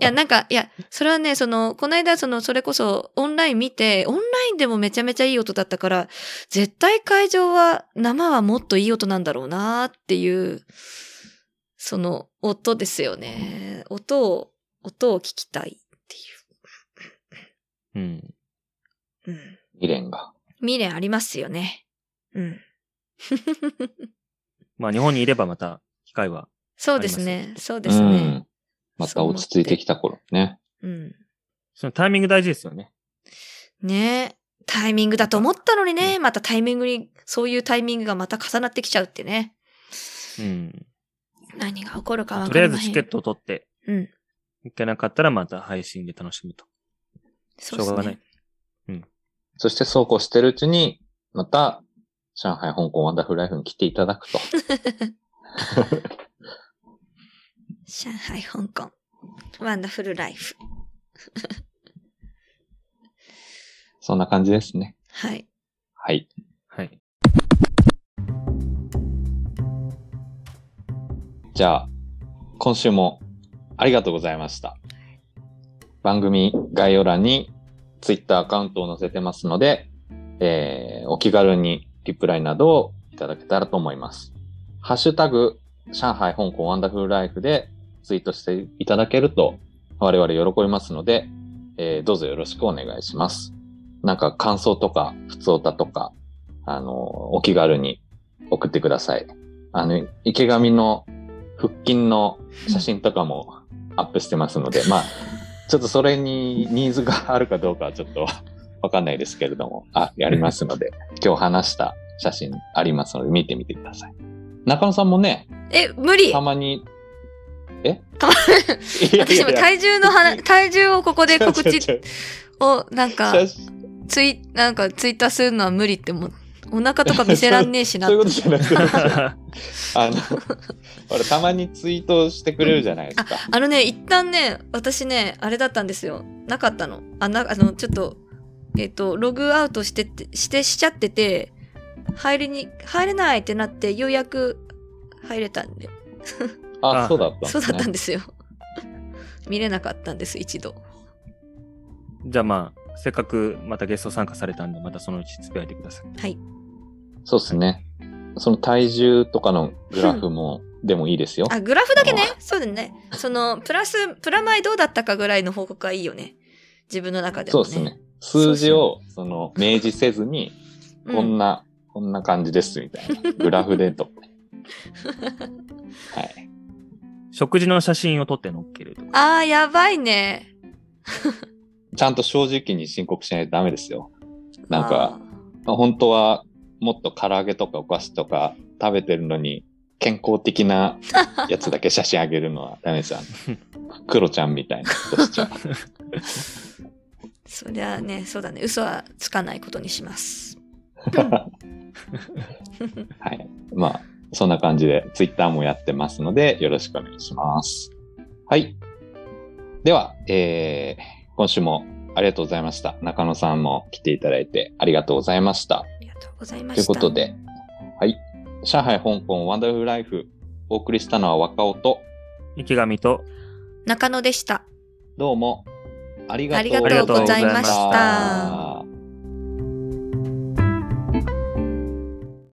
[SPEAKER 3] いや、なんか、いや、それはね、その、この間、その、それこそ、オンライン見て、オンラインでもめちゃめちゃいい音だったから、絶対会場は、生はもっといい音なんだろうなっていう、その、音ですよね。音を、音を聞きたいって
[SPEAKER 1] うん。
[SPEAKER 3] いう。うん。
[SPEAKER 2] 未練が。
[SPEAKER 3] 未練ありますよね。うん。
[SPEAKER 1] まあ日本にいればまた機会は。
[SPEAKER 3] そうですね。そうで
[SPEAKER 2] う
[SPEAKER 3] すね。
[SPEAKER 2] ん。また落ち着いてきた頃ね。
[SPEAKER 3] うん。
[SPEAKER 1] そのタイミング大事ですよね。
[SPEAKER 3] ねえ。タイミングだと思ったのにね、またタイミングに、そういうタイミングがまた重なってきちゃうってね。
[SPEAKER 1] うん。
[SPEAKER 3] 何が起こるかわ
[SPEAKER 1] と
[SPEAKER 3] か
[SPEAKER 1] りあえ
[SPEAKER 3] りま
[SPEAKER 1] ず
[SPEAKER 3] せ
[SPEAKER 1] チ
[SPEAKER 3] ん。
[SPEAKER 1] ケットを取って、
[SPEAKER 3] うん。
[SPEAKER 1] 行けなかったらまた配信で楽しむと。
[SPEAKER 3] そうで
[SPEAKER 1] しょう
[SPEAKER 3] す
[SPEAKER 1] がない
[SPEAKER 3] ね。
[SPEAKER 2] そしてそうこうしてるうちに、また、上海、香港、ワンダフルライフに来ていただくと。
[SPEAKER 3] 上海、香港、ワンダフルライフ。
[SPEAKER 2] そんな感じですね。
[SPEAKER 3] はい。
[SPEAKER 2] はい。
[SPEAKER 1] はい。
[SPEAKER 2] じゃあ、今週もありがとうございました。番組概要欄に Twitter アカウントを載せてますので、えーお気軽にリプライなどをいただけたらと思います。ハッシュタグ、上海、香港、ワンダフルライフでツイートしていただけると我々喜びますので、えーどうぞよろしくお願いします。なんか感想とか、普通歌とか、あの、お気軽に送ってください。あの、池上の腹筋の写真とかもアップしてますので、まあ、ちょっとそれにニーズがあるかどうかはちょっとわかんないですけれども、あ、やりますので、今日話した写真ありますので見てみてください。中野さんもね、
[SPEAKER 3] え、無理
[SPEAKER 2] たまに、え
[SPEAKER 3] たま
[SPEAKER 2] いやい
[SPEAKER 3] 私
[SPEAKER 2] や
[SPEAKER 3] も
[SPEAKER 2] いや
[SPEAKER 3] 体重の 話、体重をここで告知をなんか、
[SPEAKER 2] 写真
[SPEAKER 3] ツイ、なんかツイッターするのは無理ってもう、お腹とか見せらんねえしな
[SPEAKER 2] そういうことじゃなくて、
[SPEAKER 1] は
[SPEAKER 2] あの、俺たまにツイートしてくれるじゃないですか。
[SPEAKER 3] あのね、一旦ね、私ね、あれだったんですよ。なかったの。あ、な、あの、ちょっと、えっ、と、ログアウトしてて、してしちゃってて、入りに、入れないってなって、ようやく入れたんで、
[SPEAKER 2] あ、
[SPEAKER 1] あ
[SPEAKER 2] そうだったんです
[SPEAKER 3] そう
[SPEAKER 2] ね。
[SPEAKER 3] だったんですよ。 見れなかったんです、一度。
[SPEAKER 1] じゃあまあ、せっかくまたゲスト参加されたんで、またそのうちつぶやいてください。
[SPEAKER 3] はい。
[SPEAKER 2] そうですね。その体重とかのグラフも、でもいいですよ。
[SPEAKER 3] あ、グラフだけね
[SPEAKER 2] あ。
[SPEAKER 3] そうだね。その、プラス、プラマイどうだったかぐらいの報告はいいよね。自分の中で
[SPEAKER 2] そ
[SPEAKER 3] も
[SPEAKER 2] う
[SPEAKER 3] ね。
[SPEAKER 2] ですね。数字を、その、明示せずに、
[SPEAKER 3] うん。
[SPEAKER 2] こんな、こんな感じです、みたいな。グラフでと か。はい。
[SPEAKER 1] 食事の写真を撮って載っけると。
[SPEAKER 3] あー、やばいね。
[SPEAKER 2] ちゃんと正直に申告しないとダメですよ。なん
[SPEAKER 3] あ
[SPEAKER 2] か、本当は、もっと唐揚げとかお菓子とか食べてるのに、健康的なやつだけ写真あげるのはダメですよ。あのクロちゃんみたいなことしちゃう。
[SPEAKER 3] ー。そりゃね、そうだね。嘘はつかないことにします。
[SPEAKER 2] はい。まあ、そんな感じで、ツイッターもやってますので、よろしくお願いします。はい。では、えー、今週もありがとうございました。中野さんも来ていただいてありがとうございました。
[SPEAKER 3] ありがとうございま
[SPEAKER 2] とい
[SPEAKER 3] し
[SPEAKER 2] う
[SPEAKER 3] た。
[SPEAKER 2] ことで、はい。上海、香港、ワンダフルライフ、お送りしたのは若尾と、
[SPEAKER 1] 池上と、
[SPEAKER 3] 中野でした。
[SPEAKER 2] どうも、ありが
[SPEAKER 3] あ
[SPEAKER 2] と
[SPEAKER 3] り
[SPEAKER 2] うございました。
[SPEAKER 3] がとうございました。